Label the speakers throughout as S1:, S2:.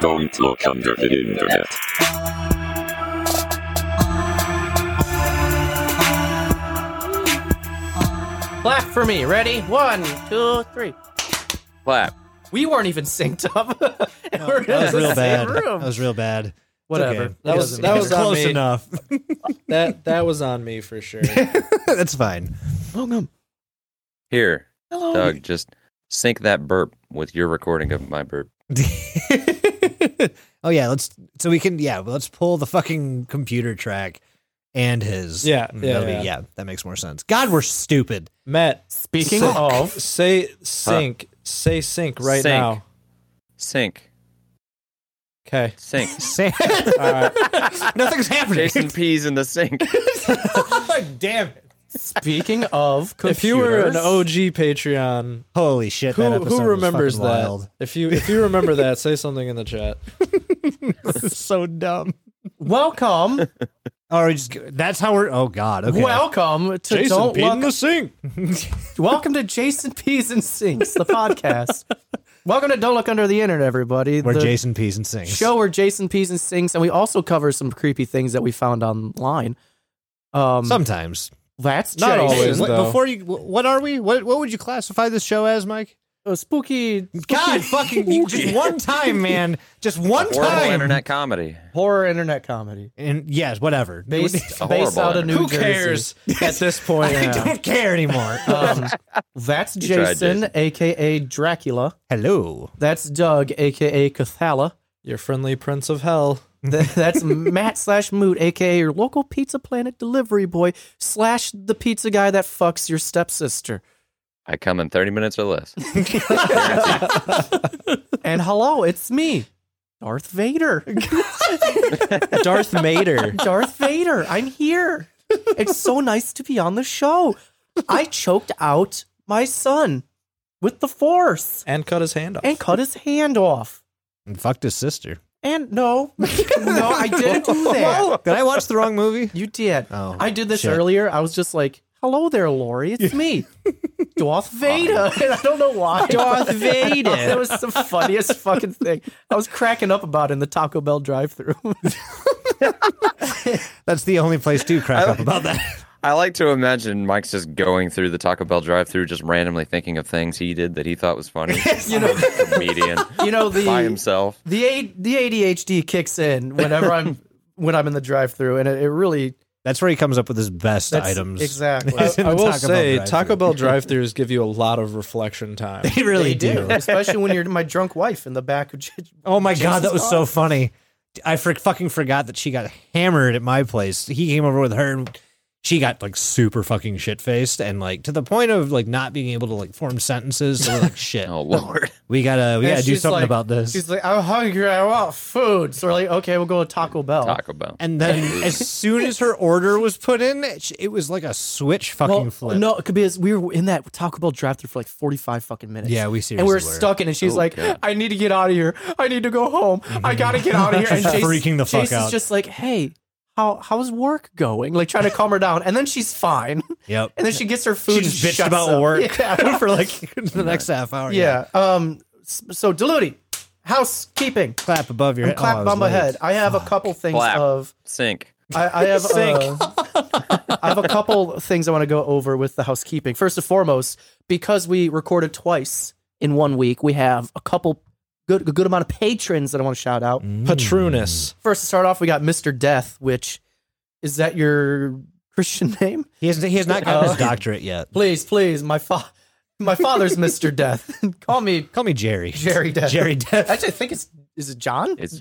S1: Don't look under the internet.
S2: Clap for me. Ready? One, two, three.
S3: Clap.
S2: We weren't even synced up. And we're in
S4: That was
S2: the
S4: real
S2: same
S4: bad. Uh,
S2: room.
S4: That was real bad.
S2: Whatever.
S4: Okay.
S5: That
S4: It
S5: was-
S4: doesn't
S5: that
S4: matter.
S5: was on
S4: close
S5: me.
S4: enough.
S5: That that was on me for sure.
S4: That's fine.
S3: Welcome. Here,
S4: Hello.
S3: Doug, just sync that burp with your recording of my burp.
S4: oh yeah, let's so we can yeah, let's pull the fucking computer track and his.
S5: Yeah,
S4: Mm,
S5: yeah,
S4: that'll be-
S5: yeah.
S4: that makes more sense. God, we're stupid.
S5: Matt,
S2: Speaking
S5: Sync.
S2: of,
S5: say sync, say sync right
S3: Sync.
S5: now.
S3: Sync.
S5: Okay.
S3: Sync.
S4: Sam-
S5: All right.
S4: Nothing's happening.
S3: Jason P's in the sink.
S4: Damn it.
S2: speaking of computers,
S5: If you were an OG Patreon,
S4: Holy shit. that
S5: who,
S4: episode was
S5: who remembers
S4: fucking
S5: that?
S4: wild.
S5: If you if you remember that, say something in the chat.
S4: so dumb.
S2: welcome,
S4: All right, Oh, just, that's how we're. Oh God. Okay.
S2: welcome to Don't
S5: Pete
S2: Look.
S5: in the sink.
S2: welcome to Jason Peas and Sinks, the podcast. welcome to Don't Look Under the Internet, everybody.
S4: where
S2: the
S4: Jason pees and sings.
S2: show where Jason Peas and Sinks, and we also cover some creepy things that we found online. Um,
S4: Sometimes.
S2: that's
S5: Not
S2: Jason.
S5: always,
S4: what-
S5: though.
S4: before you, what are we? What what would you classify this show as, Mike?
S2: A spooky, spooky
S4: God, fucking you, just one time, man. Just one
S3: Horrible
S4: time.
S3: internet comedy.
S2: horror internet comedy.
S4: And yes, whatever.
S2: based,
S3: a
S2: based
S3: horrible
S2: out of New
S5: Who
S2: Jersey.
S5: cares at this point?
S4: I
S5: Yeah.
S4: don't care anymore.
S2: Um, that's
S3: You tried,
S2: Jason,
S3: Jason.
S2: aka Dracula.
S4: Hello.
S2: That's Doug, aka Cathala.
S5: Your friendly prince of hell.
S2: Th- That's Matt slash Moot, aka your local Pizza Planet delivery boy slash the pizza guy that fucks your stepsister.
S3: I come in 30 minutes or less.
S2: And hello, it's me, Darth Vader.
S5: Darth Mater.
S2: Darth Vader, I'm here. It's so nice to be on the show. I choked out my son with the Force
S5: And cut his hand off.
S2: and cut his hand off.
S4: And fucked his sister.
S2: And no, no, I didn't do that.
S4: Did I watch the wrong movie?
S2: You did.
S4: Oh,
S2: I did this
S4: shit.
S2: earlier. I was just like, "Hello there, Lori. It's me, Darth Vader." And I don't know why. Darth Vader. it was the funniest fucking thing. I was cracking up about it in the Taco Bell drive-thru.
S4: That's the only place to crack up about that.
S3: I like to imagine Mike's just going through the Taco Bell drive through just randomly thinking of things he did that he thought was funny. you know, comedian
S2: you know
S3: by
S2: the
S3: himself.
S2: the A- the ADHD kicks in whenever I'm when I'm in the drive-thru, and it, it really
S4: That's where he comes up with his best
S2: that's
S4: items.
S2: exactly.
S5: I,
S4: It's in
S5: I
S4: the
S5: will
S4: Taco Bell
S5: say,
S4: drive-thru.
S5: Taco Bell drive-throughs give you a lot of reflection time.
S4: They really
S2: They do, especially when you're my drunk wife in the back of
S4: Oh my god, that was so funny. I for- fucking forgot that she got hammered at my place. He came over with her and she got like super fucking shit faced and like to the point of like not being able to like form sentences. So we're like, shit.
S3: Oh, Lord.
S4: We gotta we
S2: And
S4: gotta do
S2: she's
S4: something
S2: like-
S4: about this.
S2: She's like, I'm hungry. I want food. So we're like, okay, we'll go to Taco Bell.
S3: Taco Bell.
S4: And then as soon as her order was put in, it, it was like a switch fucking
S2: Well,
S4: flip.
S2: no, because we were in that Taco Bell drive-thru for like 45 fucking minutes.
S4: Yeah, we
S2: and we were
S4: seriously were.
S2: stuck in, and she's like,
S3: Oh, God.
S2: I need to get out of here. I need to go home. I gotta get out of here. And
S4: She's
S2: Jason-
S4: freaking the fuck
S2: Jason's
S4: out.
S2: just like, hey, how how's work going? Like trying to calm her down, and then she's fine.
S4: Yep.
S2: And then she gets her food.
S4: She
S2: and
S4: just bitched
S2: shuts
S4: about
S2: up.
S4: work
S2: Yeah.
S4: for like the next half hour.
S2: yeah. Um. s- So Diluti, housekeeping.
S4: Clap above your
S2: I'm
S4: head. Oh, I
S2: clapping
S4: was
S2: on my
S4: late.
S2: head. I have a couple things
S3: Clap.
S2: of
S3: Sync.
S2: I, I have
S5: Sink.
S2: uh, I have a couple things I want to go over with the housekeeping. First and foremost, because we recorded twice in one week, we have a couple good a good amount of patrons that I want to shout out.
S4: Mm.
S5: Patronus.
S2: First to start off, we got Mr. Death, which is that your Christian name?
S4: He has he has not
S2: Uh,
S4: gotten his doctorate yet.
S2: Please, please, my fa- my father's Mr. Death. Call me
S4: Call me Jerry.
S2: Jerry Death.
S4: Jerry Death.
S2: Actually, I think it's is it John?
S3: It's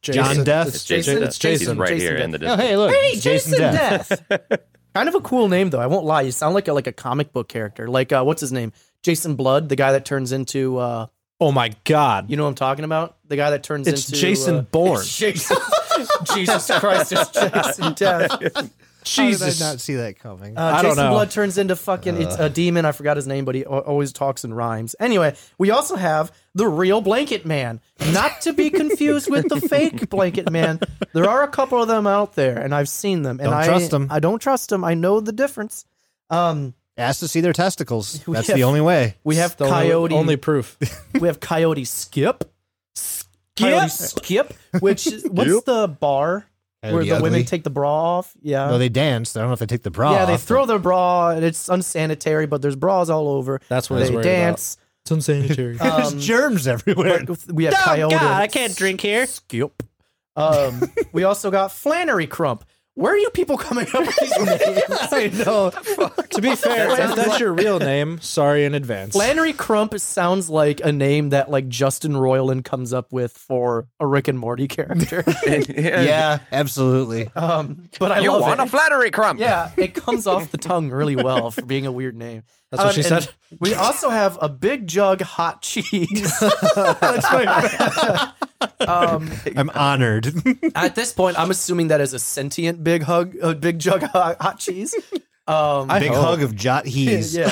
S4: John Death.
S2: It's
S3: Jason.
S2: Jason.
S3: Death.
S2: It's Jason.
S3: He's right
S2: Jason
S3: here
S2: Death.
S3: in the
S4: Oh
S3: distance.
S4: hey, look.
S2: Hey,
S4: it's
S2: Jason, Death. kind of a cool name, though. I won't lie. You sound like a, like a comic book character. Like uh, what's his name? Jason Blood, the guy that turns into uh,
S5: Oh my God.
S2: you know what I'm talking about? The guy that turns
S5: It's
S2: into
S5: Jason
S2: uh,
S5: Bourne.
S2: Jason. Jesus Christ, it's Jason Death.
S5: Jesus.
S4: How did I not see that coming?
S2: Uh,
S5: I don't
S2: Jason
S5: know.
S2: Blood turns into fucking it's a demon. I forgot his name, but he al- always talks in rhymes. Anyway, we also have the real Blanket Man, not to be confused with the fake Blanket Man. There are a couple of them out there, and I've seen them. And
S4: Don't
S2: I
S4: trust 'em.
S2: I don't trust them. I know the difference. Um,
S4: Asked to see their testicles.
S2: We
S4: That's
S2: have-
S4: the only way.
S2: we have
S5: It's the
S2: Coyote.
S5: Only proof.
S2: we have Coyote Skip. Coyote Skip, which is, what's the bar where
S4: Coyote
S2: the women
S4: Ugly.
S2: take the bra off? Yeah.
S4: No, Oh, they danced. I don't know if they take the bra.
S2: yeah,
S5: Oh,
S2: they
S4: off,
S2: throw their bra and it's unsanitary, but there's bras all over.
S5: That's what I was
S2: they
S5: worried
S2: dance.
S5: about. It's unsanitary.
S4: but There's
S2: um,
S4: germs everywhere.
S2: We have Coyote.
S4: here.
S2: Skip. Um, we also got Flannery Crump. Where are you people coming up with these names?
S4: I know.
S5: to be fair, if that's your real name, sorry in advance.
S2: Flannery Crump sounds like a name that like Justin Roiland comes up with for a Rick and Morty character.
S4: Yeah, absolutely.
S2: um, but I
S3: you
S2: love
S3: want
S2: it.
S3: a flattery crump?
S2: yeah, it comes off the tongue really well for being a weird name. Um,
S5: That's what she
S2: and
S5: said.
S2: We also have a big jug hot cheese. um,
S4: I'm honored.
S2: at this point, I'm assuming that is a sentient big hug, uh, big jug hot, hot cheese. Um,
S4: Big hug of Jot Hees.
S2: Yeah.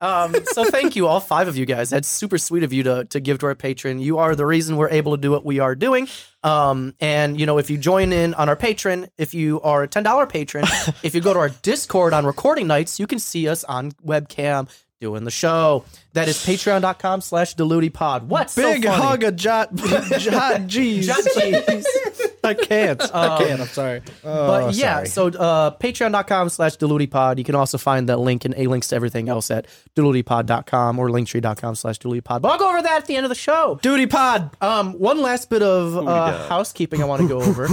S2: um, so thank you, all five of you guys. That's super sweet of you to, to give to our patron. You are the reason we're able to do what we are doing. Um, and you know, if you join in on our patron, if you are a ten dollar patron, if you go to our Discord on recording nights, you can see us on webcam doing the show. That is patreon.com slash deludipod. What's
S5: Big
S2: so funny?
S5: hug of Jot Jot G's.
S2: Jot cheese.
S5: I can't. I can't. I'm sorry. Oh,
S2: but yeah, so uh, patreon.com slash deludipod. You can also find that link and a links to everything else at deludipod.com or linktree.com slash deludipod. But I'll go over that at the end of the show.
S5: Duty Pod.
S2: Um, one last bit of uh,
S3: yeah.
S2: housekeeping I want to go over.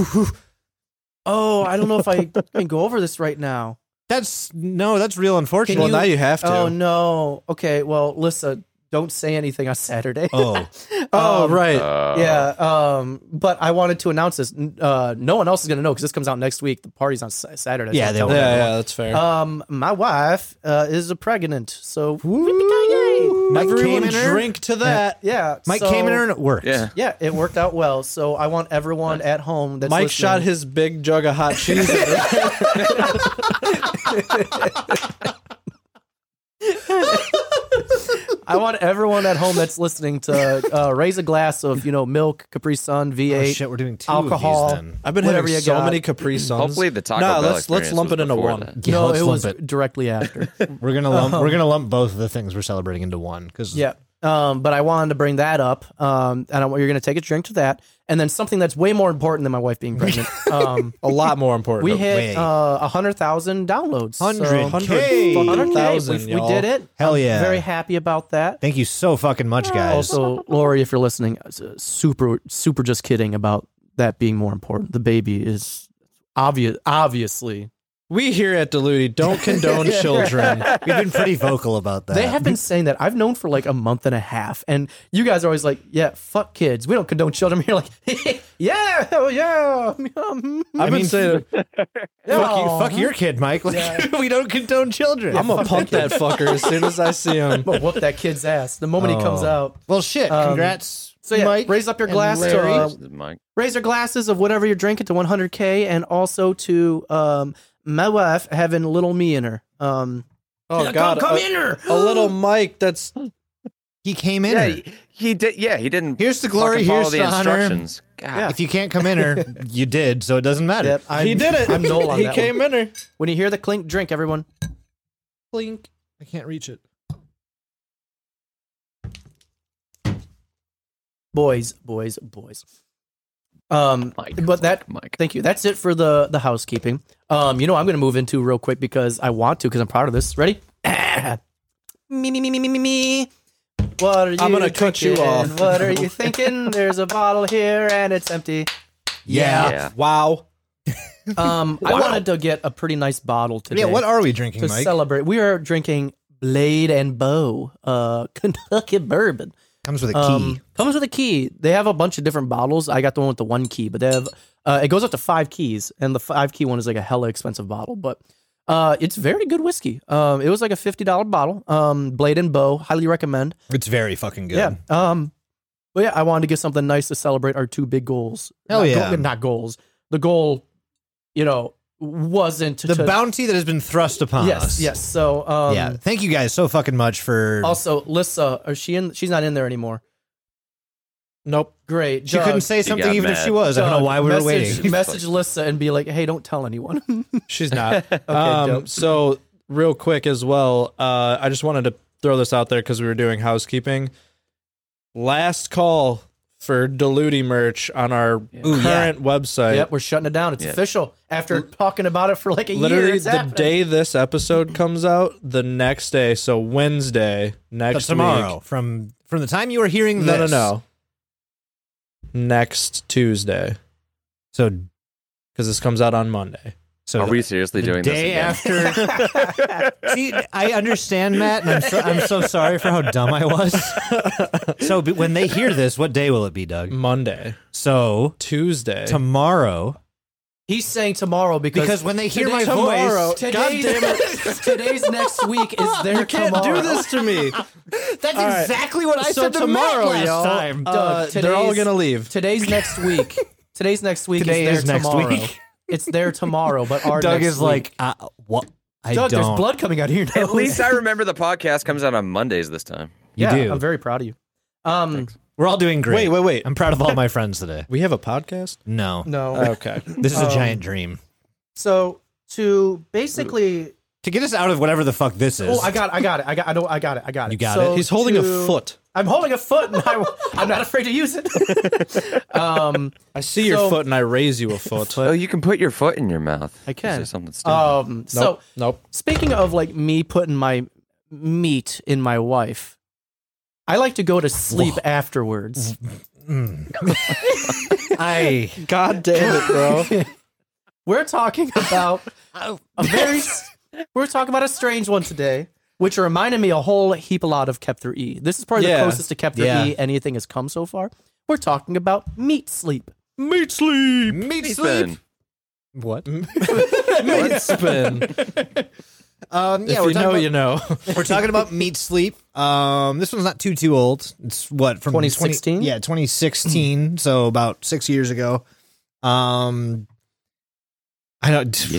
S2: oh, I don't know if I can go over this right now.
S4: That's no, that's real unfortunate.
S5: Well,
S2: you-
S5: now you have to.
S2: Oh, no. Okay, well, Lissa, don't say anything on Saturday. Um,
S4: Oh,
S5: Oh, right.
S3: Uh,
S2: yeah, um, but I wanted to announce this. N- Uh, no one else is going to know because this comes out next week. The party's on Sa- Saturday. so
S4: Yeah,
S2: I'm
S4: they
S2: telling
S4: will.
S5: yeah, yeah, that's fair.
S2: Um, my wife uh, is pregnant, so
S4: Mike came
S5: Everyone
S4: in her.
S5: drink to that.
S2: yeah.
S4: Mike
S2: so-
S4: came in her and it worked.
S3: Yeah.
S2: Yeah, it worked out well. So I want everyone at home that's
S5: Mike
S2: listening-
S5: shot his big jug of hot cheese. at her.
S2: I want everyone at home that's listening to uh, raise a glass of you know milk, Capri Sun, V
S4: Oh,
S2: eight.
S4: shit, we're doing two
S2: alcohol.
S4: of these then.
S5: I've been
S2: Whatever
S5: having
S2: you
S5: so
S2: got.
S5: many Capri Suns.
S3: Hopefully the Taco
S5: nah,
S3: Bell
S5: let's let's
S3: experience
S5: lump
S3: was
S5: it into
S3: before
S5: one.
S3: that.
S4: Yeah,
S2: no,
S4: let's
S2: it was
S4: lump it.
S2: directly after.
S4: We're gonna lump.
S2: Um,
S4: we're gonna lump both of the things we're celebrating into one because
S2: yeah. Um, but I wanted to bring that up, um, and I want you're going to take a drink to that, and then something that's way more important than my wife being pregnant. Um,
S5: A lot more important.
S2: we
S4: way.
S2: hit uh, hundred thousand downloads. so-
S4: 100.
S5: Hundred
S4: Hey.
S5: fucking
S2: Okay,
S5: thousand.
S2: we, we did it.
S4: Hell yeah.
S2: Very happy about that.
S4: Thank you so fucking
S3: Oh.
S4: much, guys.
S2: Also, Lori, if you're listening, uh, s- super, super, just kidding about that being more important. The baby is obvious, obviously.
S5: We here at Deludi don't condone children.
S4: We've been pretty vocal about that.
S2: They have been saying that I've known for like a month and a half, and you guys are always like, "Yeah, fuck kids. We don't condone children." You're like, "Yeah, oh yeah." um,
S5: I've been
S4: mean,
S5: saying
S4: fuck, you,
S2: yeah."
S4: fuck your kid, Mike. Like, we don't condone children.
S5: I'm gonna pump that fucker as soon as I see him.
S2: But whoop that kid's ass the moment he comes
S4: Oh.
S2: out.
S4: well, shit.
S2: Um,
S4: Congrats.
S2: So yeah,
S4: Mike
S2: raise up your
S4: and
S2: glass to
S4: Larry.
S2: uh,
S3: Mike.
S2: raise your glasses of whatever you're drinking to 100k and also to um my wife having little me in her um
S5: Oh God,
S2: come, come
S5: a,
S2: in her
S5: a little Mike. That's
S4: He came in.
S3: Yeah,
S4: her.
S3: he, he did. Yeah, he didn't.
S4: Here's to
S3: fucking
S4: glory,
S3: Follow
S4: here's
S3: the
S4: to honor.
S3: instructions. God.
S4: If you can't come in her, you did, so it doesn't matter.
S2: Yep, I'm-
S5: he did it.
S2: i'm Noel on
S5: he
S2: that
S5: came
S2: one.
S5: in her.
S2: when you hear the clink drink everyone
S5: Blink. I can't reach it.
S2: boys boys boys um
S5: Oh
S3: Mike,
S2: but that
S3: Mike.
S2: thank you that's it for the the housekeeping um you know i'm gonna move into real quick because i want to because i'm proud of this ready me me me me me me me what are you
S5: I'm gonna cut you
S2: drinking?
S5: off.
S2: what are you thinking there's a bottle here and it's empty
S4: Yeah.
S3: Yeah.
S5: Wow.
S2: Um, I
S3: Wow.
S2: wanted to get a pretty nice bottle today.
S4: Yeah, what are we drinking,
S2: to
S4: Mike?
S2: celebrate? We are drinking Blade and Bow, uh, Kentucky bourbon.
S4: Comes with a key.
S2: Um, comes with a key. They have a bunch of different bottles. I got the one with the one key, but they have uh, it goes up to five keys, and the five key one is like a hella expensive bottle, but uh, it's very good whiskey. Um, it was like a fifty dollar bottle. Um, Blade and Bow, highly recommend.
S4: it's very fucking good.
S2: Yeah. Um, but yeah, I wanted to get something nice to celebrate our two big goals.
S4: Hell
S2: Not
S4: yeah.
S2: goal- not goals. The goal, you know, wasn't
S4: the
S2: to-
S4: bounty that has been thrust upon
S2: Yes,
S4: us.
S2: yes. So um,
S4: yeah. Thank you guys so fucking much for.
S2: Also, Lissa, or she in? She's not in there anymore.
S5: Nope.
S2: Great.
S4: she
S2: Doug,
S4: couldn't say something
S3: got
S4: even if
S3: mad.
S4: she was. I don't
S2: Doug,
S4: know why we
S2: message,
S4: were waiting.
S2: Message Lissa and be like, "Hey, don't tell anyone."
S5: She's not.
S2: dope.
S5: um, so real quick as well, uh, I just wanted to throw this out there because we were doing housekeeping. Last call for Diluti merch on our
S4: Ooh, yeah.
S5: current website.
S2: yep, we're shutting it down. It's
S3: Yeah.
S2: official. After talking about it for like a year,
S5: Literally
S2: it's
S5: the
S2: happening.
S5: day this episode comes out, the next day, so Wednesday
S4: But
S5: next
S4: tomorrow,
S5: week.
S4: from from the time you are hearing
S5: No, no,
S4: this,
S5: no. Next Tuesday,
S4: So
S5: because this comes out on Monday.
S4: so
S3: Are we seriously doing this
S4: day
S3: again?
S4: after. See, I understand Matt, and I'm so, I'm so sorry for how dumb I was. So but when they hear this, what day will it be, Doug?
S5: Monday,
S4: So
S5: Tuesday.
S4: tomorrow,
S2: He's saying tomorrow because
S4: because when they hear
S2: today-
S4: my
S5: tomorrow-
S4: voice,
S2: today's,
S5: God damn
S2: today's next week is their
S5: you can't
S2: tomorrow.
S5: do this to me.
S4: that's
S5: All right.
S4: exactly what I
S5: So
S4: said to
S5: tomorrow,
S4: Matt last
S5: y'all,
S4: time.
S5: Uh, they're all
S2: today's-
S5: gonna leave.
S2: Today's next week. Today's next week
S4: Today
S2: is
S4: is
S2: their
S4: next
S2: tomorrow.
S4: week.
S2: It's their tomorrow, but our
S4: Doug
S2: next
S4: is
S2: week.
S4: like, uh, what? I
S2: Doug,
S4: don't.
S2: there's blood coming out of your nose.
S3: At least I remember the podcast comes out on Mondays this time.
S4: You
S2: yeah,
S4: do.
S2: I'm very proud of you. Um,
S4: We're all doing great.
S5: Wait, wait, wait.
S4: I'm proud of all my friends today.
S5: We have a podcast?
S4: No,
S2: no.
S5: Okay. Uh,
S4: this is a
S2: Um,
S4: giant dream.
S2: so to basically,
S4: To get us out of whatever the fuck this is.
S2: oh, I got, I got it, I got, I know, I got it, I got it.
S4: You got
S2: So
S4: it?
S5: He's holding
S2: to-
S5: a foot.
S2: I'm holding a foot. And I, I'm not afraid to use it. um,
S5: I see your
S2: So-
S5: foot and I raise you a foot.
S3: Oh, you can put your foot in your mouth.
S2: I can.
S3: Say something stupid.
S2: um, so
S5: nope. nope.
S2: Speaking of like me putting my meat in my wife, I like to go to sleep afterwards.
S4: I
S5: God damn it, bro.
S2: We're talking about a very s- we're talking about a strange one today, which reminded me a whole heap a lot of Kepler E. This is probably
S5: Yeah.
S2: the closest to Kepler
S4: Yeah.
S2: E anything has come so far. We're talking about meat sleep.
S4: meat sleep. Meat Um,
S3: Ethan.
S4: What?
S5: Meat spin.
S4: Um, yeah,
S5: if
S4: we're talking
S5: you know,
S4: about,
S5: you know.
S4: We're talking about meat sleep. Um, this one's not too too old. It's what from
S2: 2016?
S4: 20 yeah, 2016. so about six years ago. Um, I don't.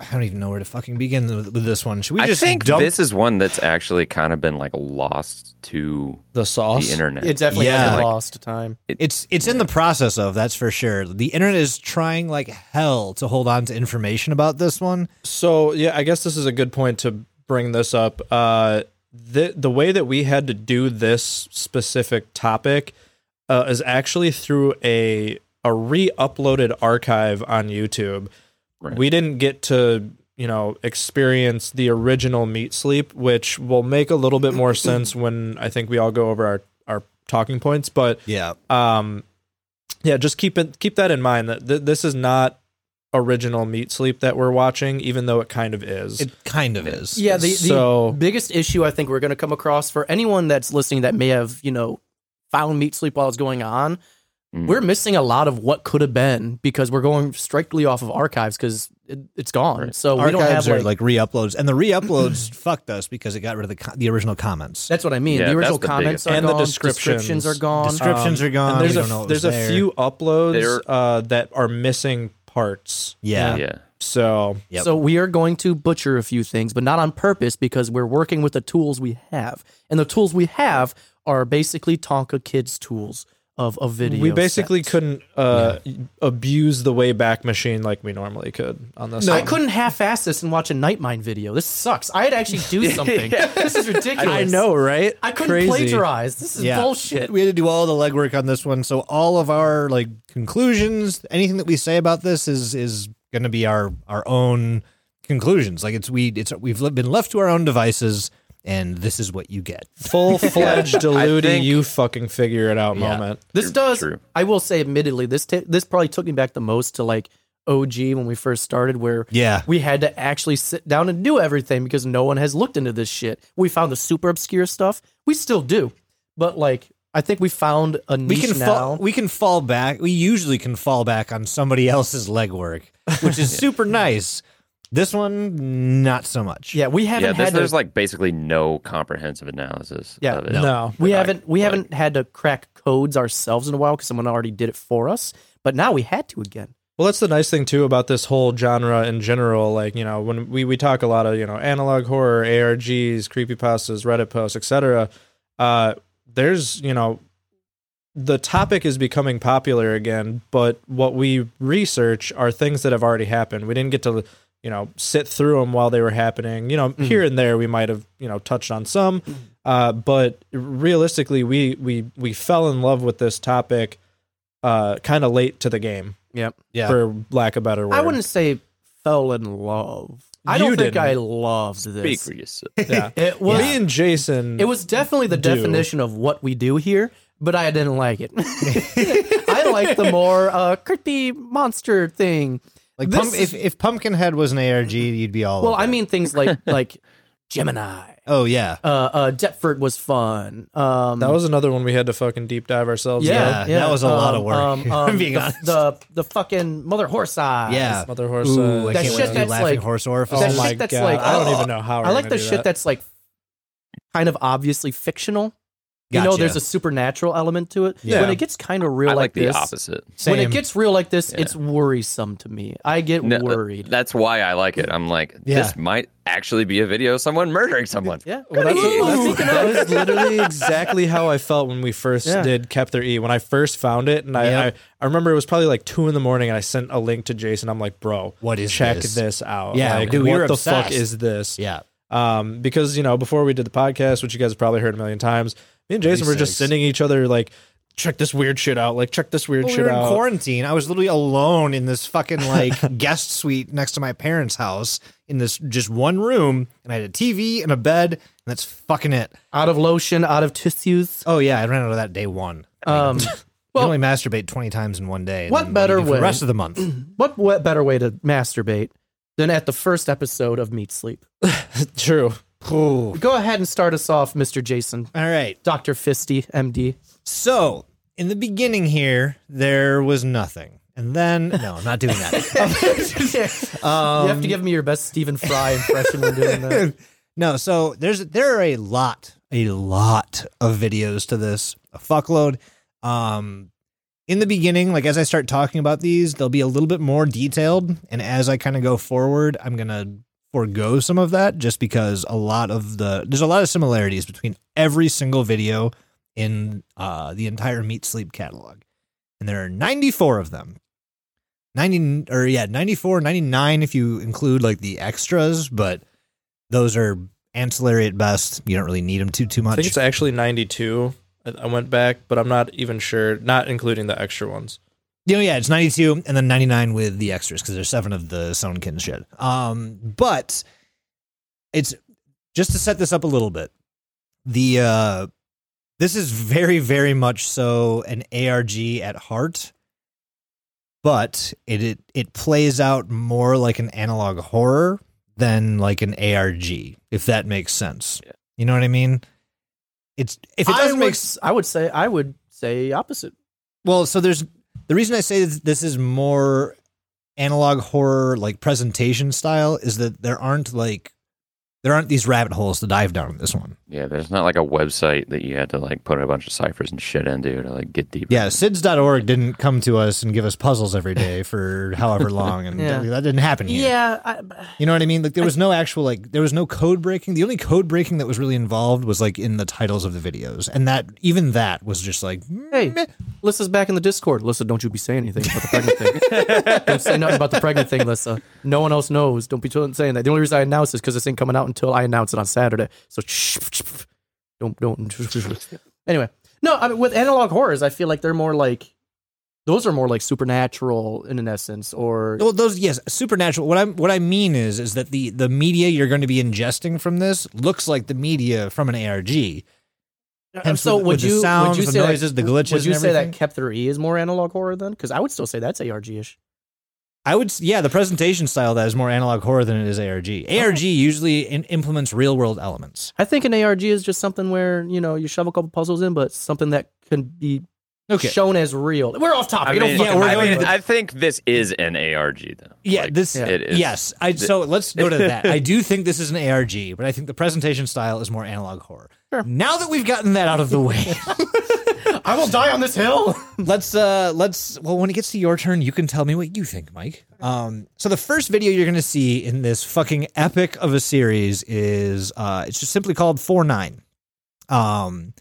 S4: I don't even know where to fucking begin with, with this one. Should we
S3: I
S4: just
S3: think
S4: dump?
S3: this is one that's actually kind of been like lost to
S5: The sauce.
S3: the internet.
S2: It definitely
S4: Yeah.
S2: has been
S4: Like-
S2: lost to time.
S4: it's it's in the process of that's for sure. The internet is trying like hell to hold on to information about this one.
S5: So yeah, I guess this is a good point to bring this up. Uh, the the way that we had to do this specific topic uh, is actually through a a re-uploaded archive on YouTube.
S3: Right.
S5: We didn't get to you know experience the original meat sleep, which will make a little bit more sense when I think we all go over our our talking points. But
S4: Yeah,
S5: um yeah just keep it keep that in mind that th- this is not original meat sleep that we're watching even though it kind of is
S4: it kind of is.
S2: Yeah, the, the
S5: So-
S2: biggest issue I think we're going to come across for anyone that's listening that may have, you know, found meat sleep while it's going on,
S3: Mm.
S2: we're missing a lot of what could have been because we're going strictly off of archives because it, it's gone. So we
S4: Archives
S2: don't have
S4: are
S2: like,
S4: like, re-uploads, and the re-uploads fucked us because it got rid of the co- the original comments.
S2: that's what I mean.
S3: Yeah,
S2: the
S3: that's
S2: original
S3: the
S2: comments
S3: biggest-
S2: are
S5: And the
S2: gone.
S5: descriptions.
S2: are gone.
S4: Descriptions are gone.
S5: and there's
S4: uh, we don't
S5: a
S4: know
S5: f-
S4: what was
S5: there's a
S4: there.
S5: few uploads
S3: There-
S5: uh that are missing parts
S4: Yeah.
S3: yeah.
S5: so
S4: Yep.
S2: So we are going to butcher a few things, but not on purpose because we're working with the tools we have, and the tools we have are basically Tonka Kids tools of a video.
S5: we basically
S2: set.
S5: couldn't uh abuse the wayback machine like we normally could on this
S2: I
S5: one.
S2: couldn't half-ass this and watch a night mine video. This sucks. I had to actually do something. This is ridiculous.
S5: i know right
S2: I couldn't
S5: Crazy.
S2: plagiarize. This is bullshit.
S4: We had to do all the legwork on this one, so all of our like conclusions, anything that we say about this is is going to be our our own conclusions. Like it's we it's we've li- been left to our own devices, and this is what you get.
S5: full-fledged deluding
S3: think-
S5: you fucking figure it out
S4: Yeah.
S5: moment
S2: This does.
S3: true.
S2: I will say, admittedly, this ta- this probably took me back the most to like OG when we first started, where
S4: Yeah.
S2: we had to actually sit down and do everything because no one has looked into this shit. We found the super obscure stuff. We still do, but like I think we found a niche
S4: We can
S2: now.
S4: fall. We can fall back. We usually can fall back on somebody else's legwork, which is super nice. This one, not so much.
S2: yeah, we haven't
S3: Yeah, this,
S2: had to
S3: there's like basically no comprehensive analysis
S2: Yeah,
S3: of it.
S5: no
S2: we
S3: Like-
S2: haven't we
S3: like-
S2: haven't had to crack codes ourselves in a while because someone already did it for us. But now we had to again.
S5: Well, that's the nice thing too about this whole genre in general. Like, you know, when we, we talk a lot of, you know, analog horror, ARGs, creepypastas, Reddit posts, etc. Uh, there's, you know, the topic is becoming popular again, but what we research are things that have already happened. We didn't get to, you know, sit through them while they were happening. You know, here and there we might have, you know, touched on some, uh, but realistically, we we we fell in love with this topic uh, kind of late to the game,
S2: Yep.
S4: Yeah.
S5: for lack of better word.
S2: I wouldn't say fell in love. I
S5: You
S2: don't think
S5: didn't.
S2: I loved
S3: Speak
S2: this.
S3: for yourself.
S5: Yeah.
S2: It was
S5: Me and Jason.
S2: it was definitely the
S5: Do.
S2: definition of what we do here, but I didn't like it. I like the more uh, creepy monster thing.
S4: Like
S2: This
S4: pump, if if Pumpkinhead was an ARG, you'd be all.
S2: Well,
S4: over
S2: I
S4: it.
S2: mean things like like Gemini.
S4: oh yeah,
S2: Uh, uh, Deptford was fun. Um,
S5: that was another one we had to fucking deep dive ourselves. in.
S4: yeah, that was a lot of work, if I'm being
S2: Um, the,
S4: honest.
S2: the the fucking mother horse eyes.
S4: yeah.
S5: Mother horse.
S4: Ooh, I
S5: uh,
S2: That
S4: can't
S2: shit
S4: wait to do
S2: that's
S4: laughing
S2: like-
S4: horse orifice.
S2: that
S5: oh my
S2: shit that's
S5: god!
S2: like-
S5: I don't even know how.
S2: I
S5: we're
S2: like
S5: gonna
S2: the
S5: do
S2: shit
S5: that.
S2: that's like kind of obviously fictional. You know,
S4: Gotcha.
S2: there's a supernatural element to it.
S5: Yeah.
S2: When it gets kind of real
S3: I like
S2: like,
S3: the
S2: this,
S3: opposite.
S4: Same.
S2: when it gets real like this,
S3: Yeah.
S2: it's worrisome to me. I get
S3: No,
S2: worried.
S3: That's why I like it. I'm like, this might actually be a video of someone murdering someone.
S2: yeah.
S5: Well, that's,
S2: Ooh.
S5: that's- that is literally exactly how I felt when we first
S2: Yeah.
S5: did Kepler E. When I first found it, and I,
S4: Yep.
S5: I, I remember it was probably like two in the morning, and I sent a link to Jason. I'm like, bro,
S4: What is
S5: check
S4: this?"
S5: this, out?
S4: Yeah,
S5: like,
S4: dude, we
S5: what
S4: were
S5: the
S4: obsessed.
S5: fuck is this?
S4: yeah.
S5: um, because you know before we did the podcast, which you guys have probably heard a million times, me and Jason were just
S4: sakes.
S5: sending each other like, check this weird shit out, like check this weird
S4: Well, we
S5: shit
S4: were in
S5: out.
S4: quarantine. I was literally alone in this fucking like guest suite next to my parents' house in this just one room, and I had a TV and a bed, and that's fucking it.
S2: out of lotion, out of tissues.
S4: Oh yeah, I ran out of that day one.
S2: Um, Well-
S4: Well, you can only masturbate twenty times in one day. and
S2: What
S4: then
S2: better
S4: you do for
S2: way?
S4: The rest of the month.
S2: what, what better way to masturbate than at the first episode of Meat Sleep?
S5: True.
S4: All
S2: Go ahead and start us off, Mr. Jason,
S4: right.
S2: Dr. Fisty, MD.
S4: So in the beginning here, there was nothing, and then no, I'm not doing that.
S2: you
S4: Um,
S2: have to give me your best Stephen Fry impression when doing that.
S4: no, so there's there are a lot, a lot of videos to this, a fuckload. Um, in the beginning, like as I start talking about these, they'll be a little bit more detailed, and as I kind of go forward, I'm gonna forego some of that just because a lot of the there's a lot of similarities between every single video in uh, the entire Meat Sleep catalog, and there are 94 of them. 90 or yeah, 94, 99 if you include like the extras, but those are ancillary at best. You don't really need them too too
S5: I think
S4: much.
S5: it's actually 92. I- I went back, but I'm not even sure, not including the extra ones.
S4: Yeah, yeah, it's 92 and then 99 with the extras because there's seven of the Soundkin shit. Um, but it's just to set this up a little bit. The uh, this is very, very much so an ARG at heart, but it it, it plays out more like an analog horror than like an ARG, if that makes sense. You know what I mean? It's if it
S2: I
S4: doesn't
S2: would,
S4: make
S2: s- I would say I would say opposite.
S4: well, so there's the reason I say that this is more analog horror like presentation style is that there aren't like there aren't these rabbit holes to dive down in this one.
S3: Yeah, there's not like a website that you had to like put a bunch of ciphers and shit into to like get deeper.
S4: Yeah, SIDS.org didn't come to us and give us puzzles every day for however long and
S2: Yeah.
S4: that, that didn't happen here.
S2: Yeah, I,
S4: You know what I mean? Like there was no actual like there was no code breaking. The only code breaking that was really involved was like in the titles of the videos. And that even that was just like
S2: Hey,
S4: meh.
S2: Lissa's back in the Discord. Lissa, don't you be saying anything about the pregnant thing. don't say nothing about the pregnant thing, Lissa. No one else knows. Don't be t- saying that. The only reason I announce is because this ain't coming out until I announce it on Saturday. So shh, shh, shh. don't don't. anyway, no. I mean, with analog horrors, I feel like they're more like those are more like supernatural in an essence, or
S4: Well, those yes, supernatural. What I'm what I mean is is that the the media you're going to be ingesting from this looks like the media from an ARG.
S2: And
S4: Hence
S2: Uh, so
S4: with-
S2: would
S4: with the
S2: you
S4: sounds,
S2: would you
S4: the
S2: say that-
S4: noises, the glitches
S2: Would you
S4: and
S2: say that
S4: everything?
S2: Kepler E is more analog horror then? Because I would still say that's ARG ish.
S4: I would s- yeah, the presentation style of that is more analog horror than it is ARG. ARG usually in, implements real world elements.
S2: I think an ARG is just something where you know you shove a couple puzzles in, but something that can be
S4: Okay.
S2: shown as real. We're off topic.
S3: I
S2: You don't
S3: mean,
S2: fucking
S4: yeah, we're
S3: I,
S2: matter,
S4: going
S3: mean,
S2: but-
S3: I think this is an ARG though.
S4: Yeah,
S3: Like,
S4: this
S3: it is.
S4: yes. I so let's go to that. I do think this is an ARG, but I think the presentation style is more analog horror. Now that we've gotten that out of the way,
S2: I will die on this hill.
S4: let's uh let's well when it gets to your turn, you can tell me what you think, Mike. Um so the first video you're going to see in this fucking epic of a series is uh it's just simply called 49. Um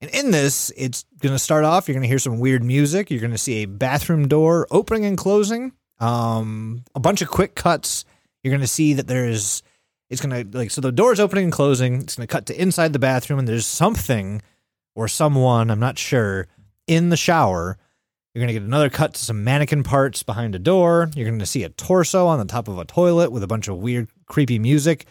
S4: and in this, it's going to start off, you're going to hear some weird music, you're going to see a bathroom door opening and closing, um a bunch of quick cuts. You're going to see that there's it's going to like so the door's opening and closing, it's going to cut to inside the bathroom and there's something or someone, I'm not sure, in the shower. You're going to get another cut to some mannequin parts behind a door. You're going to see a torso on the top of a toilet with a bunch of weird, creepy music.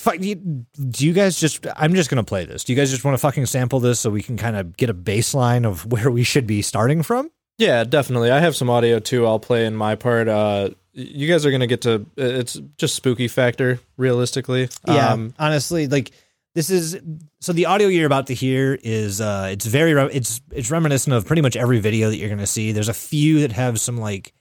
S4: Fuck, you- Do you guys just, I'm just going to play this. Do you guys just want to fucking sample this so we can kind of get a baseline of where we should be starting from?
S5: Yeah, definitely. I have some audio too. I'll play in my part. Uh, you guys are gonna get to. It's just spooky factor, realistically. Um,
S4: honestly, like this is so the audio you're about to hear is uh it's very re- it's it's reminiscent of pretty much every video that you're going to see. There's a few that have some like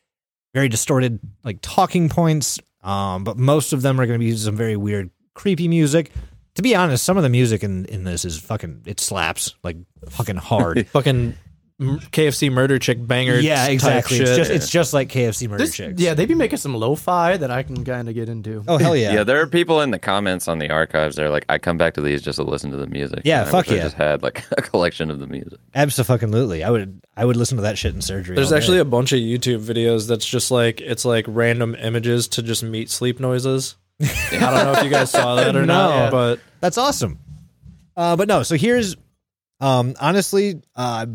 S4: very distorted like talking points, um but most of them are going to be some very weird creepy music. To be honest, some of the music in in this is fucking it slaps like fucking hard.
S5: fucking m- KFC murder chick banger.
S4: yeah,
S5: type
S4: exactly. It's
S5: shit.
S4: just it's just like KFC murder
S2: This-
S4: chicks.
S2: yeah, they be making some lo-fi that I can kind of get into.
S4: Oh hell yeah.
S3: Yeah, there are people in the comments on the archives. They're like, I come back to these just to listen to the music.
S4: Yeah,
S3: And I
S4: fuck
S3: wish I
S4: yeah.
S3: just had like a collection of the music.
S4: Absolutely. I would I would listen to that shit in surgery.
S5: There's
S4: all day.
S5: actually a bunch of YouTube videos that's just like it's like random images to just meet sleep noises. I don't know if you guys saw that or
S4: No.
S5: not, but
S4: That's awesome. Uh, but no, so here's um, honestly, uh,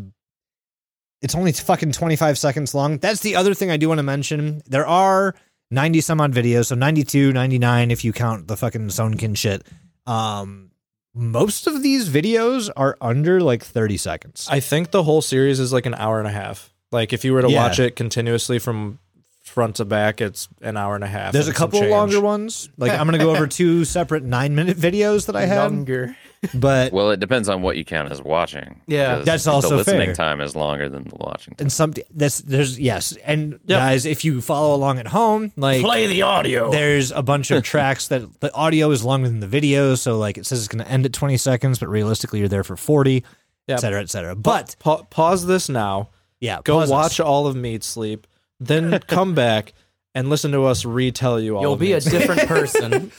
S4: it's only fucking 25 seconds long. That's the other thing I do want to mention. There are 90 some odd videos, so 92, 99 if you count the fucking Sonkin shit. Um, most of these videos are under like 30 seconds.
S5: I think the whole series is like an hour and a half. Like if you were to
S4: Yeah.
S5: watch it continuously from front to back, it's an hour and a half.
S4: There's a
S5: and some
S4: couple
S5: change.
S4: longer ones. Like I'm gonna go over two separate nine minute videos that I had,
S2: Younger.
S4: but
S3: Well, it depends on what you count as watching.
S2: Yeah.
S3: because
S4: That's also
S3: the listening
S4: fair.
S3: time is longer than the watching. Time.
S4: and some that's there's yes and
S5: Yep.
S4: guys if you follow along at home like
S2: Play the
S5: Oh.
S2: audio.
S4: there's a bunch of tracks that the audio is longer than the video so like it says it's going to end at 20 seconds but realistically you're there for 40
S5: Yeah.
S4: et cetera et cetera but
S5: Pa- pause this now.
S4: yeah
S5: Go
S4: pause
S5: watch
S4: us.
S5: all of Meat Sleep, then come back and listen to us retell you all.
S2: You'll
S5: of
S2: be a
S5: Meat Sleep.
S2: different person.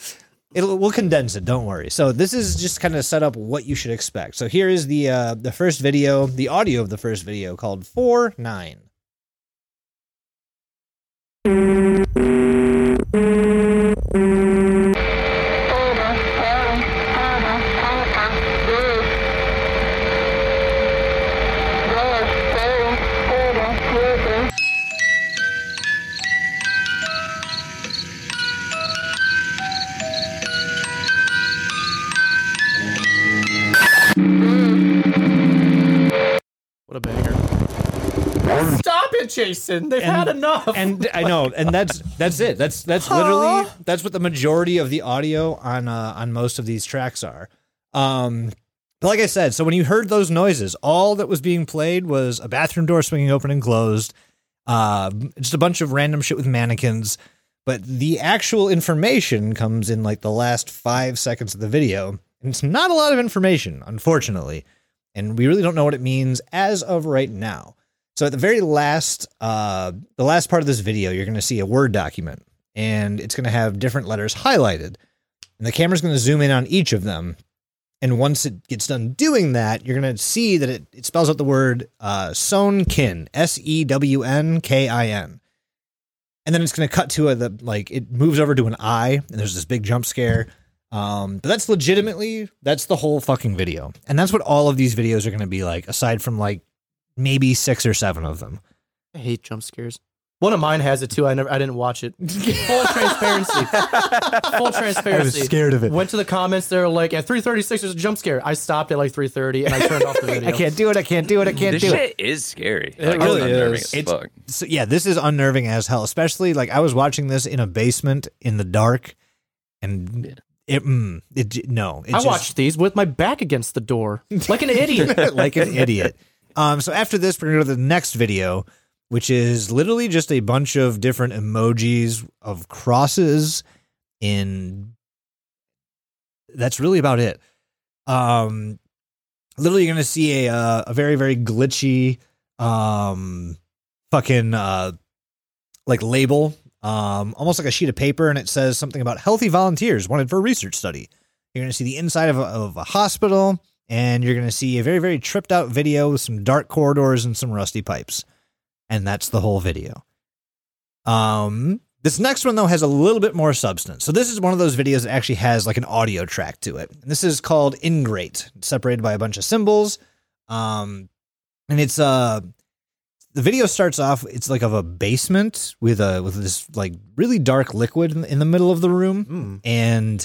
S4: It'll, we'll condense it don't worry so this is just kind of set up what you should expect so here is the uh the first video the audio of the first video called 4 9
S2: What a banger. Stop it, Jason. They've had enough.
S4: and I know, and that's that's it. That's that's literally that's what the majority of the audio on uh, on most of these tracks are. Um, but like I said, so when you heard those noises, all that was being played was a bathroom door swinging open and closed, uh, just a bunch of random shit with mannequins. But the actual information comes in like the last five seconds of the video, and it's not a lot of information, unfortunately. And we really don't know what it means as of right now. So at the very last, uh, the last part of this video, you're going to see a Word document, and it's going to have different letters highlighted, and the camera's going to zoom in on each of them. And once it gets done doing that, you're going to see that it, it spells out the word uh, Sewnkin, S E W N K I N, and then it's going to cut to a, the like it moves over to an eye, and there's this big jump scare. Um, but that's legitimately that's the whole fucking video, and that's what all of these videos are going to be like, aside from like maybe six or seven of them.
S2: I hate jump scares. One of mine has it too. I never, I didn't watch it. Full transparency. Full transparency.
S4: of
S2: Went to the comments. They're like, at 3:36, there's a jump scare. I stopped at like 3:30 and I turned off the video.
S4: I can't do it. I can't do it. I can't
S3: This
S4: do it.
S3: shit is scary.
S5: It
S3: Like,
S5: really
S3: it's unnerving
S5: is.
S3: as
S4: It's-
S3: fuck.
S4: So, yeah, this is unnerving as hell. Especially like I was watching this in a basement in the dark, and it mm, it j- no. It
S2: I
S4: just-
S2: watched these with my back against the door, like an idiot.
S4: like an idiot. Um, so after this, we're gonna go to the next video, which is literally just a bunch of different emojis of crosses in that's really about it. Um literally you're gonna see a uh, a very, very glitchy um fucking uh like label, um, almost like a sheet of paper, and it says something about healthy volunteers wanted for a research study. You're going to see the inside of a, of a hospital, and you're going to see a very, very tripped out video with some dark corridors and some rusty pipes. And that's the whole video. Um, this next one, though, has a little bit more substance. So, this is one of those videos that actually has like an audio track to it. And this is called Ingrate, separated by a bunch of symbols. Um, and it's uh, the video starts off it's like of a basement with a with this like really dark liquid in, in the middle of the room
S2: Mm.
S4: and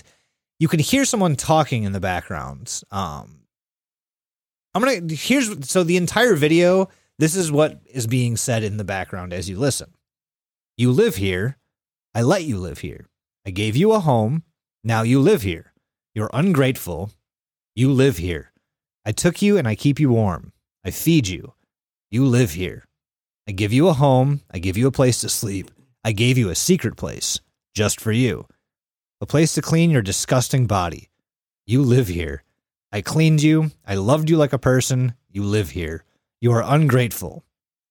S4: you can hear someone talking in the background um i'm gonna here's so the entire video this is what is being said in the background as you listen you live here i let you live here i gave you a home now you live here you're ungrateful you live here i took you and i keep you warm i feed you you live here I give you a home. I give you a place to sleep. I gave you a secret place just for you. A place to clean your disgusting body. You live here. I cleaned you. I loved you like a person. You live here. You are ungrateful.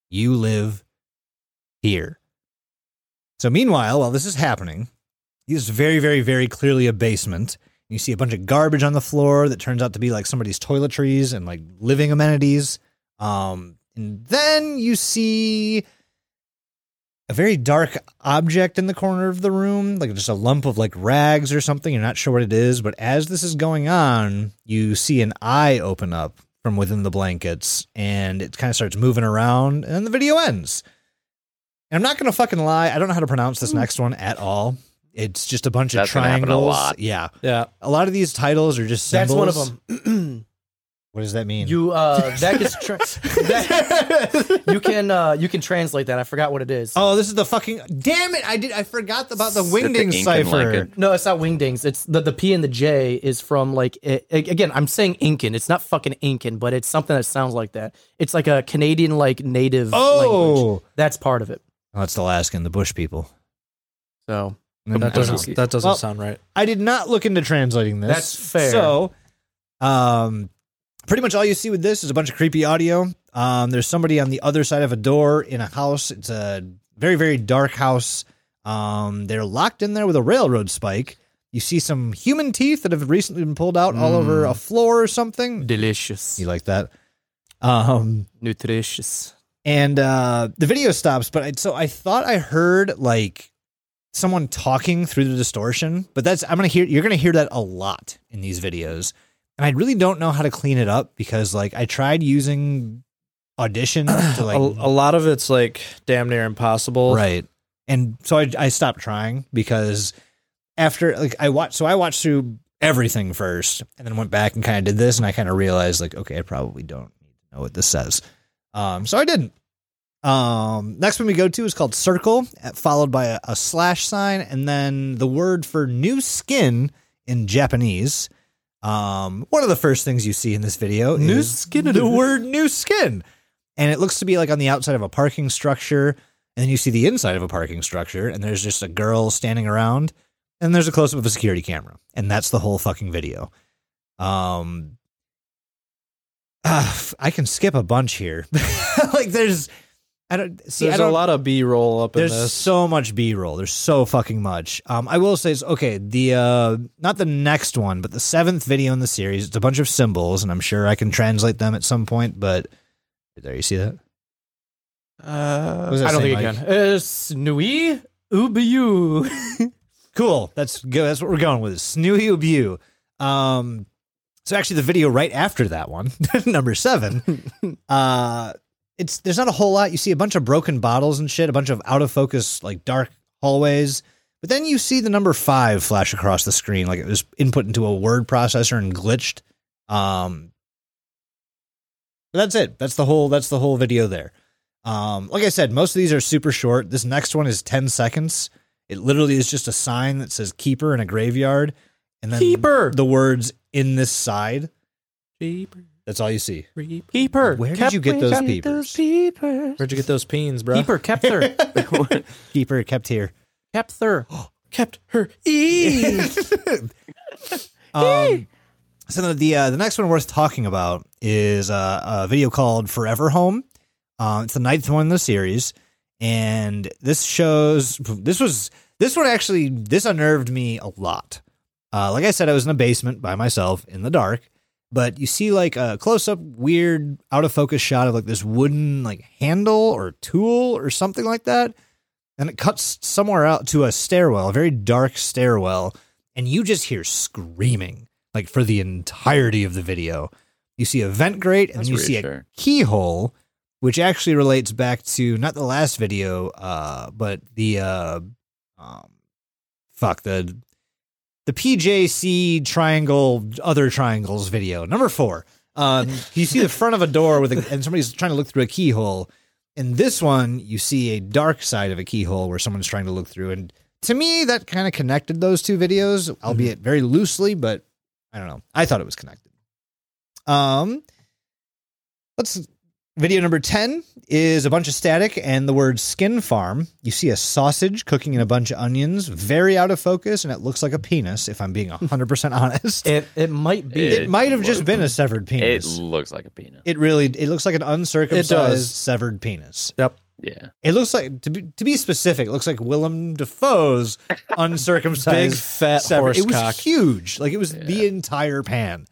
S4: You live here. So, meanwhile, while this is happening, this is very, very, very clearly a basement. You see a bunch of garbage on the floor that turns out to be like somebody's toiletries and like living amenities. Um, and then you see a very dark object in the corner of the room, like just a lump of like rags or something. You're not sure what it is, but as this is going on, you see an eye open up from within the blankets and it kind of starts moving around and then the video ends. And I'm not going to fucking lie, I don't know how to pronounce this next one at all. It's just a bunch
S3: Hmm. That's
S4: of
S3: gonna happen a
S4: triangles.
S3: lot.
S4: Yeah.
S5: Yeah.
S4: A lot of these titles are just
S2: That's
S4: symbols.
S2: one of them.
S4: What does that mean?
S2: you uh, that gets tra- that- you can uh, you can translate that. I forgot what it is.
S4: Oh, this is the fucking damn it! I did I forgot about the
S3: Sit the
S4: wingding
S3: ink and
S4: cipher.
S3: like it.
S2: No, it's not wingdings. It's the, the P and the J is from like a- a- again. I'm saying Incan. It's not fucking Incan, but it's something that sounds like that. It's like a Canadian like native. language.
S4: Oh,
S2: that's part of it.
S4: oh, it's Alaskan, the bush people.
S2: So
S5: That doesn't that doesn't
S4: Well,
S5: sound right.
S4: I did not look into translating this.
S2: That's fair.
S4: So, um, pretty much all you see with this is a bunch of creepy audio. Um, there's somebody on the other side of a door in a house. It's a very very dark house. Um, they're locked in there with a railroad spike. You see some human teeth that have recently been pulled out all over
S3: Hmm.
S4: a floor or something.
S2: delicious,
S4: You like that? Um,
S2: nutritious.
S4: and uh the video stops but I, so i thought i heard like someone talking through the distortion but that's i'm gonna hear you're gonna hear that a lot in these videos and i really don't know how to clean it up because like i tried using audition to like
S5: a, a lot of it's like damn near impossible.
S4: right and so I, I stopped trying because after like i watched so i watched through everything first and then went back and kind of did this and i kind of realized like okay i probably don't need to know what this says um so i didn't um next one we go to is called circle uh, followed by a, a slash sign and then the word for new skin in japanese um one of the first things you see in this video
S2: New
S4: is
S2: skin.
S4: the word new skin and it looks to be like on the outside of a parking structure and then you see the inside of a parking structure and there's just a girl standing around and there's a close up of a security camera and that's the whole fucking video um ah, f- i can skip a bunch here like there's i don't see I
S5: there's
S4: don't,
S5: a lot of B roll up in
S4: there's
S5: this.
S4: so much b-roll there's so fucking much um i will say it's okay the uh not the next one but the seventh video in the series it's a bunch of symbols and i'm sure i can translate them at some point but there you see that
S5: Uh,
S4: What does that
S2: Uh, I don't
S4: say,
S2: think
S4: Mike?
S2: it can. It's nui ubiu.
S4: Cool. That's good. That's what we're going with. Snooey Ubu. Um, so actually, the video right after that one, number seven, uh, it's there's not a whole lot. You see a bunch of broken bottles and shit, a bunch of out of focus, like dark hallways. But then you see the number five flash across the screen, like it was input into a word processor and glitched. Um, but that's it. That's the whole. That's the whole video there. Um, like I said, most of these are super short. This next one is ten seconds. It literally is just a sign that says keeper in a graveyard and then
S2: Keeper.
S4: the words in this side. That's all you see.
S2: Peeper.
S4: Where did you get those peepers?
S5: Where'd you get those peens, bro?
S2: Peeper kept her.
S4: Keeper kept here.
S2: kept her.
S5: kept her E.
S4: Um, so the uh, the next one worth talking about is uh, a video called "Forever Home." Um, it's the ninth one in the series, and this shows this was this one actually this unnerved me a lot. Uh, like I said, I was in a basement by myself in the dark, but you see like a close up, weird, out of focus shot of like this wooden like handle or tool or something like that, and it cuts somewhere out to a stairwell, a very dark stairwell, and you just hear screaming like for the entirety of the video. You see a vent grate, and
S3: That's
S4: then you see a
S3: reassuring.
S4: keyhole, which actually relates back to not the last video, uh, but the uh, um, fuck the the PJC triangle, other triangles video number four. Um, you see the front of a door with, a, and somebody's trying to look through a keyhole. In this one, you see a dark side of a keyhole where someone's trying to look through. And to me, that kind of connected those two videos, albeit very loosely, but I don't know. I thought it was connected. Um, let's Video number 10 is a bunch of static and the word skin farm. You see a sausage cooking in a bunch of onions, very out of focus, and it looks like a penis, if I'm being 100% honest.
S2: It it might be.
S3: It-
S4: It might have just been a severed
S3: It
S4: penis. It,
S3: looks like a peanut.
S4: really it looks like an uncircumcised
S5: does.
S4: severed penis.
S3: Yeah.
S4: It looks like to be, to be specific, it looks like Willem Dafoe's
S5: Big
S4: uncircumcised
S5: fat
S4: severed-
S5: horse
S4: It was
S5: cock.
S4: huge. Like it was the entire pan.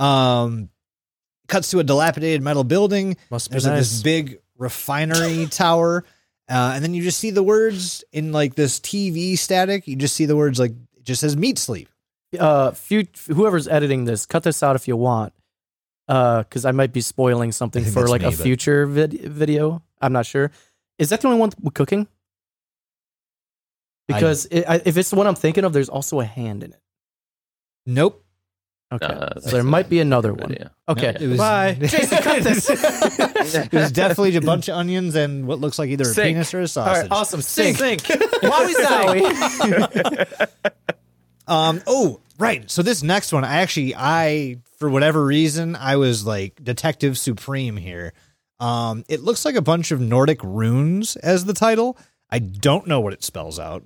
S4: Um cuts to a dilapidated metal building
S5: Must be
S4: there's like this
S5: nice.
S4: big refinery tower, uh, and then you just see the words in like this TV static. You just see the words like it just says meat sleep.
S2: uh, few, whoever's editing this, cut this out if you want, because I might be spoiling
S4: I
S2: something
S4: think
S2: for
S4: that's
S2: like a
S4: me, but-
S2: future vid- video. I'm not sure. Is that the only one with cooking?
S4: I-
S2: Because it, I, if it's the one I'm thinking of, there's also a hand in it.
S4: Nope.
S2: Okay,
S3: Uh,
S2: so
S3: that's
S2: there might be another
S3: Good
S2: one.
S3: video.
S2: Okay,
S4: It was,
S5: Bye.
S2: Jason, cut this.
S4: it was definitely a bunch of onions and what looks like either a
S3: Sick.
S4: penis or
S2: All
S4: a
S2: right,
S4: sausage.
S2: awesome. Sink, sink. Wowie zowie.
S4: Um. Oh, right. So this next one, I actually, I for whatever reason, I was like Detective Supreme here. Um. It looks like a bunch of Nordic runes as the title. I don't know what it spells out.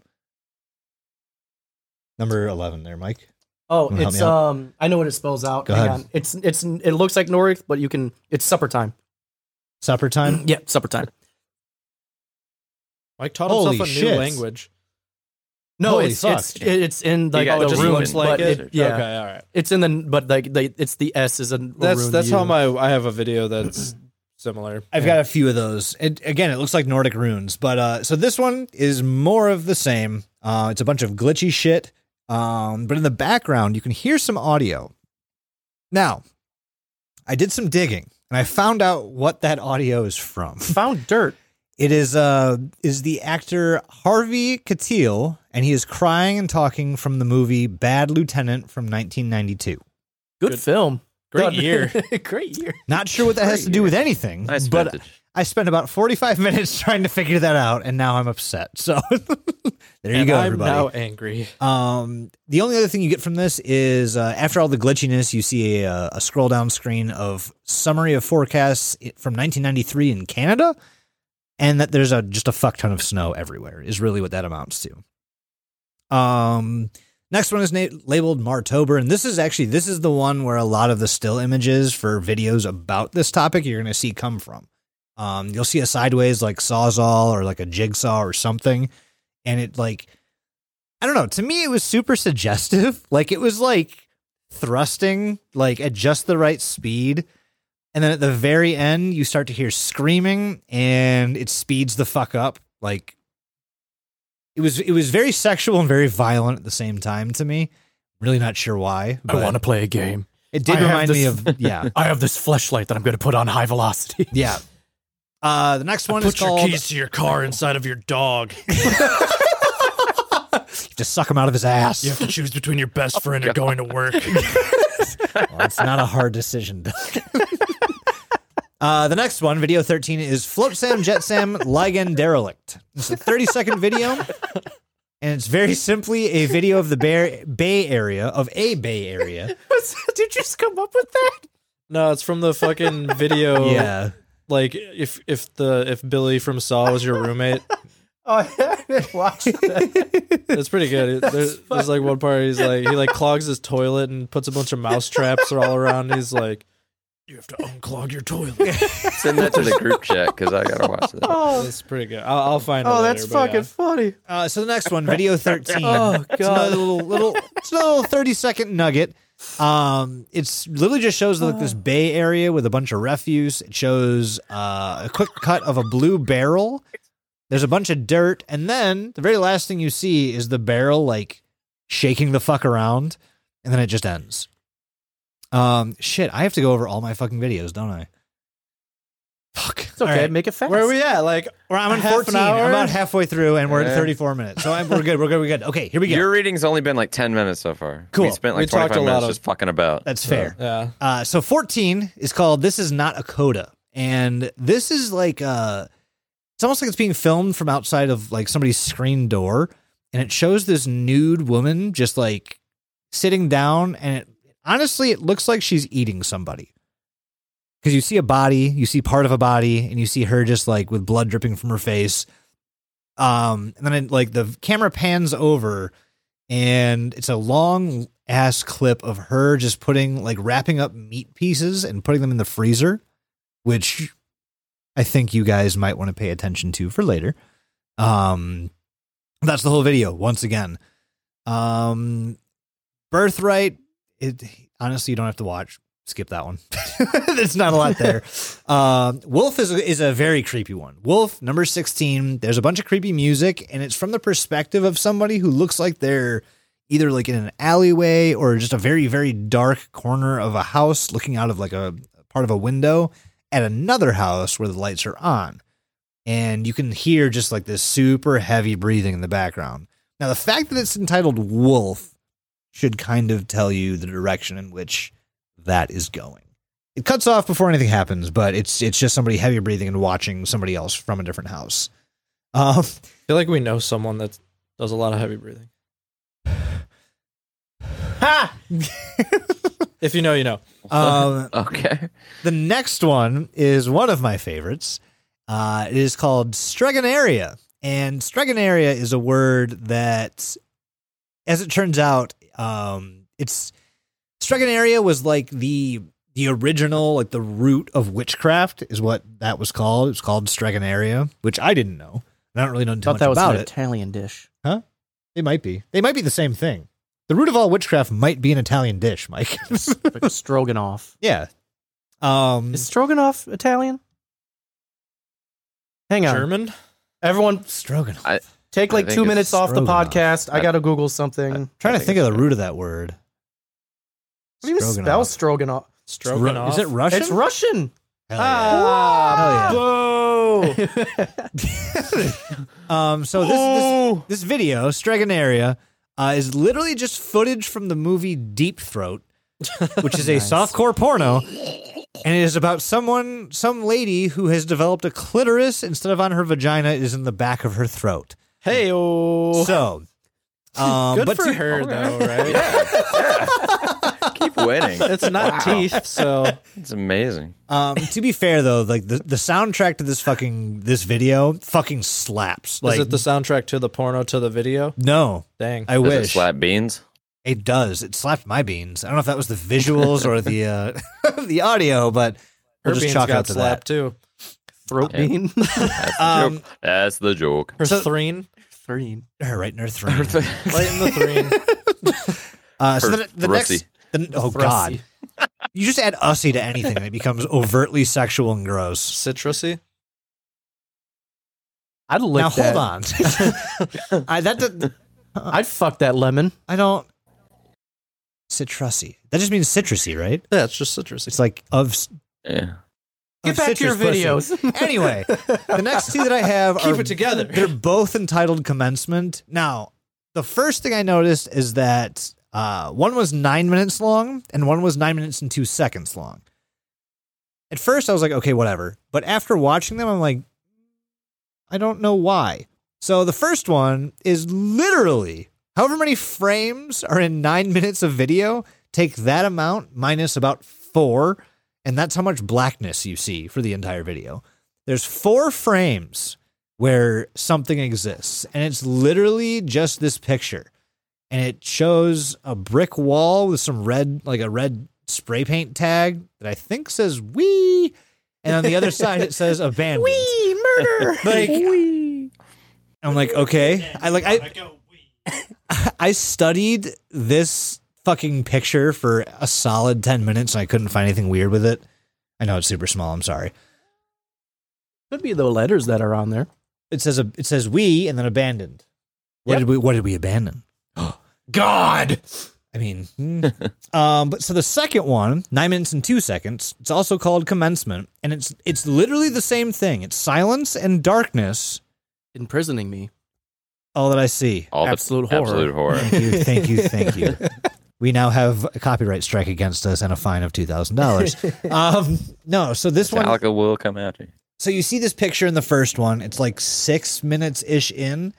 S4: Number eleven, there, Mike.
S2: Oh,
S4: Wanna help
S2: it's
S4: me out?
S2: um. I know what it spells out.
S4: Go
S2: Hang
S4: ahead.
S2: on. It's it's it looks like Nordic, but you can. It's supper time.
S4: Supper time.
S2: Yeah, supper time.
S5: Mike taught
S4: Holy
S5: himself a new
S4: shit.
S5: language.
S2: No,
S4: Holy
S2: Oh, it's,
S4: fuck.
S2: it's it's in like
S3: got
S2: the
S5: it just
S2: room,
S5: looks like
S2: but
S5: it?
S2: yeah,
S5: Okay, all right.
S2: it's in the but like they, it's the S is a
S5: That's
S2: rune
S5: that's
S2: you.
S5: how my I have a video that's similar.
S4: I've got a few of those. It, again, it looks like Nordic runes, but uh, so this one is more of the same. Uh, it's a bunch of glitchy shit. Um, but in the background, you can hear some audio. Now, I did some digging and I found out what that audio is from.
S2: found dirt.
S4: It is uh is the actor Harvey Keitel, and he is crying and talking from the movie Bad Lieutenant from 1992.
S2: Good,
S5: Good.
S2: film.
S5: Great
S2: Good.
S5: year.
S2: Great year.
S4: Not sure what that has to do with anything,
S3: Nice
S4: but
S3: vintage.
S4: I spent about 45 minutes trying to figure that out, and now I'm upset. So there you
S5: And
S4: go,
S5: I'm
S4: everybody.
S5: now angry.
S4: Um, the only other thing you get from this is uh, after all the glitchiness, you see a, a scroll down screen of summary of forecasts i- from 1993 in Canada, and that there's a just a fuck ton of snow everywhere is really what that amounts to. Um, next one is na- labeled Martober, and this is actually this is the one where a lot of the still images for videos about this topic you're going to see come from. Um, you'll see a sideways like sawzall or like a jigsaw or something, and it like I don't know. To me, it was super suggestive. Like it was like thrusting, like at just the right speed. And then at the very end, you start to hear screaming and it speeds the fuck up. Like it was it was very sexual and very violent at the same time to me. Really not sure why. But
S2: to play a game.
S4: it did
S2: I have
S4: remind
S2: this-
S4: me of yeah.
S2: I have this flashlight that I'm going to put on high velocity.
S4: Yeah. Uh the next one is called
S5: to your car inside of your dog.
S4: to suck him out of his ass.
S5: to choose between your best friend or going to work.
S4: Well, it's not a hard decision. uh, the next one, video 13, is Float Sam, Jet Sam, Ligand Derelict. It's a 30 second video. And it's very simply a video of the Bay, bay Area, of a Bay Area.
S2: Did you just come up with that?
S5: No, it's from the fucking video.
S4: yeah.
S5: Like if if the if Billy from Saw was your roommate,
S2: Oh, I haven't watched that.
S5: it's pretty good. It- There's, there's like one part he's like he like clogs his toilet and puts a bunch of mouse traps all around. He's like, you have to unclog your toilet.
S3: Send that to the group chat because I gotta watch that.
S2: Oh,
S5: That's pretty good. I'll, I'll find. it
S2: oh that's
S5: later, but
S2: fucking funny.
S4: Uh, so the next one, video thirteen.
S2: Oh,
S4: It's another little little it's another little thirty second nugget. Um, it's literally just shows like this Bay Area with a bunch of refuse. It shows uh, a quick cut of a blue barrel. There's a bunch of dirt, and then the very last thing you see is the barrel like shaking the fuck around, and then it just ends. Um, shit, I have to go over all my fucking videos, don't I? Fuck.
S2: It's okay. Make it
S5: yeah.
S2: fast.
S5: Where are we at? Like
S4: Well, I'm on
S5: Half an
S4: 14.
S5: hour?
S4: I'm about halfway through, and we're
S3: Yeah.
S4: at 34 minutes. So I'm, we're good. We're good. We're good. Okay, here we go.
S3: Your reading's only been like ten minutes so far.
S4: Cool.
S3: We spent
S5: We
S3: like twenty
S5: talked a
S3: five minutes
S5: lot of-
S3: just fucking about.
S4: That's fair.
S5: yeah.
S4: Uh, so 14 is called "This Is Not a Coda," and this is like uh, it's almost like it's being filmed from outside of like somebody's screen door, and it shows this nude woman just like sitting down, and it, honestly, it looks like she's eating somebody. Because you see a body, you see part of a body, and you see her just like with blood dripping from her face. Um, and then it, like the camera pans over, and it's a long ass clip of her just putting like wrapping up meat pieces and putting them in the freezer, which I think you guys might want to pay attention to for later. Um, that's the whole video once again. Um, birthright. It honestly, you don't have to watch. Skip that one. There's not a lot there. Um, Wolf is is a very creepy one. Wolf number sixteen. There's a bunch of creepy music, and it's from the perspective of somebody who looks like they're either like in an alleyway or just a very very dark corner of a house, looking out of like a part of a window at another house where the lights are on, and you can hear just like this super heavy breathing in the background. Now the fact that it's entitled Wolf should kind of tell you the direction in which that is going it cuts off before anything happens, but it's it's just somebody heavy breathing and watching somebody else from a different house. Um,
S5: I feel like we know someone that does a lot of heavy breathing.
S2: Ha!
S5: If you know, you know.
S4: um,
S3: Okay.
S4: the next one is one of my favorites. Uh, it is called Stregonaria, and Stregonaria is a word that, as it turns out, um, it's Stregonaria was like the the original, like the root of witchcraft, is what that was called. It was called Stregonaria, which I didn't know. I don't really know too
S2: Thought
S4: much
S2: that was
S4: about
S2: an
S4: it.
S2: Italian dish.
S4: They might be. They might be the same thing. The root of all witchcraft might be an Italian dish, Mike.
S2: Like stroganoff.
S4: yeah. Um
S2: Is stroganoff Italian? Hang on.
S5: German?
S2: Everyone,
S4: stroganoff.
S3: I-
S2: take
S3: I
S2: like
S3: think
S2: two
S3: it's
S2: minutes off the
S4: stroganoff.
S2: podcast. I,
S3: I-
S2: got to Google something.
S3: I-
S4: trying to
S3: think
S4: think
S3: it's
S4: of the
S3: right.
S4: root of that word.
S2: What do you
S4: Stroganoff.
S2: spell stroganoff?
S4: Ru-
S5: Stroganoff.
S4: Is it Russian?
S2: It's Russian.
S4: Hell yeah.
S2: Ah,
S4: Hell
S5: Boo!
S4: Um
S5: Oh,
S4: so this this, this video, Stregonaria, uh, is literally just footage from the movie Deep Throat, which is a
S2: Nice.
S4: softcore porno. And it is about someone, some lady who has developed a clitoris instead of on her vagina is in the back of her throat.
S5: Hey, oh.
S4: So, um,
S5: Good
S4: but
S5: for
S4: to-
S5: her, though, right?
S3: Keep winning.
S5: It's not teeth, so
S3: It's amazing.
S4: Um, to be fair though, like the, the soundtrack to this fucking this video fucking slaps. Like
S5: is it the soundtrack to the porno to the video?
S4: no,
S5: Dang.
S4: I
S3: Does it
S4: wish
S3: slap beans?
S4: it does. It slapped my beans. I don't know if that was the visuals or the uh, the audio, but
S5: Her
S4: we'll just
S5: beans
S4: chalk it up
S5: got
S4: to
S5: slapped too.
S2: throat
S3: Yeah.
S2: bean.
S3: That's the
S4: Um,
S3: joke. That's the joke.
S5: Her
S4: So-
S5: threen,
S2: Three.
S4: that. Her right in her throat.
S5: right in the threen.
S4: Uh, so
S3: Her
S4: the, the
S3: thrussy.
S4: next, the, oh god, you just add "ussy" to anything, and it becomes overtly sexual and gross.
S5: Citrusy.
S2: I'd lick
S4: now
S2: that.
S4: hold on, I, that did-
S2: I'd fuck that lemon.
S4: I don't citrusy. That just means citrusy, right?
S5: Yeah, it's just citrusy.
S4: It's like of s-
S3: yeah.
S2: Get
S4: of
S2: back to your
S4: citrus pussy.
S2: videos.
S4: anyway, the next two that I have are
S5: Keep it together.
S4: They're both entitled commencement. Now, the first thing I noticed is that uh, one was nine minutes long and one was nine minutes and two seconds long. At first, I was like, okay, whatever. But after watching them, I'm like, I don't know why. So the first one is literally however many frames are in nine minutes of video, take that amount minus about four, and that's how much blackness you see for the entire video. There's four frames where something exists, and it's literally just this picture. And it shows a brick wall with some red, like a red spray paint tag that I think says "wee," and on the other side it says "abandoned."
S2: Wee, murder.
S4: Like, I'm like, okay. I like I I studied this fucking picture for a solid 10 minutes and I couldn't find anything weird with it. I know it's super small, I'm sorry.
S2: Could be the letters that are on there.
S4: It says a, it says we and then abandoned. What
S2: Yep.
S4: did we what did we abandon? God. I mean, hmm. um, but so the second one, nine minutes and two seconds. It's also called commencement, and it's it's literally the same thing. It's silence and darkness.
S2: Imprisoning me.
S4: All that I see.
S3: All the
S2: Absolute horror.
S3: Absolute horror.
S4: Thank you, thank you, thank you. We now have a copyright strike against us and a fine of two thousand dollars. Um, no, so this one,
S3: Metallica will come after you.
S4: so you see this picture in the first one. It's like six minutes ish in.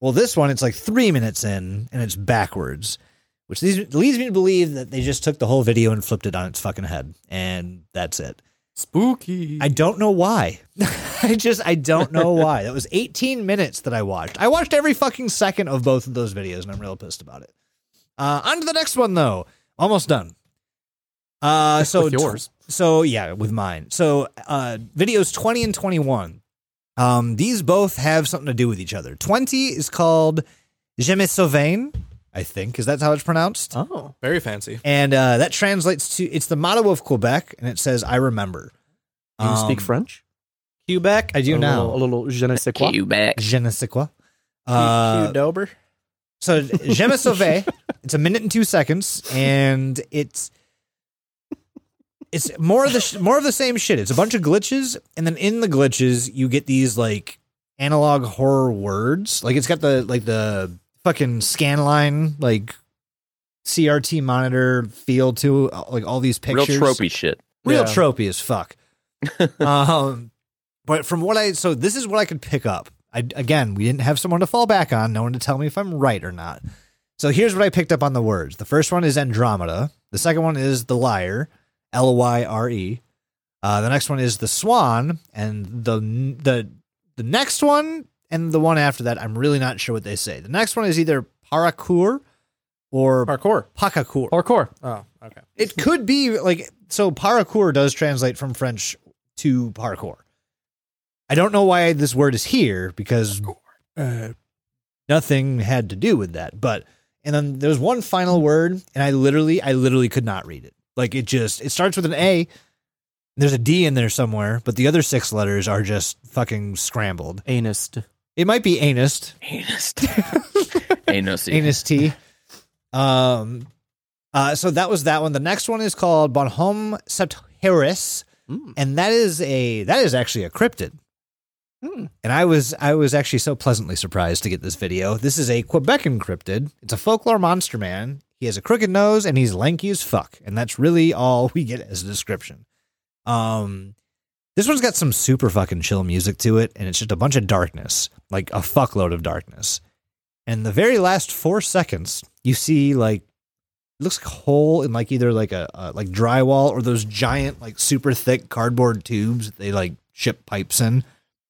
S4: Well, this one, it's like three minutes in, and it's backwards, which leads, leads me to believe that they just took the whole video and flipped it on its fucking head, and that's it.
S2: Spooky.
S4: I don't know why. I just I don't know why. That was 18 minutes that I watched. I watched every fucking second of both of those videos, and I'm real pissed about it. Uh, on to the next one though. Almost done. Uh, so
S2: With yours.
S4: so yeah, with mine. So uh, videos 20 and 21. Um, these both have something to do with each other. 20 is called Je me sauvain, I think. Is that how it's pronounced?
S2: oh.
S5: Very fancy.
S4: And uh, that translates to it's the motto of Quebec, and it says "I remember."
S2: Do you speak
S4: Um,
S2: French?
S5: Quebec.
S4: I do
S2: a
S4: now.
S2: Little, a little je ne sais quoi.
S4: Je ne sais quoi. Uh,
S5: Dober.
S4: so Je me sauve. It's a minute and two seconds, and it's it's more of the sh- more of the same shit. It's a bunch of glitches, and then in the glitches you get these like analog horror words. Like it's got the like the fucking scan line like CRT monitor feel to uh, like all these pictures
S3: Real tropey shit.
S4: real
S5: Yeah.
S4: tropey as fuck. um, but from what I so this is what I could pick up. I again, we didn't have someone to fall back on, no one to tell me if I'm right or not. So here's what I picked up on the words. The first one is Andromeda. The second one is the liar, L Y R E. Uh, the next one is the swan, and the the the next one and the one after that, I'm really not sure what they say. The next one is either paracour or
S5: Parkour.
S4: pakakur.
S5: Parkour. Oh, okay.
S4: It could be like so. Parkour does translate from French to parkour. I don't know why this word is here because uh, nothing had to do with that. But and then there was one final word, and I literally, I literally could not read it. Like it just, it starts with an A. There's a D in there somewhere, but the other six letters are just fucking scrambled.
S2: Anist.
S4: It might be anist,
S3: Anus. Anus.
S4: anus tea. Um, uh, so that was that one. The next one is called Bonhomme Septaris,
S2: Mm.
S4: and that is a that is actually a cryptid.
S2: Hmm.
S4: And I was I was actually so pleasantly surprised to get this video. This is a Quebec encrypted. It's a folklore monster man. He has a crooked nose and he's lanky as fuck, and that's really all we get as a description. Um, this one's got some super fucking chill music to it, and it's just a bunch of darkness, like a fuckload of darkness. And the very last four seconds, you see like it looks like a hole in like either like a uh, like drywall or those giant like super thick cardboard tubes that they like ship pipes in.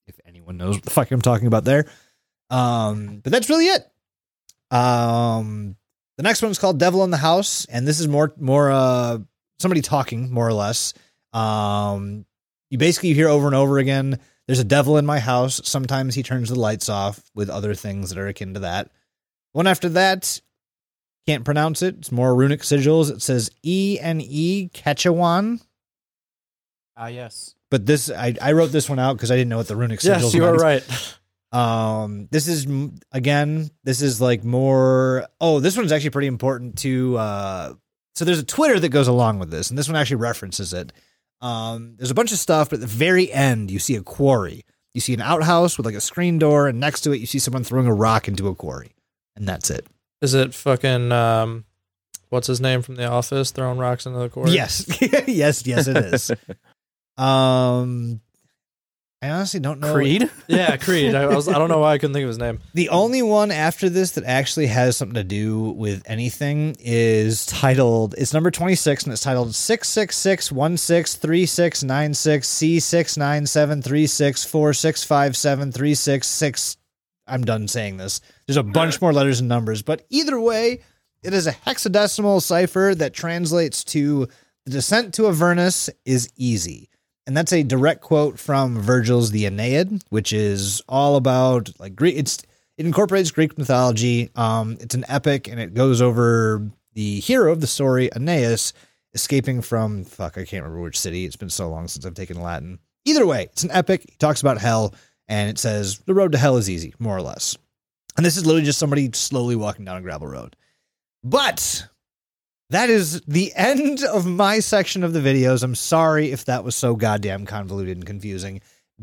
S4: If anyone knows what the fuck I'm talking about there, um, but that's really it. Um, the next one's called Devil in the House, and this is more more uh somebody talking more or less. Um, you basically hear over and over again. There's a devil in my house. Sometimes he turns the lights off with other things that are akin to that. One after that, can't pronounce it. It's more runic sigils. It says E N E Quechuan,
S2: Ah, yes.
S4: but this I, I wrote this one out because I didn't know what the runic sigils.
S5: Yes, you are
S4: meant.
S5: right.
S4: Um, this is m- again, this is like more. Oh, this one's actually pretty important to. Uh, so there's a Twitter that goes along with this, and this one actually references it. Um, there's a bunch of stuff, but at the very end, you see a quarry. You see an outhouse with like a screen door, and next to it, you see someone throwing a rock into a quarry, and that's it.
S5: Is it fucking um, what's his name from The Office throwing rocks into the court?
S4: Yes, yes, yes, it is. um, I honestly don't know.
S2: Creed.
S5: Yeah, Creed. I, I was, I don't know why I couldn't think of his name.
S4: The only one after this that actually has something to do with anything is titled. It's number twenty six, and it's titled six six six one six three six nine six C six nine seven three six four six five seven three six six. I'm done saying this. There's a bunch more letters and numbers, but either way, it is a hexadecimal cipher that translates to "The descent to Avernus is easy." And that's a direct quote from Virgil's The Aeneid, which is all about like Greek. It's it incorporates Greek mythology. Um, it's an epic, and it goes over the hero of the story, Aeneas, escaping from fuck. I can't remember which city. It's been so long since I've taken Latin. Either way, it's an epic. He talks about hell, and it says the road to hell is easy, more or less. And this is literally just somebody slowly walking down a gravel road. But that is the end of my section of the videos. I'm sorry if that was so goddamn convoluted and confusing.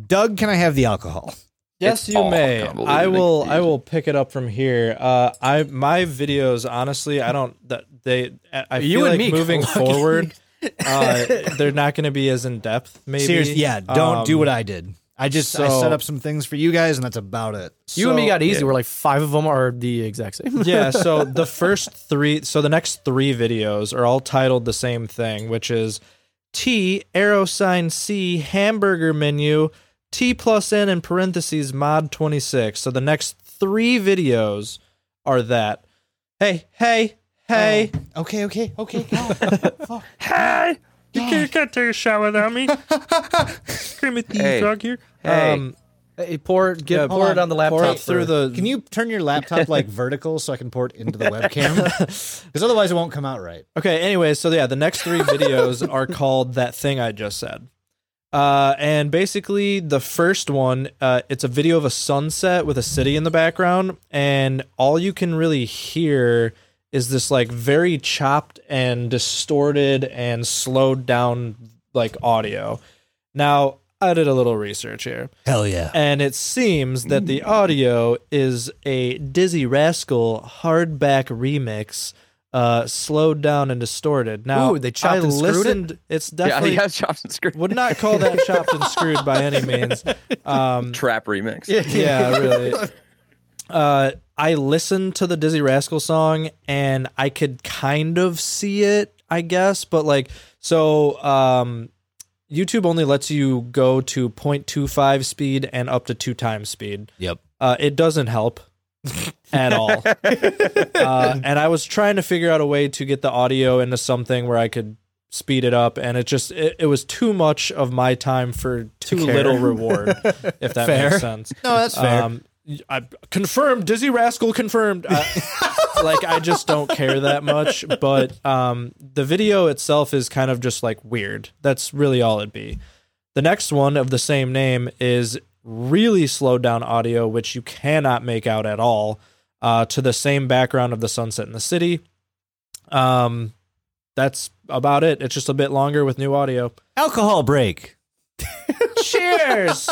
S4: Doug, can I have the alcohol?
S5: Yes,
S3: It's
S5: you
S3: all
S5: may.
S3: convoluted
S5: I
S3: and
S5: will. I
S3: confusing.
S5: will pick it up from here. Uh, I my videos, honestly, I don't. That they. I I feel
S2: You and
S5: like
S2: me,
S5: moving
S2: Kawaki.
S5: forward, uh, they're not going to be as in depth. Maybe.
S4: Seriously, yeah, don't do
S5: Um,
S4: what I did. I just I
S5: so-
S4: set up some things for you guys, and that's about it.
S2: You and me
S5: So-
S2: got easy.
S3: yeah.
S2: We're like five of them are the exact same.
S5: yeah so the first three so the next three videos are all titled the same thing which is t arrow sign c hamburger menu t plus n in parentheses mod 26 so the next three videos are that hey hey hey
S4: Okay, okay, okay. God. Fuck.
S5: hey you can't, you can't take a shot without me scream at the
S3: Hey.
S5: dog here
S3: Hey.
S2: Hey, pour it- get
S5: yeah,
S2: pour it on the laptop
S5: pour it through
S2: for-
S5: the
S4: Can you turn your laptop like vertical so I can pour it into the webcam? Because otherwise, it won't come out right.
S5: Okay, anyway, so yeah, the next three videos are called That Thing I Just Said. Uh, and basically, the first one, uh, it's a video of a sunset with a city in the background, and all you can really hear is this like very chopped and distorted and slowed down like audio. Now, I did a little research here.
S4: Hell yeah.
S5: And it seems that the audio is a Dizzy Rascal hardback remix, uh, slowed down and distorted. Now
S2: Ooh, they chopped
S5: I
S2: and screwed it?
S5: listened. It's
S3: Yeah,
S5: definitely
S3: he has chopped and screwed.
S5: would not call that chopped and screwed by any means.
S4: Mm.
S5: Um,
S3: Trap remix.
S5: yeah, really. Uh, I listened to the Dizzy Rascal song and I could kind of see it, I guess, but like, so um, YouTube only lets you go to 0.25 speed and up to two times speed.
S4: Yep.
S5: Uh, it doesn't help at all. uh, and I was trying to figure out a way to get the audio into something where I could speed it up and it just it, it was too much of my time for too
S2: care.
S5: little reward if that makes sense
S4: No, that's fair.
S5: um, I, confirmed. Dizzy Rascal confirmed. I, like I just don't care that much. But um, the video itself is kind of just like weird. That's really all it'd be. The next one of the same name is really slowed down audio, which you cannot make out at all. Uh, to the same background of the sunset in the city. Um, that's about it. It's just a bit longer with new audio.
S4: Alcohol break.
S5: Cheers!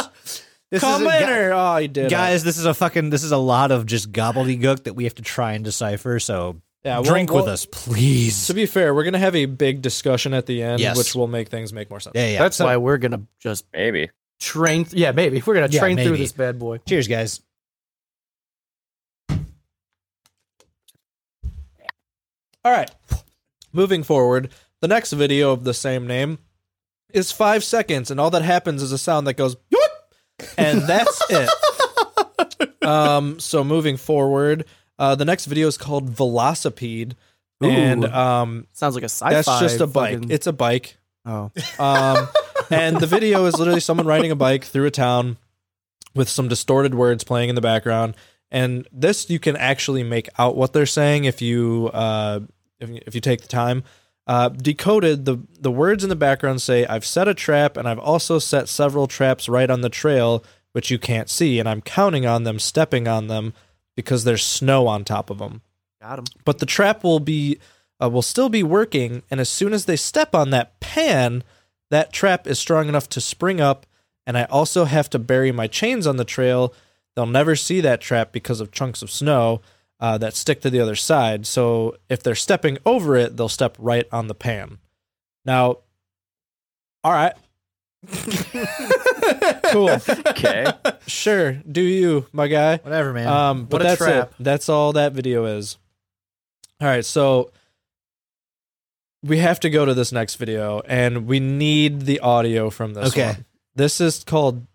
S4: This
S5: Come
S4: is a-
S5: in, or oh, you did it.
S4: guys this is a fucking this is a lot of just gobbledygook that we have to try and decipher so
S5: Yeah, well-
S4: drink with
S5: well-
S4: us please
S5: To be fair, we're gonna have a big discussion at the end,
S4: Yes.
S5: which will make things make more sense.
S4: yeah yeah
S2: That's why we're gonna just
S3: Maybe.
S2: train. Th- yeah, maybe we're gonna
S4: Yeah,
S2: train through
S4: maybe.
S2: this bad boy.
S4: cheers guys
S5: All right. Moving forward, the next video of the same name is five seconds, and all that happens is a sound that goes "Yoip!" and that's it. Um, so moving forward, uh, the next video is called Velocipede, and
S2: Ooh.
S5: um,
S2: Sounds like a sci-fi.
S5: that's just a bike.
S2: fucking-
S5: It's a bike.
S2: oh,
S5: Um, and the video is literally someone riding a bike through a town with some distorted words playing in the background. And this you can actually make out what they're saying if you uh, if, if you take the time. Uh, decoded the the words in the background say I've set a trap and I've also set several traps right on the trail which you can't see and I'm counting on them stepping on them because there's snow on top of them
S2: got him.
S5: but the trap will be uh, will still be working and as soon as they step on that pan that trap is strong enough to spring up and i also have to bury my chains on the trail they'll never see that trap because of chunks of snow uh, that stick to the other side so if they're stepping over it they'll step right on the pan now all right cool.
S3: Okay.
S5: Sure. Do you, my guy?
S4: Whatever, man.
S5: Um, but
S2: What a
S5: that's
S2: trap.
S5: it. That's all that video is. All right, so we have to go to this next video, and we need the audio from this.
S4: Okay.
S5: one. this is called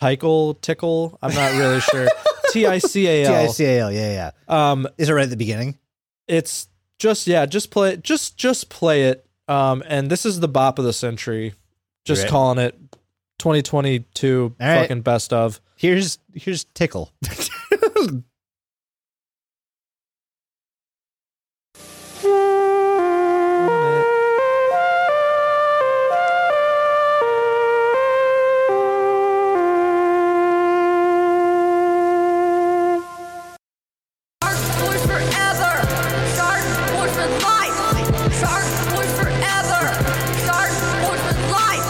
S5: Tickle Tickle. I'm not really sure. T I C A
S4: T I
S5: L.
S4: C A L. Yeah, yeah.
S5: Um,
S4: Is it right at the beginning?
S5: it's just yeah, just play it. Just just play it. Um, and this is the bop of the century. Just
S4: Right.
S5: calling it 2022
S4: All right.
S5: fucking best of.
S4: Here's here's tickle.
S6: Shark boys forever. Shark boys for life. Shark boys forever. Shark boys for life.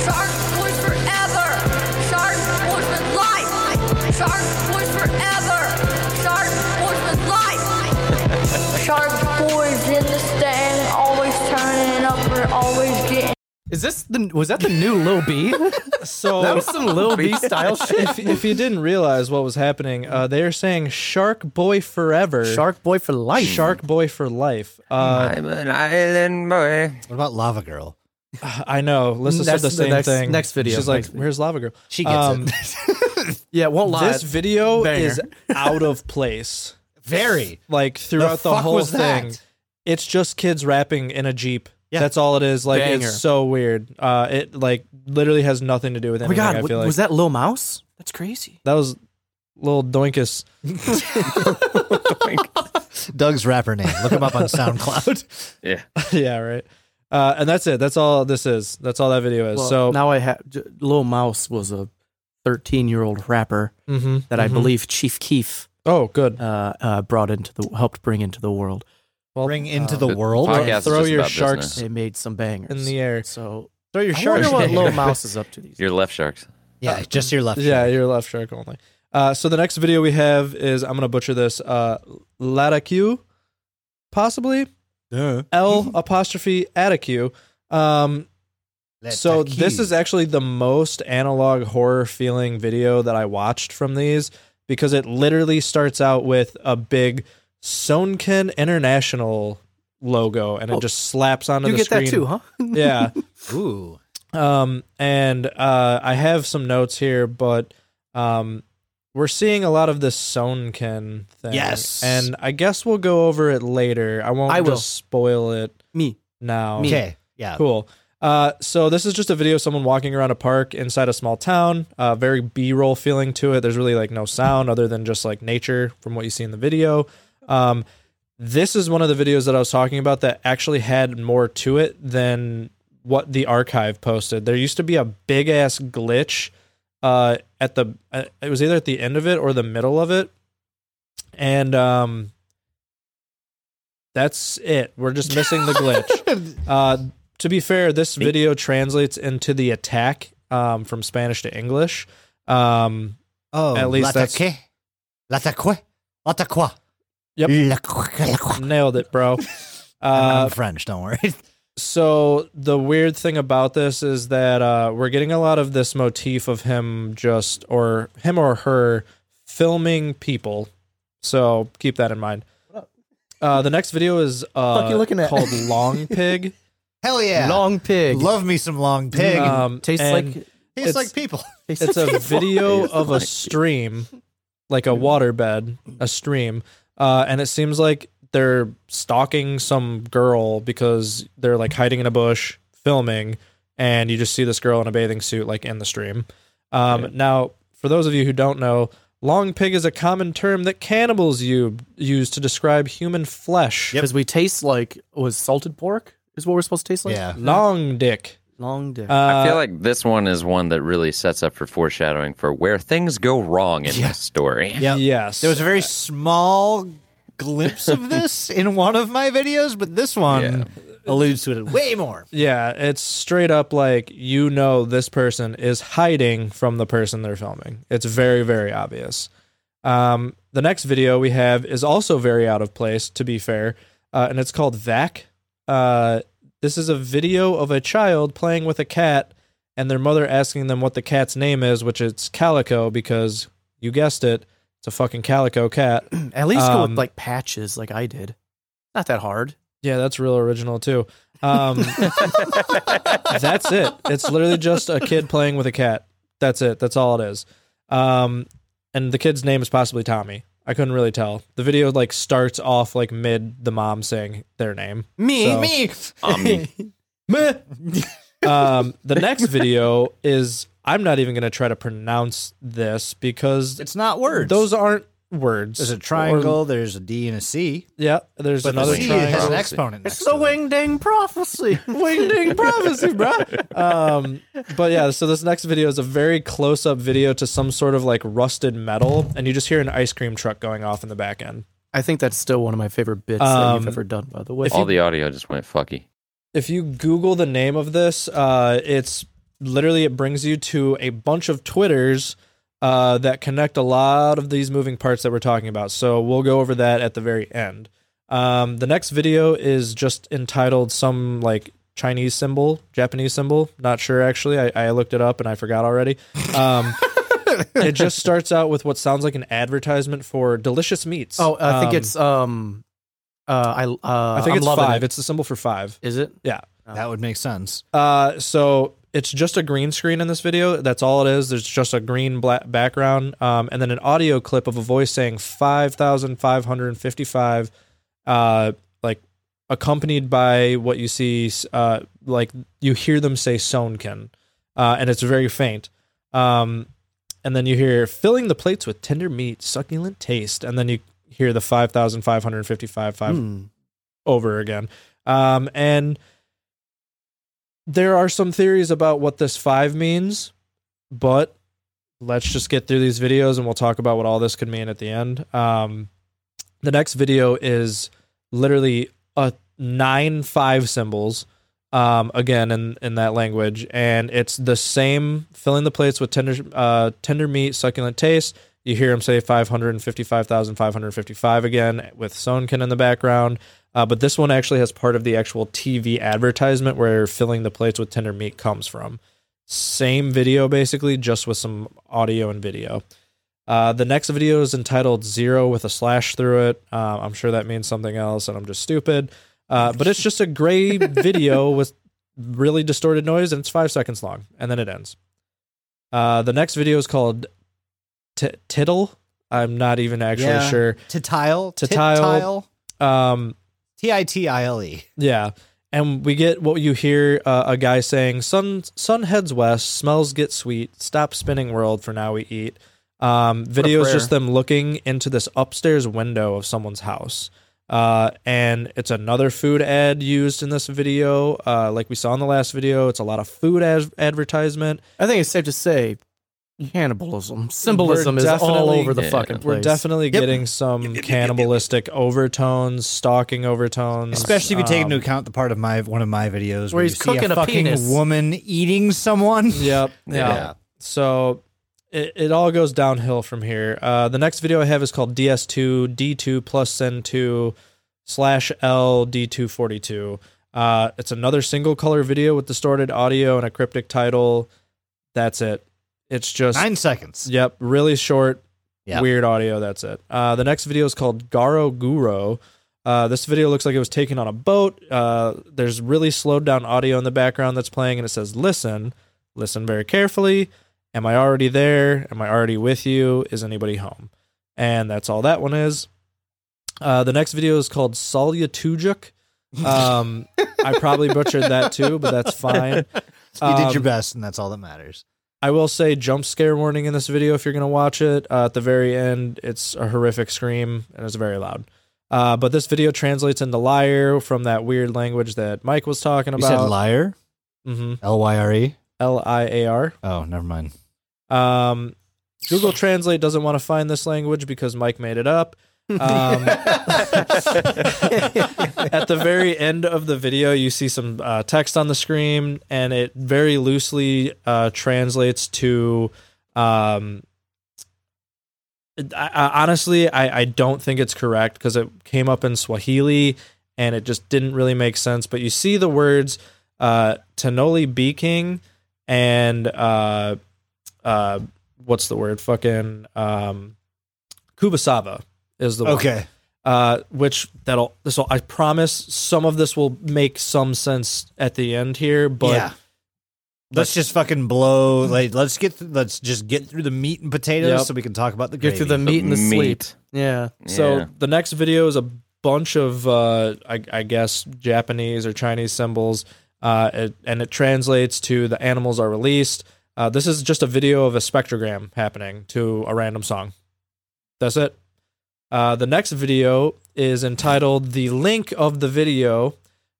S6: Shark boys forever. Shark boys for life. Shark boys forever. Shark boys for life.
S7: Shark boys in the stand, always turning up, we're always getting.
S2: Is this the was that the new Lil B?
S5: So
S2: That was some Lil B style shit.
S5: if, if you didn't realize what was happening, uh, they are saying "Shark Boy Forever,"
S2: Shark Boy for life.
S5: Shark Boy for life." Uh,
S3: I'm an island boy.
S4: What about Lava Girl?
S5: I know. Lissa said
S2: That's
S5: the
S2: the
S5: same
S2: Oh next-
S5: thing.
S2: next video.
S5: she's like,
S2: Next video.
S5: "Where's Lava Girl?"
S4: She gets
S5: Um,
S4: it.
S2: Yeah, won't lie.
S5: This video
S2: Banger.
S5: is out of place.
S4: Very.
S5: Like throughout the,
S4: fuck
S5: whole
S4: was that?
S5: thing, it's just kids rapping in a jeep.
S4: Yeah.
S5: That's all it is. Like
S2: Banger.
S5: it's so weird. Uh, it like literally has nothing to do with
S2: oh my
S5: anything.
S2: god,
S5: I
S2: w-
S5: feel like
S2: was that Lil Mouse? That's crazy.
S5: that was little Doinkus.
S4: Doug's rapper name. Look him up on SoundCloud.
S3: Yeah.
S5: yeah, right. Uh, and that's it. That's all this is. That's all that video is.
S2: Well,
S5: so
S2: now I have Lil Mouse was a 13 year old rapper
S5: Mhm,
S2: that I
S5: mhm.
S2: believe Chief Keef
S5: Oh, good.
S2: uh, uh, brought into the helped bring into the world.
S5: Well,
S4: Bring into
S5: um,
S4: the world.
S3: Podcast is
S5: throw
S3: just
S5: your
S3: about
S5: sharks
S3: business.
S2: They made some bangers
S5: in the air.
S2: So
S5: Throw your
S2: I
S5: sharks.
S2: wonder what
S5: in the
S2: Lil
S5: air.
S2: Mouse is up to these.
S3: Your left sharks.
S4: Yeah, just your left.
S5: yeah,
S4: shoulder.
S5: your left shark only. Uh, so the next video we have is I'm gonna butcher this. Uh, Latacu, possibly Uh, L apostrophe Atacu. Um,
S4: Let
S5: so
S4: the
S5: this
S4: key-
S5: is actually the most analog horror feeling video that I watched from these because it literally starts out with a big Sonken International logo and it just slaps onto
S2: Oh. You
S5: the
S2: get
S5: screen.
S2: that too, huh?
S5: yeah.
S4: ooh.
S5: Um, and uh, I have some notes here, but um, we're seeing a lot of this Sonken thing.
S4: Yes.
S5: and I guess we'll go over it later. I won't
S2: I will.
S5: just spoil it
S2: Me.
S5: now.
S2: Me.
S4: Okay. Yeah.
S5: Cool. Uh, so this is just a video of someone walking around a park inside a small town. Uh, very B-roll feeling to it. There's really like no sound other than just like nature from what you see in the video. Um, this is one of the videos that I was talking about that actually had more to it than what the archive posted. There used to be a big ass glitch uh, at the. Uh, it was either at the end of it or the middle of it, and um, that's it. We're just missing the glitch. Uh, to be fair, this video translates into the attack um, from Spanish to English. Um,
S4: Oh,
S5: At least that's-
S4: Lataque. Lataque. Lataque.
S5: Yep.
S4: Lataque. Lataque.
S5: nailed it, bro.
S4: I'm
S5: Uh,
S4: French. Don't worry.
S5: so the weird thing about this is that uh, we're getting a lot of this motif of him just or him or her filming people. So keep that in mind. Uh, the next video is uh,
S2: Fuck you looking at?
S5: called Long Pig.
S4: Hell yeah.
S2: Long pig.
S4: Love me some long pig.
S5: Um,
S2: Tastes
S5: and
S2: like
S4: Tastes
S5: it's-
S4: like people.
S2: tastes
S5: it's
S2: like
S5: a
S2: people.
S5: video
S3: It's
S5: of a
S3: like-
S5: stream, like a waterbed, a stream, uh, and it seems like they're stalking some girl because they're like hiding in a bush filming, and you just see this girl in a bathing suit like in the stream. Um, Now, for those of you who don't know, long pig is a common term that cannibals you use to describe human flesh.
S2: because we taste like was salted pork is what we're supposed to taste like.
S4: Yeah.
S5: Long dick.
S2: long dick.
S3: I
S5: Uh,
S3: feel like this one is one that really sets up for foreshadowing for where things go wrong in this story.
S4: Yeah.
S5: yes.
S4: There was a very small glimpse of this in one of my videos, but this one
S3: Yeah.
S4: alludes to it way more.
S5: Yeah, it's straight up like you know this person is hiding from the person they're filming. It's very very obvious. Um, the next video we have is also very out of place, to be fair, uh, and it's called Vac. Uh, this is a video of a child playing with a cat, and their mother asking them what the cat's name is, which it's Calico because you guessed it, it's a fucking calico cat.
S2: At least go
S5: Um,
S2: with like patches, like I did. Not that hard.
S5: Yeah, that's real original too. Um, that's it. It's literally just a kid playing with a cat. That's it. That's all it is. Um, and the kid's name is possibly Tommy. I couldn't really tell. The video like starts off like mid the mom saying their name.
S2: Me,
S5: So-
S2: me.
S5: Meh. um, the next video is I'm not even gonna try to pronounce this because
S8: It's not words.
S5: those aren't words.
S8: there's a
S5: Or-
S8: triangle. There's a D and a C.
S5: yeah, there's
S8: But
S5: another
S8: the C
S5: triangle.
S8: has an
S3: triangle.
S8: exponent.
S2: It's
S8: next
S2: the
S8: to it.
S2: wing ding prophecy.
S5: Wing ding prophecy, bro. Um, but yeah, so this next video is a very close up video to some sort of like rusted metal, and you just hear an ice cream truck going off in the back end.
S2: I think that's still one of my favorite bits that
S5: Um,
S2: you've ever done, by the way.
S5: if
S3: All the audio just went fucky.
S5: If you Google the name of this, uh, it's literally it brings you to a bunch of Twitters uh, that connect a lot of these moving parts that we're talking about. So we'll go over that at the very end. Um, the next video is just entitled some like Chinese symbol, Japanese symbol. Not sure actually. I, I looked it up and I forgot already. Um, it just starts out with what sounds like an advertisement for delicious meats.
S2: oh, I think
S5: Um,
S2: it's um, uh, I uh,
S5: I think
S2: am
S5: it's
S2: loving
S5: five.
S2: It.
S5: It's the symbol for five.
S2: Is it?
S5: Yeah.
S8: That would make sense.
S5: Uh, so it's just a green screen in this video. That's all it is. There's just a green black background, um, and then an audio clip of a voice saying five thousand five hundred fifty-five, uh, like accompanied by what you see, uh, like you hear them say Sonkin, uh, and it's very faint. Um, and then you hear filling the plates with tender meat, succulent taste, and then you hear the five thousand five hundred fifty-five five
S2: Hmm.
S5: over again. Um, and there are some theories about what this five means, but let's just get through these videos and we'll talk about what all this could mean at the end. Um, the next video is literally a nine five symbols. Um, again, in, in that language, and it's the same filling the plates with tender, uh, tender meat, succulent taste. You hear him say 555,555 again with Sonkin in the background. Uh, but this one actually has part of the actual TV advertisement where filling the plates with tender meat comes from. Same video, basically, just with some audio and video. Uh, the next video is entitled Zero with a slash through it. Uh, I'm sure that means something else, and I'm just stupid. Uh, but it's just a gray video with really distorted noise, and it's five seconds long, and then it ends. Uh, the next video is called T- Tittle. I'm not even actually
S8: Yeah.
S5: sure.
S8: Titile.
S5: Titile. Um,
S8: T i t i l e.
S5: yeah. And we get what you hear uh, a guy saying, sun, sun heads west, smells get sweet, stop spinning world, for now we eat. Um, video is
S2: prayer.
S5: just them looking into this upstairs window of someone's house. Uh, and it's another food ad used in this video. Uh, like we saw in the last video, it's a lot of food ad- advertisement.
S2: I think it's safe to say cannibalism. Symbolism is all
S5: definitely-
S2: over the
S3: Yeah.
S2: fucking place.
S5: We're definitely getting some cannibalistic overtones, stalking overtones.
S8: Especially if you take
S5: um,
S8: into account the part of my one of my videos where,
S2: Where
S8: you
S2: he's
S8: see
S2: cooking
S8: a
S2: a
S8: fucking
S2: penis.
S8: woman eating someone.
S5: Yep. yeah.
S3: Yeah.
S5: So it, it all goes downhill from here. Uh, the next video I have is called DS2 D2 plus Sen 2 slash L D242. Uh, it's another single color video with distorted audio and a cryptic title. That's it. It's just
S8: Nine seconds.
S5: Yep, really short,
S8: Yep.
S5: weird audio. That's it. Uh, the next video is called Garo Guro. Uh, this video looks like it was taken on a boat. Uh, there's really slowed down audio in the background that's playing, and it says, "Listen, listen very carefully. Am I already there? Am I already with you? Is anybody home?" And that's all that one is. Uh, the next video is called Salya Tujuk. Um, I probably butchered that too, but that's fine.
S8: You did your
S5: Um,
S8: best, and that's all that matters.
S5: I will say jump scare warning in this video if you're going to watch it. Uh, at the very end, it's a horrific scream and it's very loud. Uh, but this video translates into liar from that weird language that Mike was talking
S8: You said
S5: about.
S8: liar.
S5: Mhm.
S8: L y r e.
S5: L I A R.
S8: Oh, never mind.
S5: Um, Google Translate doesn't want to find this language because Mike made it up. Um, at the very end of the video, you see some uh, text on the screen, and it very loosely uh, translates to. Um, I, I, honestly, I, I don't think it's correct because it came up in Swahili and it just didn't really make sense. But you see the words uh, Tanoli Bee King and uh, uh, what's the word? Fucking um, Kubasava is the one.
S4: Okay.
S5: Uh, which that'll this will I promise some of this will make some sense at the end here, but
S4: yeah. Let's just fucking blow. Like, let's get. Th- let's just get through the meat and potatoes,
S5: Yep.
S4: so we can talk about the
S2: Get
S4: gravy.
S2: through the meat and the sleep.
S3: Meat.
S2: Yeah.
S5: So
S3: Yeah.
S5: the next video is a bunch of, uh, I, I guess, Japanese or Chinese symbols, uh, it, and it translates to the animals are released. Uh, this is just a video of a spectrogram happening to a random song. That's it. Uh, the next video is entitled "The Link of the Video,"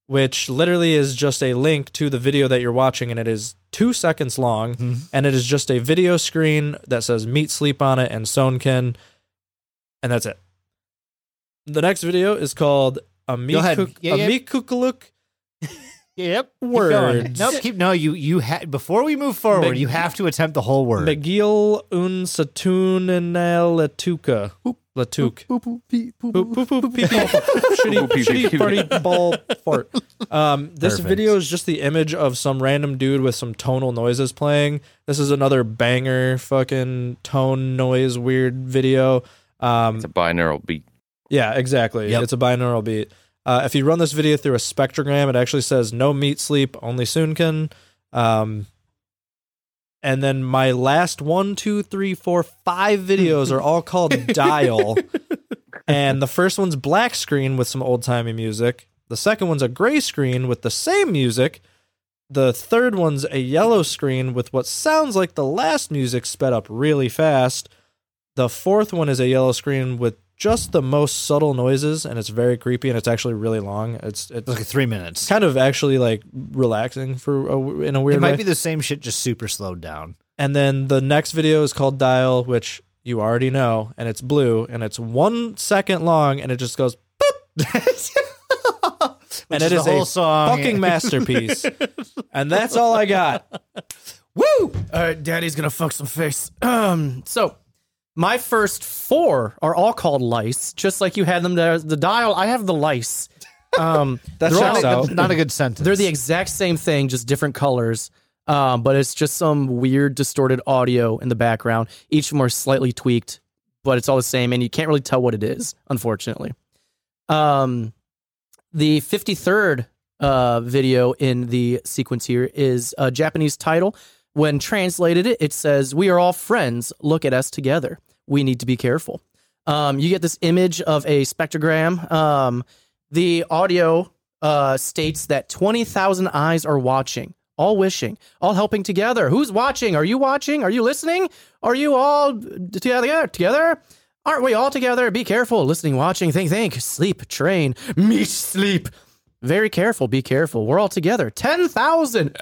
S5: which literally is just a link to the video that you're watching, and it is two seconds long,
S4: Mm-hmm.
S5: and it is just a video screen that says "Meat Sleep" on it and Sonkin, and that's it. The next video is called
S4: ahead.
S5: "Amikuk
S4: Yeah, yeah.
S5: Amikukuluk
S4: Yep.
S5: Words."
S4: Nope.
S8: Keep no. You you had before we move forward.
S5: Big-
S8: you have to attempt the whole word.
S5: McGill Unsatuninel Latuka. Latuk. Boop, boop, boop, pee, pee. Shitty,
S3: Boop, pee, pee,
S5: shitty
S3: pee.
S5: party ball fart. Um, this
S8: Perfect.
S5: video is just the image of some random dude with some tonal noises playing. This is another banger fucking tone noise weird video. Um,
S3: It's a binaural beat.
S5: yeah, exactly.
S4: Yep.
S5: It's a binaural beat. Uh, if you run this video through a spectrogram, it actually says no meat sleep, only Soonkin. Um, and then my last one, two, three, four, five videos are all called Dial. And the first one's black screen with some old timey music. The second one's a gray screen with the same music. The third one's a yellow screen with what sounds like the last music sped up really fast. The fourth one is a yellow screen with just the most subtle noises, and it's very creepy, and it's actually really long. It's it's
S4: Like three minutes.
S5: kind of actually like relaxing for a, in a weird
S4: It
S5: way.
S4: might be the same shit, just super slowed down.
S5: And then the next video is called Dial, which you already know, and it's blue, and it's one second long, and it just goes boop. and it
S4: is
S5: is,
S4: the whole
S5: a
S4: song.
S5: fucking masterpiece. and that's all I got. Woo!
S2: All right, daddy's gonna fuck some face. Um, so my first four are all called lice, just like you had them there. The dial, I have the lice. Um,
S5: That
S2: they're all-
S5: checks out.
S8: Not a good sentence.
S2: They're the exact same thing, just different colors. Um, but it's just some weird, distorted audio in the background. Each of them are slightly tweaked, but it's all the same, and you can't really tell what it is, unfortunately. Um, the 53rd uh, video in the sequence here is a Japanese title. When translated, it, it says, We are all friends. Look at us together. We need to be careful. Um, you get this image of a spectrogram. Um, the audio uh, states that 20,000 eyes are watching, all wishing, all helping together. Who's watching? Are you watching? Are you listening? Are you all together? Together? Aren't we all together? Be careful. Listening, watching, think, think, sleep, train, meet, sleep. Very careful. Be careful. We're all together. 10,000.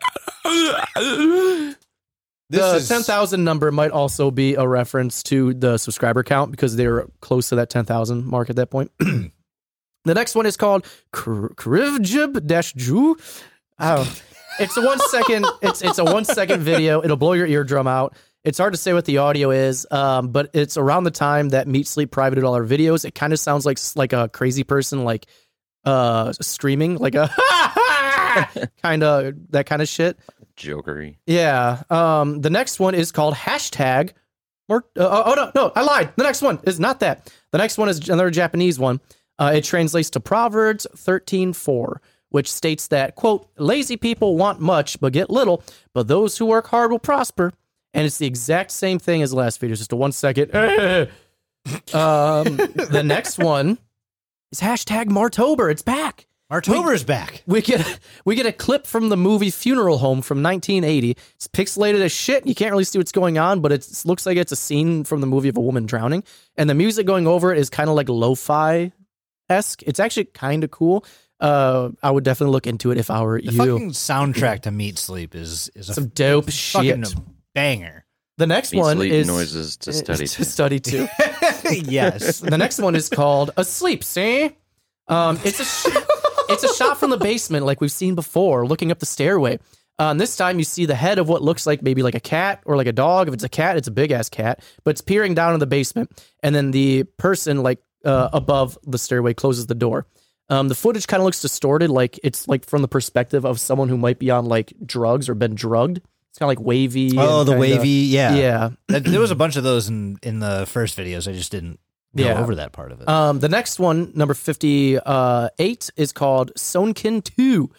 S2: The
S4: is-
S2: 10,000 number might also be a reference to the subscriber count because they're close to that 10,000 mark at that point. The next one is called Kr- Krivjib Dash Jew. Oh, it's a one second. It's it's a one second video. It'll blow your eardrum out. It's hard to say what the audio is, um, but it's around the time that Meat Sleep privated all our videos. It kind of sounds like like a crazy person like uh screaming like a kind of that kind of shit.
S3: Jokery.
S2: Yeah. Um, the next one is called hashtag. Or, uh, oh no, no, I lied. The next one is not that. The next one is another Japanese one. Uh, it translates to Proverbs thirteen four, which states that quote Lazy people want much but get little, but those who work hard will prosper. And it's the exact same thing as the last video. Just a one second. um, the next one is hashtag Martober. It's back
S4: Martober's back.
S2: we get we get a clip from the movie Funeral Home from 1980. It's pixelated as shit. You can't really see what's going on, but it's- it looks like it's a scene from the movie of a woman drowning. And the music going over it is kind of like lo-fi esque. It's actually kind of cool. Uh, I would definitely look into it if I were
S8: The
S2: you.
S8: fucking soundtrack to Meat Sleep is is a
S2: Some dope
S8: fucking
S2: shit.
S8: banger.
S2: The next
S3: Meat
S2: one
S3: sleep
S2: is
S3: noises to study.
S2: to study too.
S8: yes.
S2: the next one is called Asleep, see? Um, it's a sh- it's a shot from the basement like we've seen before, looking up the stairway. Um, this time you see the head of what looks like maybe like a cat or like a dog. If it's a cat, it's a big ass cat, but it's peering down in the basement. And then the person like uh, above the stairway closes the door. Um, the footage kind of looks distorted, like it's like from the perspective of someone who might be on like drugs or been drugged. It's kind of like wavy.
S8: Oh,
S2: and
S8: the
S2: kinda-
S8: wavy, yeah.
S2: Yeah.
S8: That- there was a bunch of those in in the first videos. I just didn't go
S2: Yeah.
S8: over that part of
S5: Uh,
S8: it.
S2: Um, the next one, number fifty-eight, is called Sonkin Two.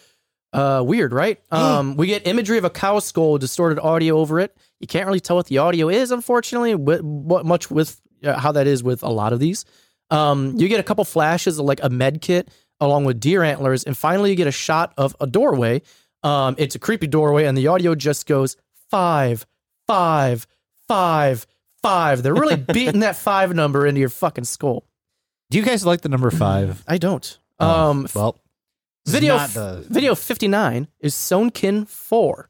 S2: Uh, weird, right? Um, we get imagery of a cow skull, distorted audio over it. You can't really tell what the audio is, unfortunately. What what much with uh, how that is with a lot of these. Um, you get a couple flashes of like a med kit along with deer antlers, and finally you get a shot of a doorway. Um, it's a creepy doorway, and the audio just goes five, five, five, five. They're really beating that five number into your fucking skull.
S8: Do you guys like the number five?
S2: I don't.
S8: Oh,
S2: um,
S8: well, this is
S2: video
S8: not the-
S2: video fifty nine is Sonkin four.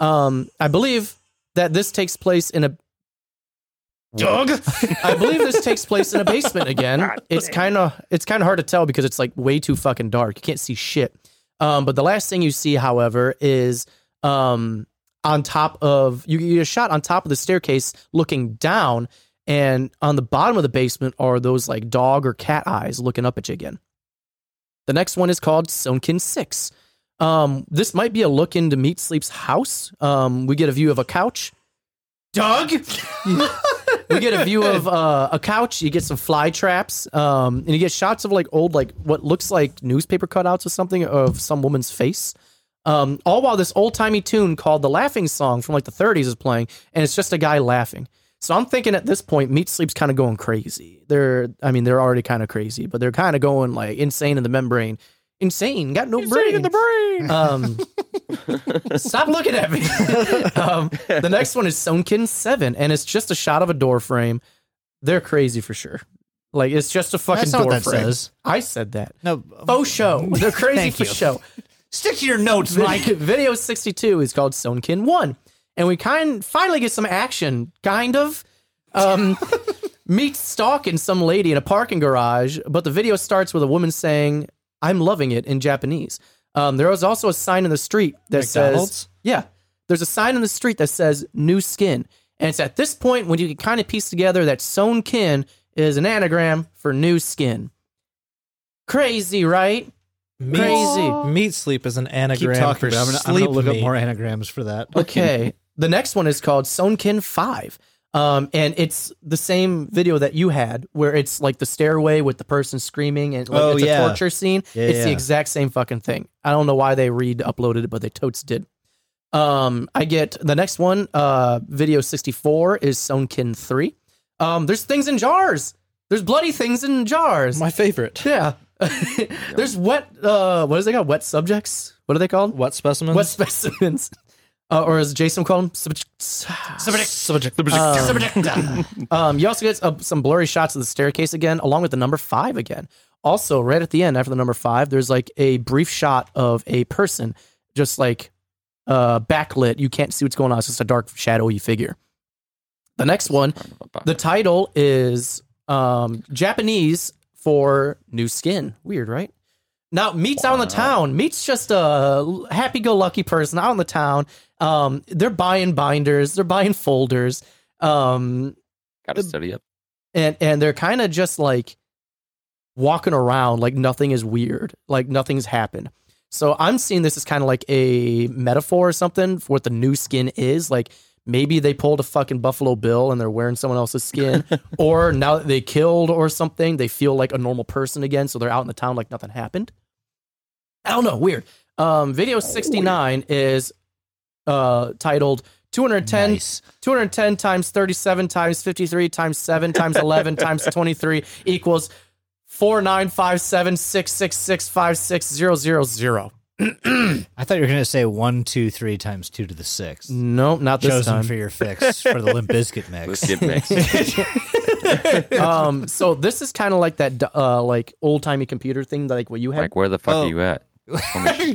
S2: Um, I believe that this takes place in a. Doug, I believe this takes place in a basement again. It's kind of it's kind of hard to tell because it's like way too fucking dark. You can't see shit. Um, but the last thing you see, however, is um on top of you you get a shot on top of the staircase looking down, and on the bottom of the basement are those like dog or cat eyes looking up at you again. The next one is called Sonkin 6. Um, this might be a look into Meat Sleep's house. Um, we get a view of a couch. Doug? we get a view of uh, a couch. You get some fly traps. Um, and you get shots of like old, like what looks like newspaper cutouts or something of some woman's face. Um, all while this old timey tune called the Laughing Song from like the 30s is playing, and it's just a guy laughing. So I'm thinking at this point, Meat Sleep's kind of going crazy. They're, I mean, they're already kind of crazy, but they're kind of going like insane in the membrane. Insane, got no brain. in the brain. Um, stop looking at me. um, the next one is Sonkin Seven, and it's just a shot of a door frame. They're crazy for sure. Like it's just a fucking
S8: That's not
S2: door
S8: what that
S2: frame.
S8: says.
S2: I said that.
S8: No,
S2: Faux show. They're crazy
S8: Thank
S2: for
S8: you.
S2: show.
S8: uh, stick to your notes, Mike.
S2: Vid- video 62 is called Sonkin 1. And we kind finally get some action, kind of. Um, meets stalking some lady in a parking garage, but the video starts with a woman saying, I'm loving it in Japanese. Um, there was also a sign in the street that says,
S5: McDonald's?
S2: Yeah, there's a sign in the street that says new skin. And it's at this point when you can kind of piece together that Sonkin is an anagram for new skin. Crazy, right?
S5: Meat-
S2: Crazy.
S5: Meat sleep is an
S8: Keep
S5: anagram
S8: talking.
S5: for
S8: But I'm gonna, I'm
S5: sleep
S8: gonna look up
S5: meat.
S8: more anagrams for that.
S2: Okay. The next one is called Sonkin 5. Um, and it's the same video that you had where it's like the stairway with the person screaming and like
S8: Oh,
S2: it's
S8: yeah.
S2: a torture scene.
S8: Yeah,
S2: it's the
S8: yeah.
S2: exact same fucking thing. I don't know why they read uploaded it, but they totes did. Um, I get the next one, uh, video 64 is Sonkin 3. Um, there's things in jars. There's bloody things in jars.
S5: My favorite.
S2: yeah. there's wet, uh, what is they called? Wet subjects? What are they called?
S5: What specimens?
S2: What specimens? Uh, or as Jason called them, subject.
S5: subject?
S8: uh,
S2: Um, you also get uh, some blurry shots of the staircase again, along with the number five again. Also, right at the end, after the number five, there's like a brief shot of a person, just like uh, backlit. You can't see what's going on. It's just a dark, shadowy figure. The next one, the title is um, Japanese for new skin. Weird, right? Now, Meat's out in the town. Meat's just a happy go lucky person out in the town. Um, they're buying binders, they're buying folders. Um,
S3: Gotta study up.
S2: and and they're kind of just like walking around like nothing is weird, like nothing's happened. So I'm seeing this as kind of like a metaphor or something for what the new skin is. Like maybe they pulled a fucking Buffalo Bill and they're wearing someone else's skin, or now that they killed or something, they feel like a normal person again. So they're out in the town like nothing happened. I don't know. Weird. Um, video 69 is uh, titled 210
S8: Nice.
S2: 210 times 37 times 53 times 7 times 11 times 23 equals 49576665600.
S8: I thought you were gonna say one, two, three times two to the six.
S2: No, not this
S8: Chosen
S2: time.
S8: for your fix for the Limp Bizkit mix.
S3: Let's get mixed.
S2: um, so this is kind of like that uh, like old timey computer thing, like what you had.
S3: Like, where the fuck
S8: Oh.
S3: are you at?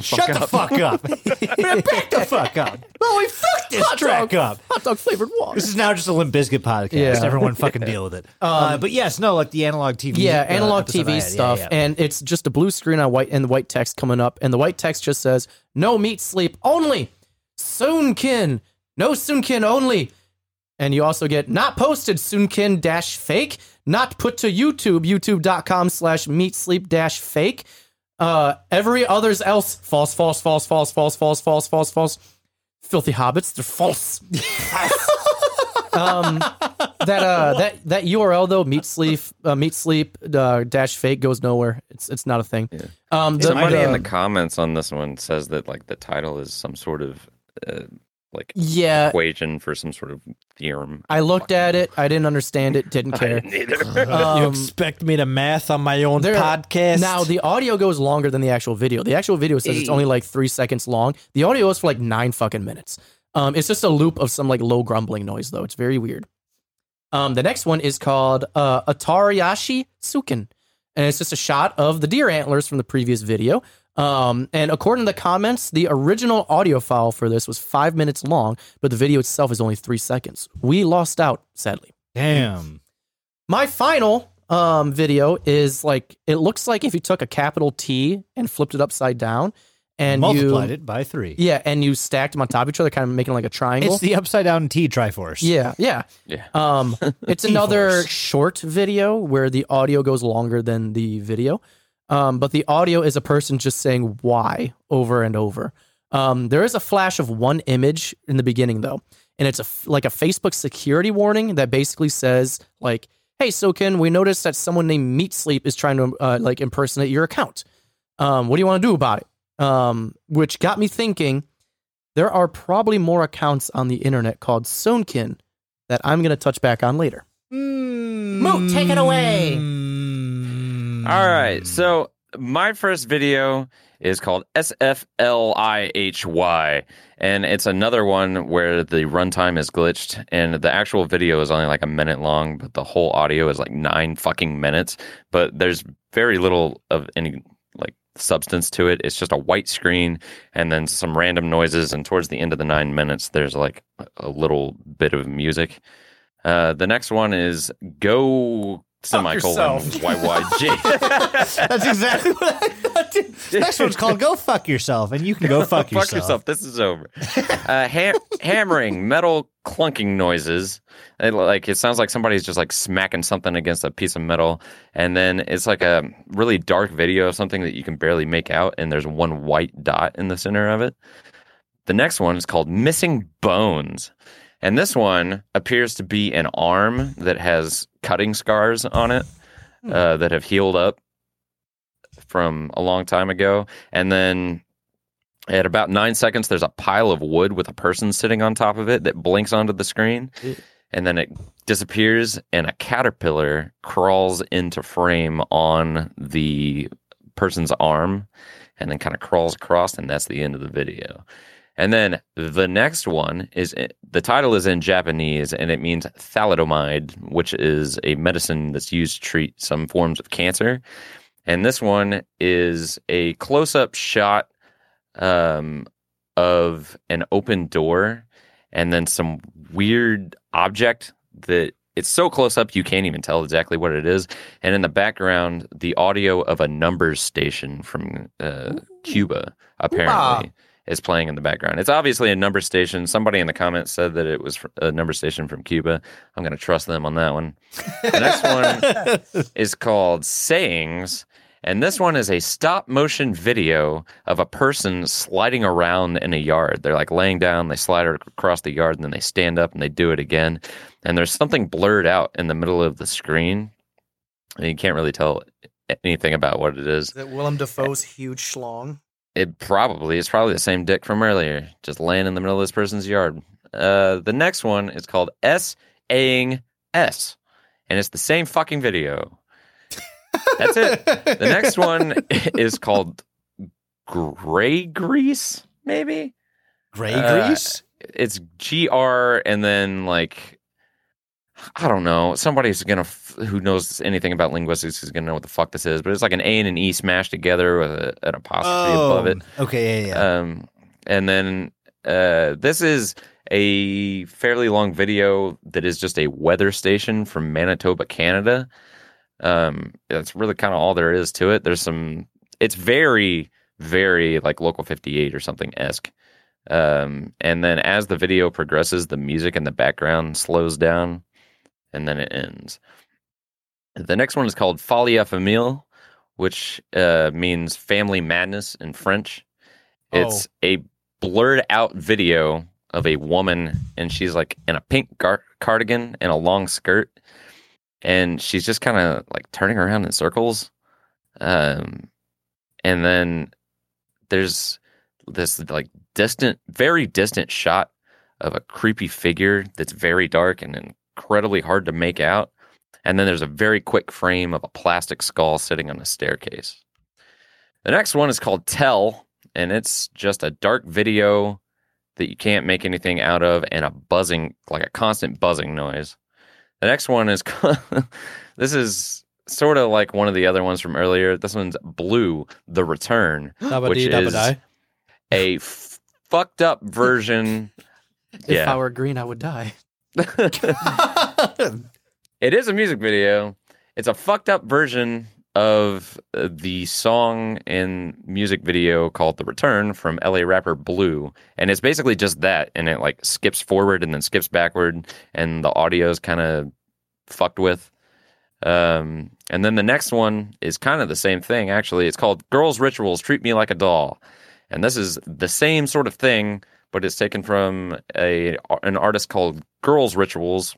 S8: Shut the fuck up. Back the fuck up. Well, we fucked this track up.
S2: hot dog flavored water.
S8: This is now just a Limp Bizkit podcast.
S2: Yeah.
S8: Everyone fucking deal with it.
S5: Um,
S8: uh, but yes, no, like the analog TV.
S2: Yeah,
S8: uh,
S2: analog
S8: episode I
S2: TV
S8: had. Yeah,
S2: stuff,
S8: yeah.
S2: and it's just a blue screen on white and the white text coming up, and the white text just says "No meat sleep only, Soonkin, no Soonkin only," and you also get not posted Soonkin dash fake, not put to YouTube, YouTube.com slash meat sleep dash fake. Uh, every others else false, false, false, false, false, false, false, false, false. filthy hobbits. They're false. um, that uh, that that URL though, meat sleep, uh, meat sleep uh, dash fake goes nowhere. It's it's not a thing. Um, the-
S3: Somebody in
S2: the-
S3: the comments on this one says that like the title is some sort of uh, like
S2: yeah,
S3: equation for some sort of theorem.
S2: I looked at it. I didn't understand it. Didn't care.
S5: you
S2: Um,
S5: expect me to math on my own
S2: there-
S5: podcast?
S2: Now the audio goes longer than the actual video. The actual video says it's only like three seconds long. The audio is for like nine fucking minutes. Um, it's just a loop of some like low grumbling noise though. It's very weird. Um, the next one is called uh, Atariyashi Sukin, and it's just a shot of the deer antlers from the previous video. Um, and according to the comments, the original audio file for this was five minutes long, but the video itself is only three seconds. We lost out, sadly
S4: Damn.
S2: my final um video is like it looks like if you took a capital T and flipped it upside down and
S4: Multiplied
S2: you,
S4: it by three.
S2: Yeah, and you stacked them on top of each other, kind of making like a triangle.
S4: It's the upside down T Triforce.
S2: yeah, yeah.
S3: Yeah.
S2: Um it's another short video where the audio goes longer than the video. Um, but the audio is a person just saying why over and over. Um, there is a flash of one image in the beginning though, and it's a f- like a Facebook security warning that basically says like, "Hey, Soken, we noticed that someone named Meat Sleep is trying to uh, like impersonate your account. Um, what do you want to do about it?" Um, which got me thinking. There are probably more accounts on the internet called Soken that I'm going to touch back on later.
S5: Mm.
S2: Moot, take it away.
S3: All
S5: Hmm.
S3: right. So my first video is called SFLIHY, and it's another one where the runtime is glitched, and the actual video is only like a minute long, but the whole audio is like nine fucking minutes. But there's very little of any like substance to it. It's just a white screen and then some random noises. And towards the end of the nine minutes, there's like a little bit of music. Uh, the next one is go semicolon YYG.
S4: That's exactly what I thought. too. Next one's called Go Fuck Yourself, and you can go fuck yourself.
S3: This is over. Uh, ham- hammering, metal clunking noises. It, like it sounds like somebody's just like smacking something against a piece of metal, and then it's like a really dark video of something that you can barely make out, and there's one white dot in the center of it. The next one is called Missing Bones. And this one appears to be an arm that has cutting scars on it
S4: Hmm.
S3: uh, that have healed up from a long time ago. And then at about nine seconds, there's a pile of wood with a person sitting on top of it that blinks onto the screen. And then it disappears, and a caterpillar crawls into frame on the person's arm and then kind of crawls across, and that's the end of the video. And then the next one is eh, the title is in Japanese and it means thalidomide, which is a medicine that's used to treat some forms of cancer. And this one is a close up shot um, of an open door and then some weird object that it's so close up you can't even tell exactly what it is. And in the background, the audio of a numbers station from uh, Cuba, apparently, is playing in the background. It's obviously a number station. Somebody in the comments said that it was fr- a number station from Cuba. I'm going to trust them on that one. The next one is called Sayings. And this one is a stop motion video of a person sliding around in a yard. They're like laying down, they slide across the yard, and then they stand up and they do it again. And there's something blurred out in the middle of the screen. And you can't really tell anything about what it is.
S2: that Willem Dafoe's huge schlong?
S3: It probably it's probably the same dick from earlier, just laying in the middle of this person's yard. Uh, the next one is called S Aing S, and it's the same fucking video. That's it. The next one is called Gray Grease, maybe
S4: Gray
S3: Uh,
S4: grease?
S3: it's gr and then like i don't know somebody's gonna f- who knows anything about linguistics is gonna know what the fuck this is but it's like an a and an e smashed together with a, an apostrophe
S4: Oh,
S3: above it
S4: Okay, yeah, yeah.
S3: um and then uh this is a fairly long video that is just a weather station from manitoba canada um that's really kind of all there is to it there's some it's very very like local 58 or something esque um and then as the video progresses the music in the background slows down and then it ends the next one is called folie a famille which uh means family madness in french it's a blurred out video of a woman, and she's like in a pink gar- cardigan and a long skirt, and she's just kind of like turning around in circles. Um, and then there's this like distant, very distant shot of a creepy figure that's very dark and incredibly hard to make out. And then there's a very quick frame of a plastic skull sitting on a staircase. The next one is called Tell, and it's just a dark video that you can't make anything out of and a buzzing, like a constant buzzing noise. The next one is this is sort of like one of the other ones from earlier. This one's Blue, The Return, which is
S5: Dabba-dee-dabba-die.
S3: a f- fucked up version.
S2: If
S3: yeah.
S2: I were green, I would die.
S3: It is a music video. It's a fucked up version of uh, the song and music video called The Return from LA rapper Blue. And it's basically just that. And it like skips forward and then skips backward. And the audio is kind of fucked with. Um, and then the next one is kind of the same thing, actually. It's called Girls' Rituals Treat Me Like a Doll. And this is the same sort of thing, but it's taken from a an artist called Girls' Rituals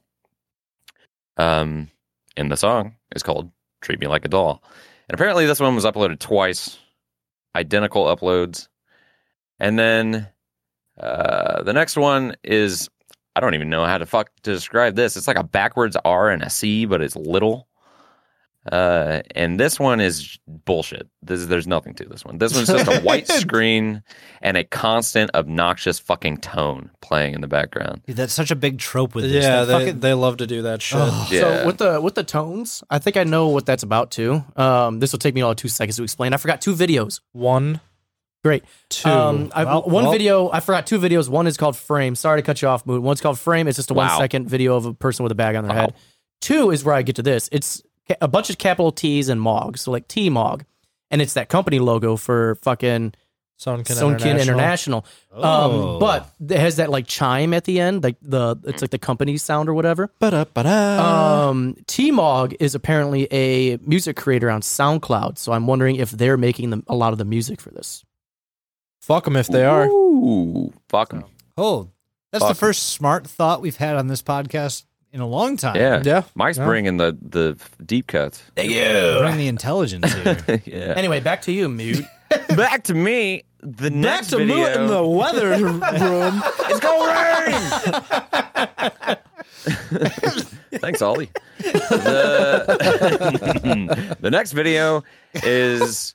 S3: um, and the song is called "Treat Me Like a Doll." And apparently, this one was uploaded twice, identical uploads. And then uh, the next one is I don't even know how to fuck to describe this. It's like a backwards R and a C, but it's little. Uh, and this one is bullshit. This, there's nothing to this one. This one's just a white screen and a constant obnoxious fucking tone playing in the background.
S8: Dude, that's such a big trope with this.
S5: Yeah,
S8: That
S5: they,
S8: fucking-
S5: they love to do that shit.
S3: Yeah.
S2: So with the with the tones, I think I know what that's about too. Um, this will take me all two seconds to explain. I forgot two videos.
S5: One,
S2: Great.
S5: two.
S2: Um, I,
S5: Well,
S2: one
S5: well,
S2: video. I forgot two videos. One is called Frame. Sorry to cut you off, Mood. One's called Frame. It's just a
S3: Wow.
S2: one second video of a person with a bag on their head. Two is where I get to this. It's ca- a bunch of capital T's and Mog. So like T Mog, and it's that company logo for fucking
S5: Soundkin
S2: Sunkin International.
S8: Oh.
S2: Um, but it has that like chime at the end, like the it's like the company sound or whatever.
S5: Ba-da-ba-da.
S2: Um, T-Mog is apparently a music creator on SoundCloud, so I'm wondering if they're making the, a lot of the music for this.
S5: Fuck them if they are.
S3: Ooh, fuck 'em.
S8: hold. That's the
S3: Fuck.
S8: first smart thought we've had on this podcast in a long time.
S3: Yeah.
S5: Yeah.
S3: Mike's
S5: Yeah.
S3: bringing the the deep cuts.
S8: Bring the intelligence here.
S3: yeah.
S2: Anyway, back to you, Mute.
S3: Back to me. The next video.
S5: weather room.
S3: it's gonna rain. Thanks, Ollie. The, the next video is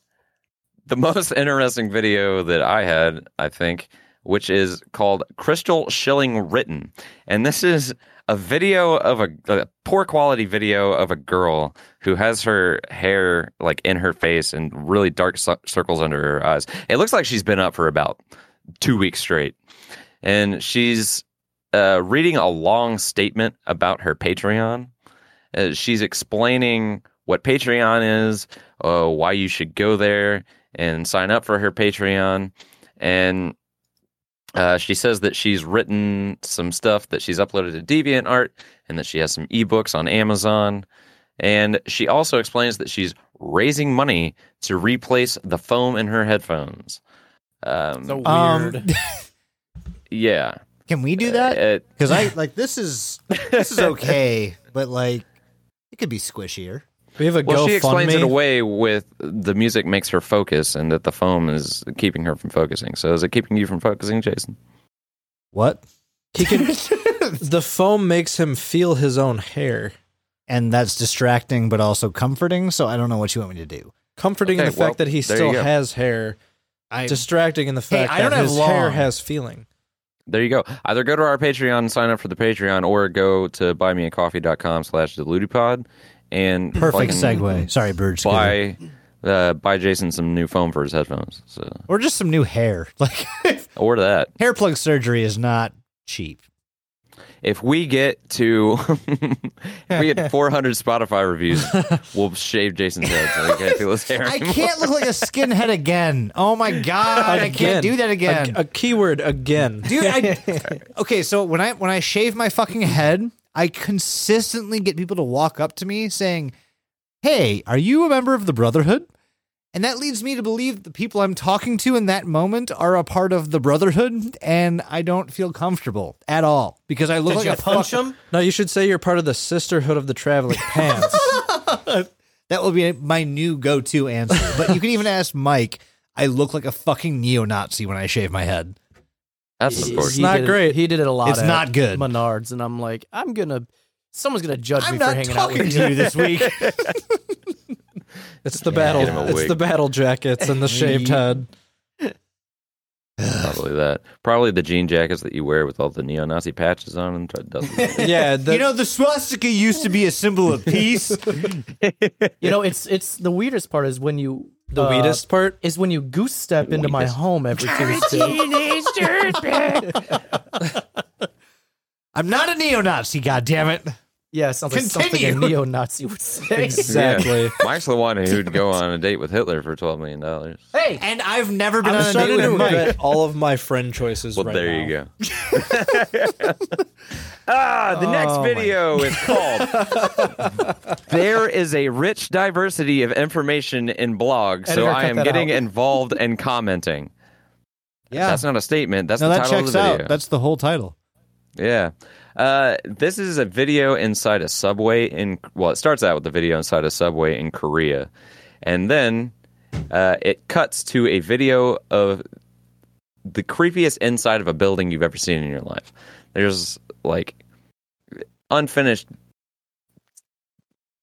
S3: the most interesting video that I had, I think, which is called "Crystal Schilling Written," and this is a video of a, a poor quality video of a girl who has her hair like in her face and really dark cir- circles under her eyes. It looks like she's been up for about two weeks straight, and she's uh, reading a long statement about her Patreon. Uh, she's explaining what Patreon is, uh, why you should go there and sign up for her Patreon, and uh, she says that she's written some stuff that she's uploaded to DeviantArt, and that she has some ebooks on Amazon. And she also explains that she's raising money to replace the foam in her headphones. Um,
S2: So weird.
S8: Um,
S3: yeah. Uh,
S8: Can we do that?
S3: It,
S8: Because I like this is this is okay, but like it could be squishier.
S5: We have a
S3: well, she explains it
S5: GoFundMe.
S3: away with the music makes her focus and that the foam is keeping her from focusing. So is it keeping you from focusing, Jason?
S8: What?
S5: He can. the foam makes him feel his own hair.
S8: And that's distracting, but also comforting. So I don't know what you want me to do.
S5: Comforting in
S3: Okay,
S5: the fact
S3: well,
S5: that he
S3: there
S5: still
S3: you go.
S5: has hair.
S8: I
S5: Distracting in the
S8: Hey,
S5: fact
S8: I don't
S5: that
S8: have
S5: his hair
S8: long.
S5: has feeling.
S3: There you go. Either go to our Patreon and sign up for the Patreon or go to buymeacoffee.com slash deludipod and
S8: perfect
S3: fucking
S8: segue.
S4: mm,
S8: Sorry, Bird. Scooter.
S3: Buy, uh, buy Jason some new foam for his headphones. So
S8: Or just some new hair. Like
S3: Or that.
S8: hair plug surgery is not cheap.
S3: If we get to if we get 400 Spotify reviews, we'll shave Jason's head so he can't feel his hair
S8: I
S3: anymore.
S8: can't look like a skinhead again. Oh my god, I can't do that again.
S5: A, a keyword again.
S8: dude. I, okay, so when I when I shave my fucking head, I consistently get people to walk up to me saying, "Hey, are you a member of the Brotherhood?" And that leads me to believe the people I'm talking to in that moment are a part of the Brotherhood, and I don't feel comfortable at all because I look
S2: Did
S8: like
S2: you
S8: a
S2: punch
S8: fuck-
S2: him?
S5: No, you should say you're part of the Sisterhood of the Traveling Pants.
S8: That will be my new go-to answer. But you can even ask Mike. I look like a fucking neo-Nazi when I shave my head.
S3: That's of course.
S2: He
S5: not
S2: did it-
S5: great.
S2: he did it a lot.
S8: It's
S2: at
S8: not good.
S2: Menards, and I'm like, I'm gonna. Someone's gonna judge
S8: I'm
S2: me for
S8: not
S2: hanging out
S8: talking
S2: with
S8: to you
S2: you.
S8: this week.
S5: It's the battle.
S3: get him a
S5: It's
S3: wig.
S5: the battle jackets and the shaved head.
S3: Probably that. Probably the jean jackets that you wear with all the neo-Nazi patches on them. It doesn't-
S5: Yeah, the,
S8: you know, the swastika used to be a symbol of peace.
S2: You know, it's it's the weirdest part is when you
S5: the
S2: uh,
S5: weedest part.
S2: is when you goose step into my home every Tuesday.
S8: I'm not a neo-Nazi. God damn it!
S2: yeah, sounds like something a
S8: Continue.
S2: neo-Nazi would say.
S5: Exactly.
S3: Yeah. Mike's the one who'd go on a date with Hitler for twelve million dollars.
S2: Hey,
S8: And I've never been
S5: I'm
S8: on a date
S5: starting to
S8: with Mike.
S5: regret all of my friend choices.
S3: Well,
S5: right
S3: there
S5: now.
S3: you go. ah, the next video is called There is a rich diversity of information in blogs, so
S2: Editor,
S3: I
S2: cut
S3: am
S2: that
S3: getting
S2: out.
S3: involved and commenting.
S8: Yeah,
S3: That's not a statement. That's
S8: no,
S3: the
S8: that
S3: title of
S8: checks
S3: the video.
S8: out. That's the whole title.
S3: Yeah. Uh, this is a video inside a subway in, well, it starts out with the video inside a subway in Korea. And then uh, it cuts to a video of the creepiest inside of a building you've ever seen in your life. There's like unfinished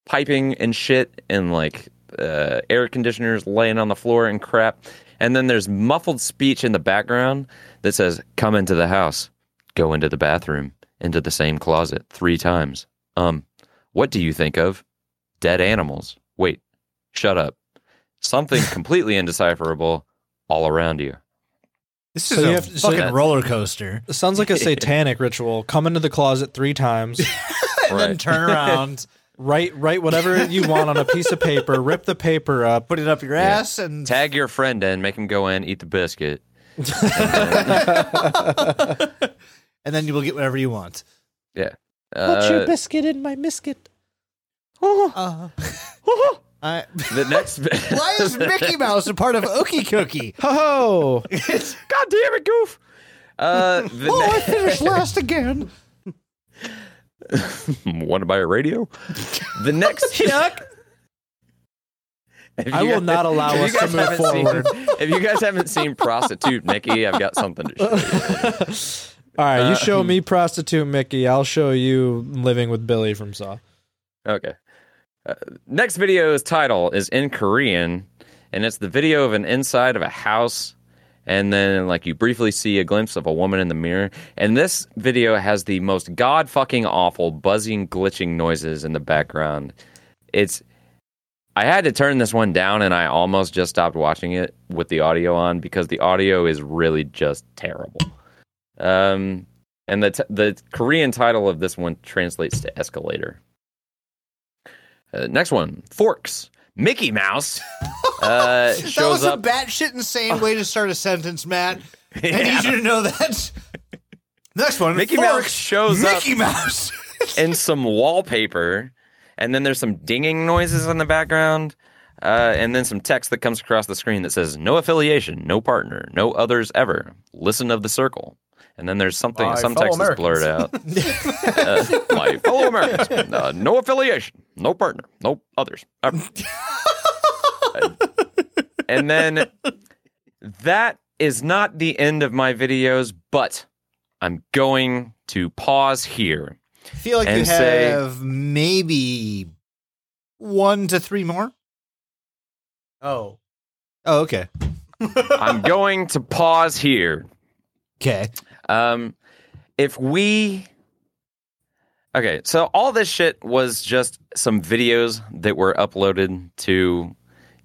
S3: piping and shit and like uh, air conditioners laying on the floor and crap. And then there's muffled speech in the background that says, Come into the house, go into the bathroom, into the same closet three times. Um, what do you think of? Dead animals. Wait, shut up. Something completely indecipherable all around you.
S8: This
S5: So
S8: is
S5: you
S8: a
S5: have to- so-
S8: fucking roller coaster.
S5: It sounds like a satanic ritual. Come into the closet three times.
S3: right.
S8: Turn around,
S5: Write write whatever you want on a piece of paper. Rip the paper up.
S8: put it up your ass, and
S3: Tag your friend in, make him go in, eat the biscuit.
S8: and then you will get whatever you want.
S3: Yeah. Uh,
S8: biscuit in my Uh-huh. biscuit? Uh-huh. I,
S3: the next.
S8: why is Mickey Mouse a part of Okie Cookie?
S5: Ho ho!
S3: God damn it, Goof! Uh, the
S8: Oh, I
S3: ne-
S8: finished last again.
S3: Want to buy a radio? The next. Chuck!
S5: I will not allow us to move forward.
S3: if you guys haven't seen Prostitute Mickey, I've got something to show you.
S5: All right,
S8: Uh,
S5: you show me prostitute Mickey. I'll show you living with Billy from Saw.
S3: Okay. Uh, next video's title is in Korean, and it's the video of an inside of a house, and then like you briefly see a glimpse of a woman in the mirror. And this video has the most god fucking awful buzzing, glitching noises in the background. It's I had to turn this one down, and I almost just stopped watching it with the audio on because the audio is really just terrible. Um, and the t- the Korean title of this one translates to escalator. Uh, next one, forks. Mickey Mouse uh,
S8: That
S3: shows
S8: was a
S3: up.
S8: batshit insane way to start a sentence, Matt. I need you to know that. Next one,
S3: Mickey
S8: forks.
S3: Mouse shows up
S8: Mickey Mouse.
S3: in some wallpaper, and then there's some dinging noises in the background, uh, and then some text that comes across the screen that says "No affiliation, no partner, no others ever. Listen of the circle." And then there's something,
S2: My
S3: some
S2: fellow
S3: text that's blurred out. uh, my fellow Americans, uh, no affiliation, no partner, no others ever. Uh, and then that is not the end of my videos, but I'm going to pause here.
S8: I feel like
S3: and
S8: you
S3: say-
S8: have maybe one to three more.
S2: oh,
S8: Oh, okay.
S3: I'm going to pause here.
S8: Okay.
S3: Um, if we. Okay, so all this shit was just some videos that were uploaded to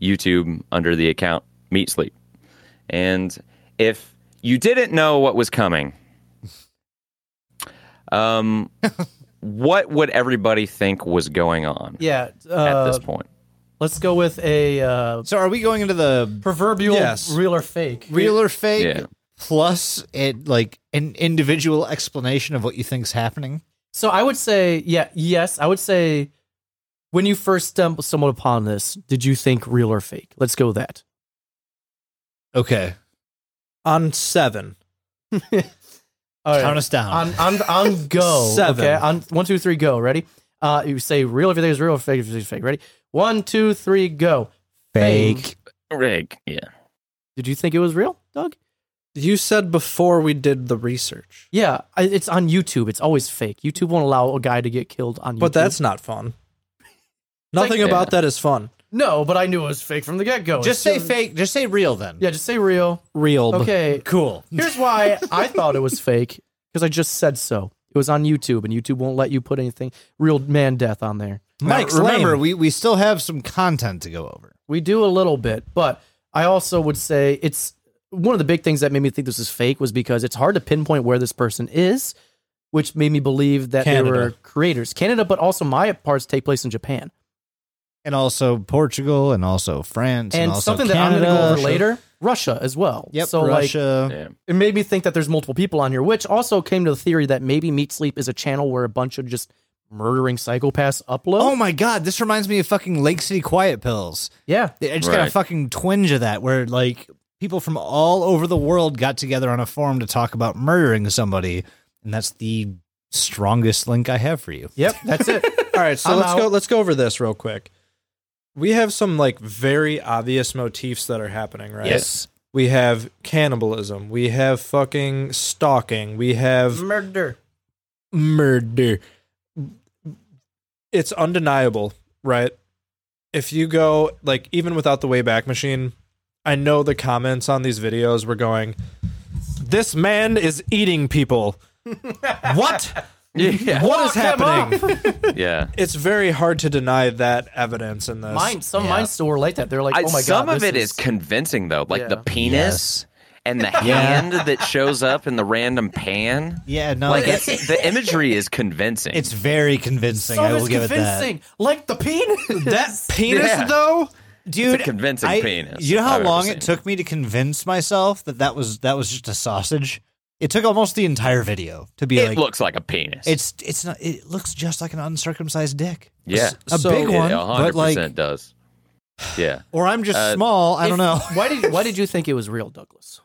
S3: YouTube under the account Meat Sleep. And if you didn't know what was coming, um, what would everybody think was going on
S2: yeah. Uh,
S3: at this point?
S2: let's go with a uh,
S8: So are we going into the
S2: proverbial
S5: Yes.
S2: real or fake.
S8: real or fake
S3: Yeah.
S8: plus it like an individual explanation of what you think's happening?
S2: So I would say, yeah, yes, I would say When you first stum- stumbled upon this, did you think real or fake? Let's go with that.
S4: Okay.
S5: on seven.
S2: All right.
S4: Count us down.
S2: on on on go.
S5: Seven.
S2: Okay, on one, two, three, go. Ready? Uh, you say real if it is real, fake if it is fake. Ready? One, two, three, go. Fake.
S3: Rig. Yeah.
S2: Did you think it was real, Doug?
S5: You said before we did the research,
S2: Yeah, I- it's on YouTube. It's always fake. YouTube won't allow a guy to get killed on YouTube.
S5: but that's not fun.
S2: like-
S5: Nothing about that is fun.
S2: no. But I knew it was fake from the get go.
S4: Just say fake. Just say real then.
S2: Yeah, just say real.
S5: Real. but-
S2: Okay.
S4: Cool.
S2: Here's why I thought it was fake because I just said so. It was on YouTube, and YouTube won't let you put anything real man death on there.
S8: Mike,
S4: Mike's lame.
S8: remember, we, we still have some content to go over.
S2: We do a little bit, but I also would say it's one of the big things that made me think this is fake was because it's hard to pinpoint where this person is, which made me believe that
S5: Canada.
S2: they were creators. Canada, but also my parts take place in Japan.
S8: And also Portugal and also France. And,
S2: And,
S8: also
S2: something
S8: Canada.
S2: that I'm going to go over later, Russia as well.
S8: Yep,
S2: so like
S8: Russia.
S3: Yeah.
S2: it made me think that there's multiple people on here, which also came to the theory that maybe Meat Sleep is a channel where a bunch of just murdering psychopaths upload.
S8: oh my God, this reminds me of fucking Lake City Quiet Pills.
S2: yeah.
S8: I just got a
S3: Right.
S8: fucking twinge of that where like people from all over the world got together on a forum to talk about murdering somebody, and that's the strongest link I have for you.
S2: Yep, that's it.
S5: All right, so
S2: I'm
S5: let's go.
S2: out.
S5: Let's go over this real quick. We have some like very obvious motifs that are happening, right?
S4: Yes.
S5: We have cannibalism. We have fucking stalking. We have
S2: Murder.
S5: murder. It's undeniable, right? If you go like even without the Wayback Machine, I know the comments on these videos were going, "This man is eating people." what?
S3: Yeah.
S5: What is happening?
S3: yeah.
S5: It's very hard to deny that evidence in this.
S2: Mine, some mine still relate that. They're like,
S3: I,
S2: oh my god.
S3: some of
S2: this
S3: it is convincing though, like the
S2: Yeah.
S3: penis and the hand that shows up in the random pan.
S8: Yeah, no,
S3: Like
S8: it's,
S3: it's, the imagery is convincing.
S8: it's very convincing.
S2: Some
S8: I
S2: is
S8: will give it
S2: convincing, like the penis.
S5: That penis
S3: Yeah.
S5: though?
S8: that, dude.
S3: It's a convincing
S8: I-
S3: penis,
S8: You know
S3: if
S8: how
S3: I've ever
S8: long
S3: seen
S8: it took me to convince myself that that was that was just a sausage. It took almost the entire video to be
S3: it
S8: like,
S3: looks like a penis.
S8: it's it's not. It looks just like an uncircumcised dick.
S3: yeah,
S8: a
S5: So-
S8: big
S5: Yeah,
S3: it
S8: one, but like,
S3: does. Yeah,
S8: or I'm just
S3: Uh,
S8: small. I don't know.
S2: why did why did you think it was real, Douglas?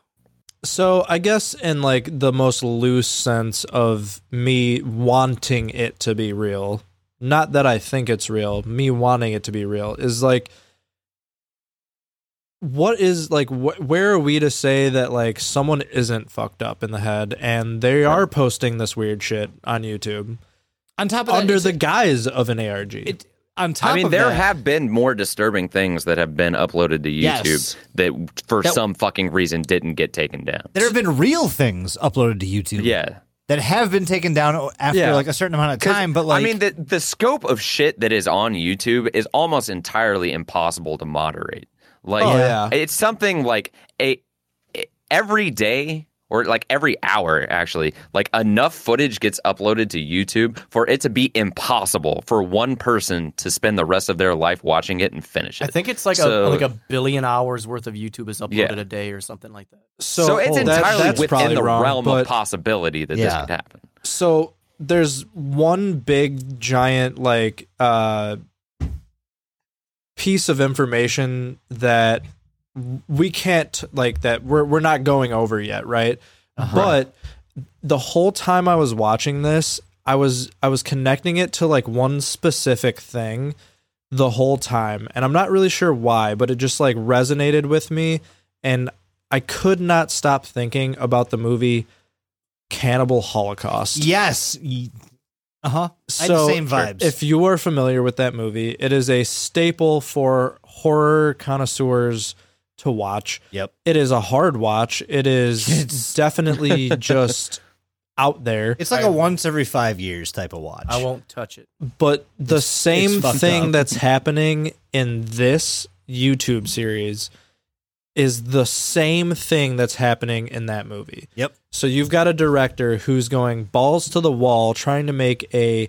S5: So I guess in like the most loose sense of me wanting it to be real, not that I think it's real, me wanting it to be real is like what is like wh- where are we to say that like someone isn't fucked up in the head and they are posting this weird shit on YouTube
S8: On top of
S5: under the
S8: that,
S5: guise of an ARG.
S8: it, on top
S3: I mean
S8: of
S3: there
S8: that,
S3: have been more disturbing things that have been uploaded to YouTube
S8: Yes.
S3: that for
S8: That-
S3: some fucking reason didn't get taken down.
S8: there have been real things uploaded to YouTube.
S3: Yeah,
S8: that have been taken down after
S5: Yeah.
S8: like a certain amount of time. But like,
S3: I mean, the the scope of shit that is on YouTube is almost entirely impossible to moderate. Like,
S5: Oh, yeah.
S3: it's something like a, a- every day or like every hour, actually, like enough footage gets uploaded to YouTube for it to be impossible for one person to spend the rest of their life watching it and finish it.
S2: I think it's like
S3: So-
S2: a like a billion hours worth of YouTube is uploaded
S3: Yeah.
S2: a day or something like that.
S3: so. it's
S5: oh, that-
S3: entirely
S5: that's
S3: within
S5: probably
S3: the
S5: wrong,
S3: realm
S5: but-
S3: of possibility that this
S8: Yeah.
S3: could happen.
S5: so there's one big giant like uh piece of information that we can't like that we're we're not going over yet, right? But the whole time I was watching this, I was I was connecting it to like one specific thing the whole time, and I'm not really sure why, but it just like resonated with me and I could not stop thinking about the movie Cannibal Holocaust.
S8: yes, uh huh. I had
S5: So, er,
S8: the same vibes.
S5: If you are familiar with that movie, it is a staple for horror connoisseurs to watch.
S8: Yep.
S5: It is a hard watch. It is
S8: It's-
S5: definitely just out there.
S8: it's like a once every five years type of watch.
S2: I won't touch it.
S5: But the same
S8: it's fucked
S5: thing
S8: up.
S5: that's happening in this YouTube series is the same thing that's happening in that movie.
S8: Yep.
S5: So you've got a director who's going balls to the wall trying to make a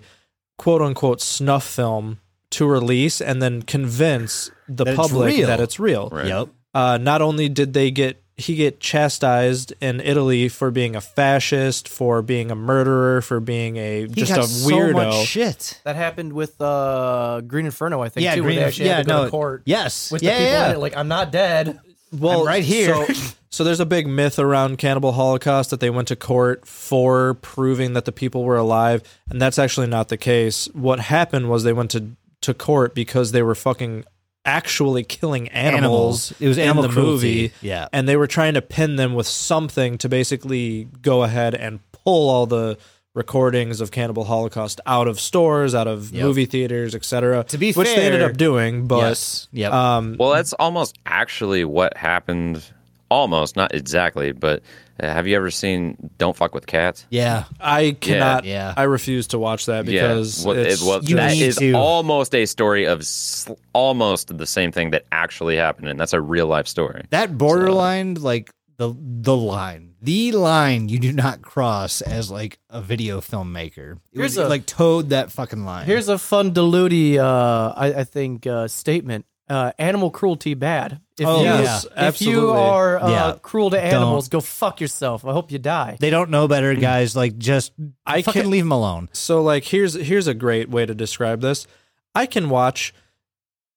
S5: quote unquote snuff film to release and then convince the
S8: That it's
S5: public
S8: real.
S5: that it's real.
S3: Right.
S8: Yep.
S5: Uh, not only did they get he get chastised in Italy for being a fascist, for being a murderer, for being a
S8: He
S5: just
S8: got
S5: a
S8: So
S5: weirdo.
S8: much shit.
S2: That happened with uh, Green Inferno, I think,
S8: yeah,
S2: too. where
S8: Green-
S2: they actually
S8: yeah,
S2: had to go
S8: no,
S2: to court
S8: Yes.
S2: with
S8: yeah,
S2: the people
S8: yeah.
S2: in it. Like, I'm not dead.
S5: well,
S8: I'm right here.
S5: So, so there's a big myth around Cannibal Holocaust that they went to court for proving that the people were alive, and that's actually not the case. What happened was they went to to court because they were fucking actually killing animals.
S8: Animals. It was
S5: in
S8: animal
S5: the
S8: cruelty.
S5: movie,
S8: Yeah.
S5: and they were trying to pin them with something to basically go ahead and pull all the recordings of Cannibal Holocaust out of stores, out of
S8: Yep.
S5: movie theaters, etc.
S8: To be
S5: which they ended
S8: fair-
S5: up doing, but
S8: yes. Yep.
S5: um,
S3: Well, that's almost actually what happened. Almost, not exactly, but uh, have you ever seen Don't Fuck with Cats?
S8: yeah.
S5: I cannot.
S8: Yeah.
S5: I refuse to watch that because
S3: yeah, well,
S5: it's
S3: it, well,
S8: You
S3: that
S8: need
S3: is
S8: to.
S3: almost a story of sl- almost the same thing that actually happened, and that's a real life story.
S8: That borderline, like the the line, the line you do not cross as like a video filmmaker. It
S2: Here's
S8: was
S2: a-
S8: like toed that fucking line.
S2: Here's a fun Deludi, uh, I, I think, uh, statement. Uh, animal cruelty bad. If
S8: Oh,
S2: you,
S8: yeah.
S2: If you
S5: Absolutely.
S2: are uh,
S8: Yeah.
S2: cruel to animals, go fuck yourself. I hope you die.
S8: they don't know better, guys. Like just I fucking
S5: can't-
S8: leave them alone.
S5: so like here's here's a great way to describe this. I can watch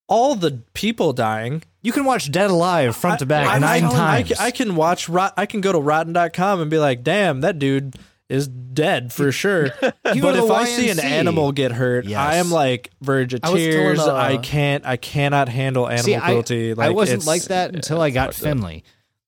S5: all the people dying
S8: You can watch Dead Alive front to back
S5: I-
S8: nine
S5: I, I
S8: times.
S5: can- I, can watch. Rot, I can go to Rotten.com and be like, "Damn, that dude is dead for sure."
S8: You
S5: but
S8: go to
S5: if I see an
S8: YMC.
S5: animal get hurt,
S8: Yes.
S5: I am like verge of
S2: I was telling,
S5: tears.
S2: uh,
S5: I can't. I cannot handle animal
S8: See,
S5: cruelty.
S8: I, I wasn't
S5: it's-
S8: like that until I got Finley.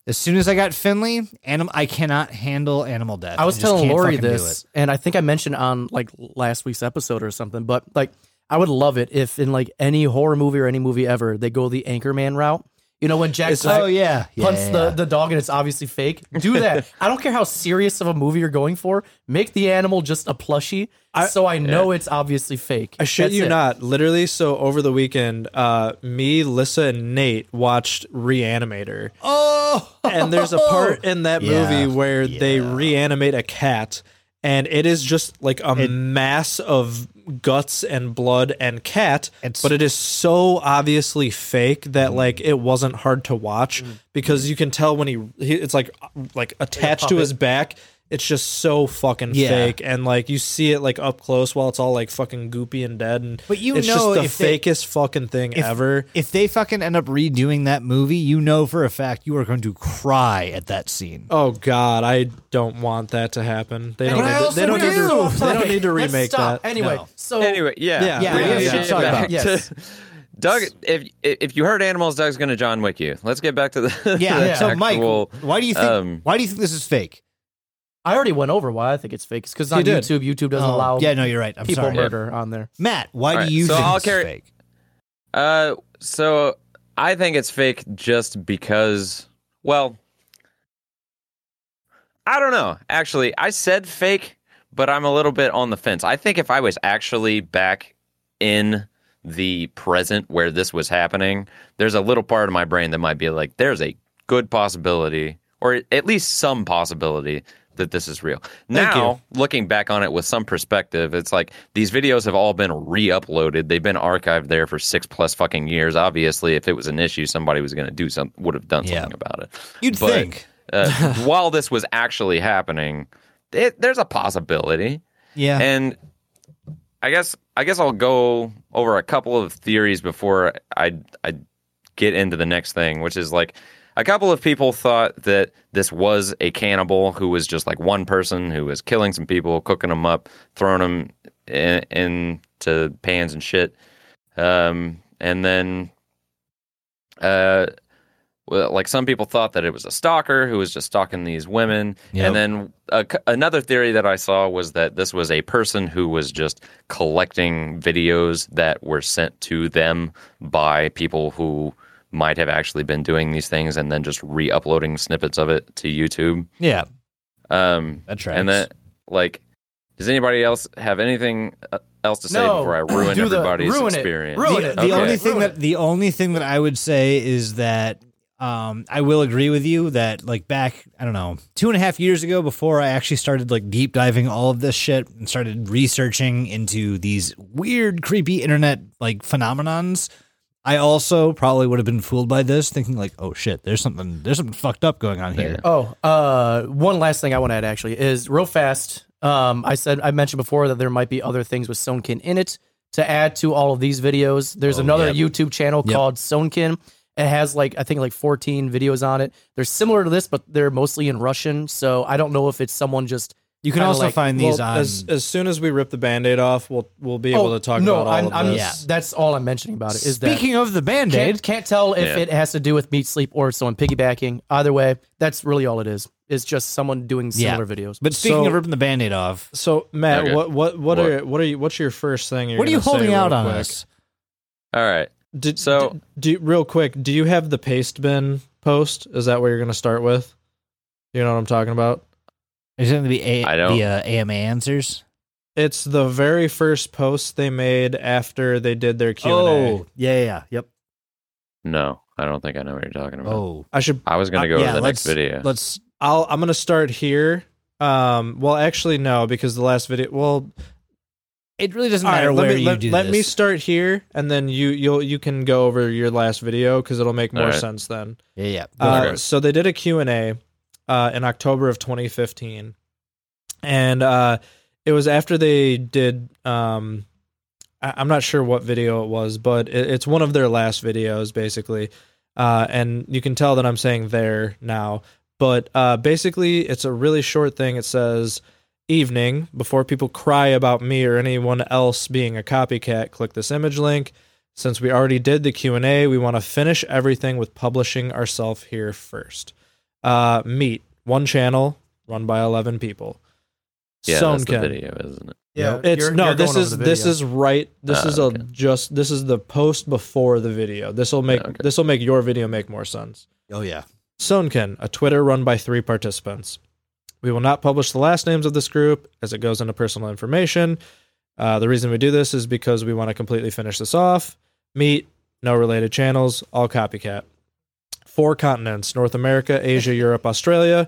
S8: As soon as I got Finley, anim- I cannot handle animal death.
S2: I was
S8: just
S2: telling
S8: can't
S2: Lori
S8: fucking do
S2: this,
S8: it.
S2: and I think I mentioned on like last week's episode or something. But like, I would love it if in like any horror movie or any movie ever they go the Anchorman route. You know when Jack Black
S8: oh yeah, yeah,
S2: punts
S8: yeah,
S2: the
S8: yeah.
S2: the dog and it's obviously fake. Do that. I don't care how serious of a movie you're going for. Make the animal just a plushie, so I know it's obviously fake.
S5: I shit
S2: That's
S5: you
S2: it.
S5: not. Literally, so over the weekend, uh, me, Lissa, and Nate watched Reanimator.
S8: oh,
S5: and there's a part in that
S8: Yeah,
S5: movie where they reanimate a cat and it is just like a mass of guts and blood and cat
S8: It's- Mm.
S5: but it is so obviously fake that like it wasn't hard to watch because you can tell when he, he it's like like attached to his back it's just so fucking
S8: Yeah.
S5: fake and like you see it like up close while it's all like fucking goopy and dead and
S8: But you
S5: it's
S8: know
S5: just
S8: if
S5: the
S8: they-
S5: fakest fucking thing
S8: if-
S5: ever
S8: If they fucking end up redoing that movie, you know for a fact you are going to cry at that scene.
S5: Oh God, I don't want that to happen. They don't.
S2: But I
S5: Need to,
S2: also
S5: they, don't
S2: would
S5: need to,
S2: do.
S5: they don't need to
S2: Let's
S5: remake
S2: stop.
S5: that.
S2: Anyway,
S8: No.
S2: so
S3: Anyway, yeah,
S5: Yeah,
S8: Yeah, yeah, yeah.
S3: get
S8: Talk
S3: back
S8: about
S2: it.
S3: to-
S2: Yes.
S3: Doug, if if you heard animals, Doug's going to John Wick you. Let's get back to the
S8: Yeah.
S3: the
S8: So, Mike,
S3: actual-
S8: why do you think?
S3: um,
S8: why do you think this is fake?
S2: I already went over why I think it's fake. It's because
S5: You
S2: on
S5: did.
S2: YouTube, YouTube doesn't
S8: Oh,
S2: allow
S8: yeah, no, you're right. I'm
S2: people
S8: sorry,
S2: murder on there.
S8: Matt. Why
S3: All right,
S8: do you
S3: so
S8: think
S3: I'll
S8: this
S3: carry-
S8: is fake?
S3: Uh, so I think it's fake just because. Well, I don't know. Actually, I said fake, but I'm a little bit on the fence. I think if I was actually back in the present where this was happening, there's a little part of my brain that might be like, "There's a good possibility, or at least some possibility." That this is real. Now, looking back on it with some perspective, it's like these videos have all been re uploaded. They've been archived there for six plus fucking years. Obviously, if it was an issue, somebody was going to do some, would have done
S8: Yeah.
S3: something about it.
S8: You'd
S3: But-
S8: think.
S3: uh, while this was actually happening, it, there's a possibility.
S4: Uh-huh.
S8: Yeah.
S3: And I guess I guess I'll go over a couple of theories before I I get into the next thing, which is like a couple of people thought that this was a cannibal who was just like one person who was killing some people, cooking them up, throwing them in, into pans and shit. Um, and then uh, well, like some people thought that it was a stalker who was just stalking these women.
S8: Yep.
S3: And then a, c- another theory that I saw was that this was a person who was just collecting videos that were sent to them by people who might have actually been doing these things and then just re uploading snippets of it to YouTube.
S8: yeah.
S3: Um,
S8: That tracks.
S3: and then, like, does anybody else have anything uh, else to say
S2: No.
S3: before I ruin
S2: Do the-
S3: everybody's
S2: ruin it.
S3: experience?
S2: Ruin
S8: the,
S2: it.
S8: the
S3: Okay.
S8: only thing
S2: Ruin
S8: that
S2: it.
S8: the only thing that I would say is that um, I will agree with you that like back I don't know two and a half years ago before I actually started like deep diving all of this shit and started researching into these weird creepy internet like phenomenons. I also probably would have been fooled by this, thinking like, "Oh shit, there's something, there's something fucked up going on here."
S2: Oh, uh, one last thing I want to add actually is real fast. Um, I said I mentioned before that there might be other things with Sonekin in it. To add to all of these videos,
S8: Oh,
S2: there's another YouTube channel called Sonekin. It has like I think like 14 videos on it. They're similar to this, but they're mostly in Russian. So I don't know if it's someone just
S8: You can
S2: Kinda
S8: also
S2: like-
S8: find these on. Oh,
S5: as as soon as we rip the band-aid off, we'll we'll be able to talk
S2: oh, no,
S5: about all
S2: I'm,
S5: of
S2: I'm-
S5: this.
S8: Yeah.
S2: that's all I'm mentioning about it. Is that
S8: Speaking of the band
S2: can't,
S8: aid,
S2: can't tell if
S3: Yeah.
S2: it has to do with meat sleep or someone piggybacking. Either way, that's really all it is. It's just someone doing
S8: Yeah.
S2: similar videos.
S8: but speaking
S5: So-
S8: of ripping the band aid off,
S5: So Matt,
S3: Okay.
S5: what what what are
S3: What?
S5: what are you what's your first thing? You're
S8: what are you
S5: gonna say
S8: holding out
S5: real
S8: on
S5: quick?
S8: us?
S3: All right.
S5: Did,
S3: So-
S5: so do, real quick, do you have the paste bin post? Is that what you're gonna start with? You know what I'm talking about?
S8: Is it going to be a-
S3: I don't-
S8: the uh, AMA answers?
S5: It's the very first post they made after they did their Q and A.
S8: Oh,
S3: Oh.
S8: yeah, yeah, yeah, yep.
S3: No, I don't think I know what you're talking about.
S8: Oh,
S5: I should.
S3: I was gonna
S8: Uh,
S3: go
S8: yeah,
S3: to the next
S8: let's-
S3: video.
S8: let's.
S5: I'll. I'm gonna start here. Um. Well, actually, no, because the last video. Well,
S8: It really doesn't
S5: all right.
S8: matter
S5: Let
S8: where
S5: me
S8: you
S5: let,
S8: do
S5: let me
S8: this.
S5: start here, and then you you'll you can go over your last video because it'll make
S3: All
S5: more
S3: right.
S5: sense then.
S8: Yeah, yeah.
S5: Uh,
S3: Okay.
S5: So they did a Q&A uh, in October of 2015. And uh, it was after they did, um, I- I'm not sure what video it was, but it- it's one of their last videos, basically. Uh, and you can tell that I'm saying there now. But uh, basically, it's a really short thing. It says, Evening, before people cry about me or anyone else being a copycat, click this image link since we already did the q&a we want to finish everything with publishing ourselves here first uh meet one channel run by 11 people
S3: yeah, that's the
S5: Soundkin.
S3: video, isn't it?
S2: yeah,
S5: it's
S2: you're-
S5: no
S2: you're
S5: this
S2: going over
S5: is
S2: the
S5: this
S2: video.
S5: is right this
S3: Ah,
S5: is a
S3: okay.
S5: just this is the post before the video this will make
S3: Yeah, okay.
S5: this will make your video make more sense
S8: Oh yeah.
S5: Sonkin, a Twitter run by three participants. We will not publish the last names of this group as it goes into personal information. Uh, the reason we do this is because we want to completely finish this off. Meet, no related channels, all copycat. Four continents North America, Asia, Europe, Australia.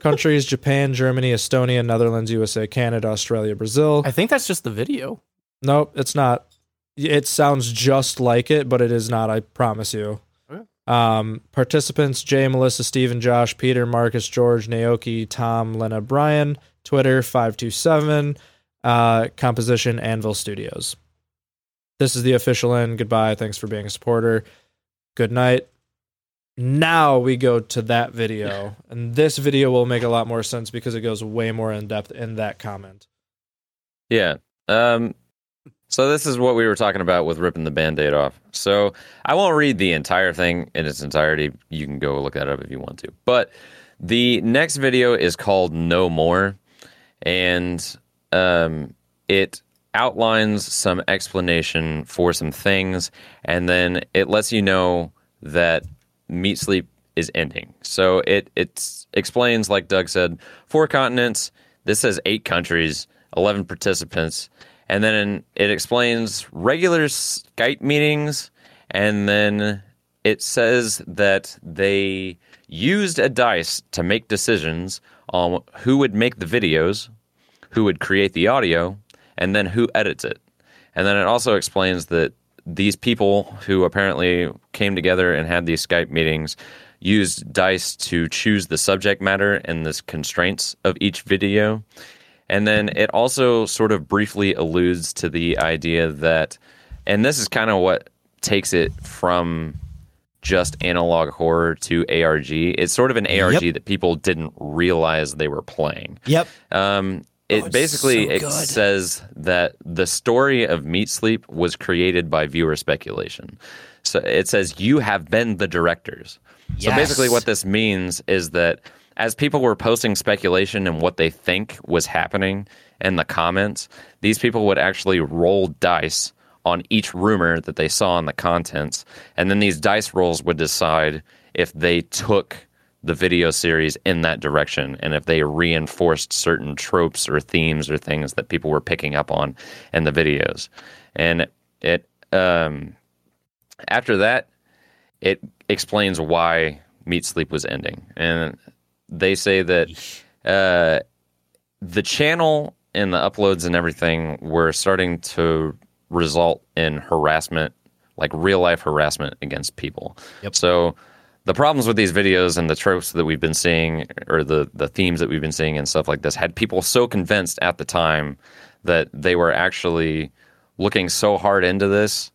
S5: Countries Japan, Germany, Estonia, Netherlands, USA, Canada, Australia, Brazil.
S2: I think that's just the video.
S5: Nope, it's not. It sounds just like it, but it is not. I promise you. Um, participants: Jay, Melissa, Steven, Josh, Peter, Marcus, George, Naoki, Tom, Lena, Brian. Twitter five two seven. Uh, composition: Anvil Studios. This is the official end. Goodbye. Thanks for being a supporter. Good night. Now we go to that video, and this video will make a lot more sense because it goes way more in depth in that comment.
S3: Yeah. Um, so this is what we were talking about with ripping the band-aid off. So I won't read the entire thing in its entirety. You can go look that up if you want to. But the next video is called No More, and um, it outlines some explanation for some things, and then it lets you know that meat sleep is ending. So it it explains, like Doug said, four continents. This says eight countries, eleven participants, and then it explains regular Skype meetings, and then it says that they used a dice to make decisions on who would make the videos, who would create the audio, and then who edits it. And then it also explains that these people who apparently came together and had these Skype meetings used dice to choose the subject matter and the constraints of each video. And then it also sort of briefly alludes to the idea that, and this is kind of what takes it from just analog horror to ARG. It's sort of an ARG that people didn't realize they were playing.
S8: Yep.
S3: Um, it basically it says that the story of Meat Sleep was created by viewer speculation. So it says you have been the directors. So basically, what this means is that as people were posting speculation and what they think was happening in the comments, these people would actually roll dice on each rumor that they saw in the contents, and then these dice rolls would decide if they took the video series in that direction and if they reinforced certain tropes or themes or things that people were picking up on in the videos. And it um after that it explains why Meat Sleep was ending. And they say that uh the channel and the uploads and everything were starting to result in harassment like real life harassment against people.
S8: Yep.
S3: So the problems with these videos and the tropes that we've been seeing or the the themes that we've been seeing and stuff like this had people so convinced at the time that they were actually looking so hard into this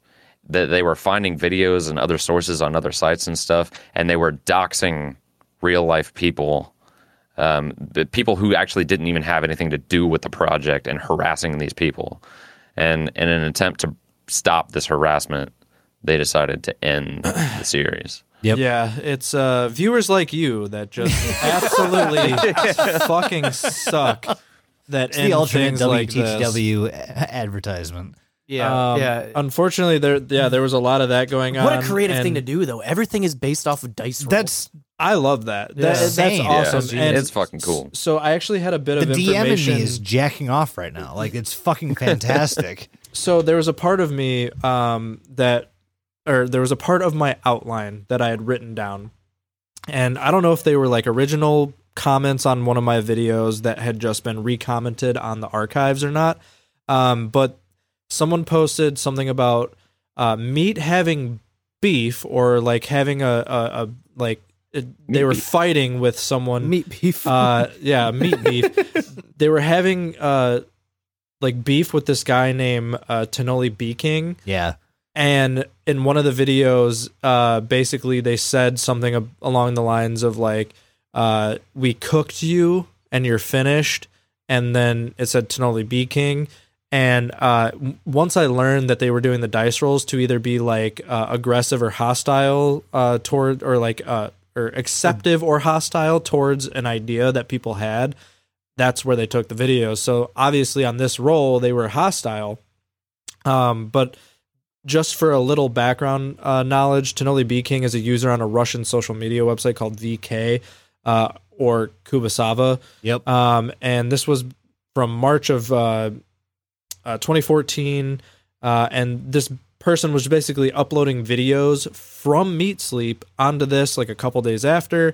S3: that they were finding videos and other sources on other sites and stuff and they were doxing real life people um, the people who actually didn't even have anything to do with the project and harassing these people. And in an attempt to stop this harassment, they decided to end the series.
S4: Yep.
S5: Yeah, it's uh, viewers like you that just absolutely fucking suck. That
S8: It's
S5: end
S8: the alternate
S5: things like this.
S8: WTTW advertisement.
S2: Yeah,
S5: Um,
S2: yeah.
S5: Unfortunately, there yeah there was a lot of that going on.
S2: what a creative
S5: and
S2: thing to do, though. Everything is based off of dice rolls.
S8: That's
S5: I love that. That- that's
S8: Insane. Yeah.
S5: awesome. And
S3: it's fucking cool.
S5: So I actually had a bit
S8: the
S5: of
S8: DM in
S5: information.
S8: me is jacking off right now. Like it's fucking fantastic.
S5: so there was a part of me um, that, or there was a part of my outline that I had written down, and I don't know if they were like original comments on one of my videos that had just been recommented on the archives or not. Um, but someone posted something about uh, meat having beef or like having a, a, a like it, they were fighting with someone
S2: meat beef.
S5: uh yeah meat beef they were having uh like beef with this guy named uh Tenoli B King
S8: yeah.
S5: and in one of the videos uh basically they said something ab- along the lines of like uh we cooked you and you're finished and then it said Tenoli B King and uh w- once I learned that they were doing the dice rolls to either be like uh, aggressive or hostile uh toward or like uh or acceptive or hostile towards an idea that people had that's where they took the video. So obviously on this roll they were hostile. Um, but just for a little background uh, knowledge, Tenoli B King is a user on a Russian social media website called VK uh, or Kubasava.
S8: Yep.
S5: Um, and this was from March of uh, uh, 2014. Uh, and this person was basically uploading videos from Meat Sleep onto this like a couple days after.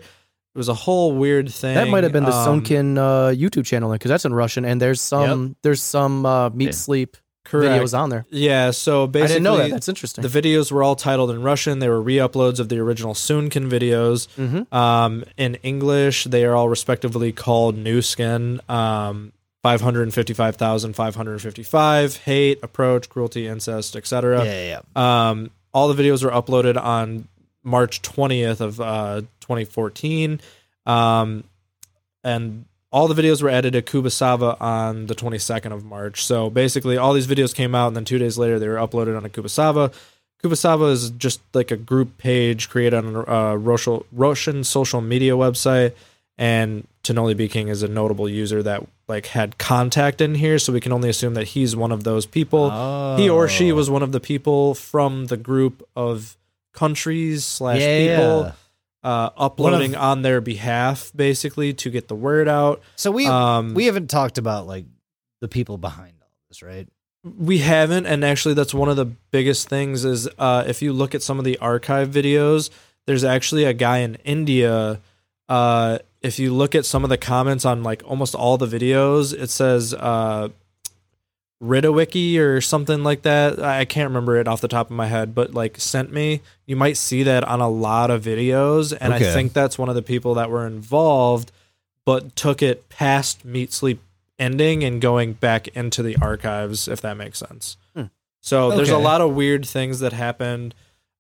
S5: It was a whole weird thing.
S2: that might have been the
S5: Um,
S2: Sunken uh, YouTube channel because that's in Russian, and there's some there's some uh, meat
S3: Yeah.
S2: sleep
S5: correct.
S2: videos on there.
S5: Yeah, so basically,
S2: I didn't know that. That's interesting.
S5: the videos were all titled in Russian. They were re-uploads of the original Soonkin videos.
S2: Mhm.
S5: Um, in English, they are all respectively called New Skin, um, 555,555, Hate, Approach, Cruelty, Incest,
S8: Yeah.
S5: etc.
S8: Yeah. yeah.
S5: Um, all the videos were uploaded on March 20th of uh, 2014, um, and all the videos were added to Kubasava on the 22nd of March. So basically, all these videos came out, and then two days later, they were uploaded on a Kubasava. Kubasava is just like a group page created on a Russian, Russian social media website, and Tenoli B King is a notable user that like had contact in here, so we can only assume that he's one of those people he or she
S8: Oh.
S5: was one of the people from the group of countries slash
S8: Yeah.
S5: people uh, uploading on their behalf, basically to get the word out.
S8: So we
S5: Um,
S8: we haven't talked about like the people behind all this, right?
S5: we haven't, and actually, that's one of the biggest things. Is uh, if you look at some of the archive videos, there's actually a guy in India. Uh, if you look at some of the comments on like almost all the videos, it says uh, Ritawiki or something like that. I I can't remember it off the top of my head, but like sent me. You might see that on a lot of videos, and I
S8: Okay.
S5: think that's one of the people that were involved, but took it past Meat Sleep ending and going back into the archives, if that makes sense. So there's a
S8: Hmm. Okay.
S5: lot of weird things that happened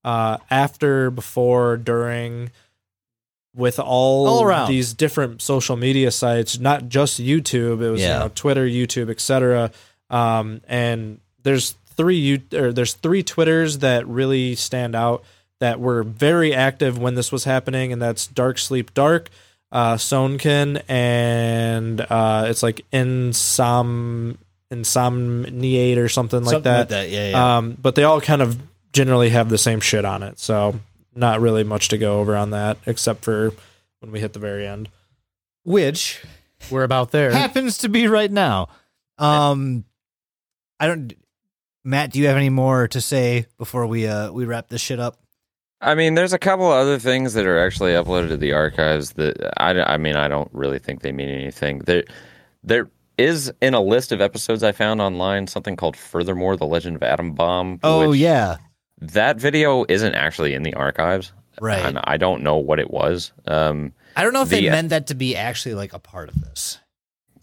S5: uh, after, before, during, with all,
S8: All around.
S5: these different social media sites, not just YouTube. It was
S8: Yeah.
S5: you know, Twitter, YouTube, etc. Um, and there's three you or there's three Twitters that really stand out that were very active when this was happening, and that's Dark Sleep Dark, uh, Sonkin, and uh, it's like Insom Insomniate or something like
S8: Something
S5: that.
S8: like that. Uh, Yeah. Yeah.
S5: Um, but they all kind of generally have the same shit on it, so not really much to go over on that, except for when we hit the very end.
S8: Which
S2: we're about there.
S8: happens to be right now. Um, I don't. Matt, do you have any more to say before we uh we wrap this shit up?
S3: I mean, there's a couple of other things that are actually uploaded to the archives that I, I mean, I don't really think they mean anything. There, there is in a list of episodes I found online something called "Furthermore: The Legend of Atom Bomb."
S8: Oh
S3: which
S8: yeah.
S3: that video isn't actually in the archives.
S4: Right.
S3: And I don't know what it was. Um,
S4: I don't know if they
S3: The-
S4: meant that to be actually like a part of this.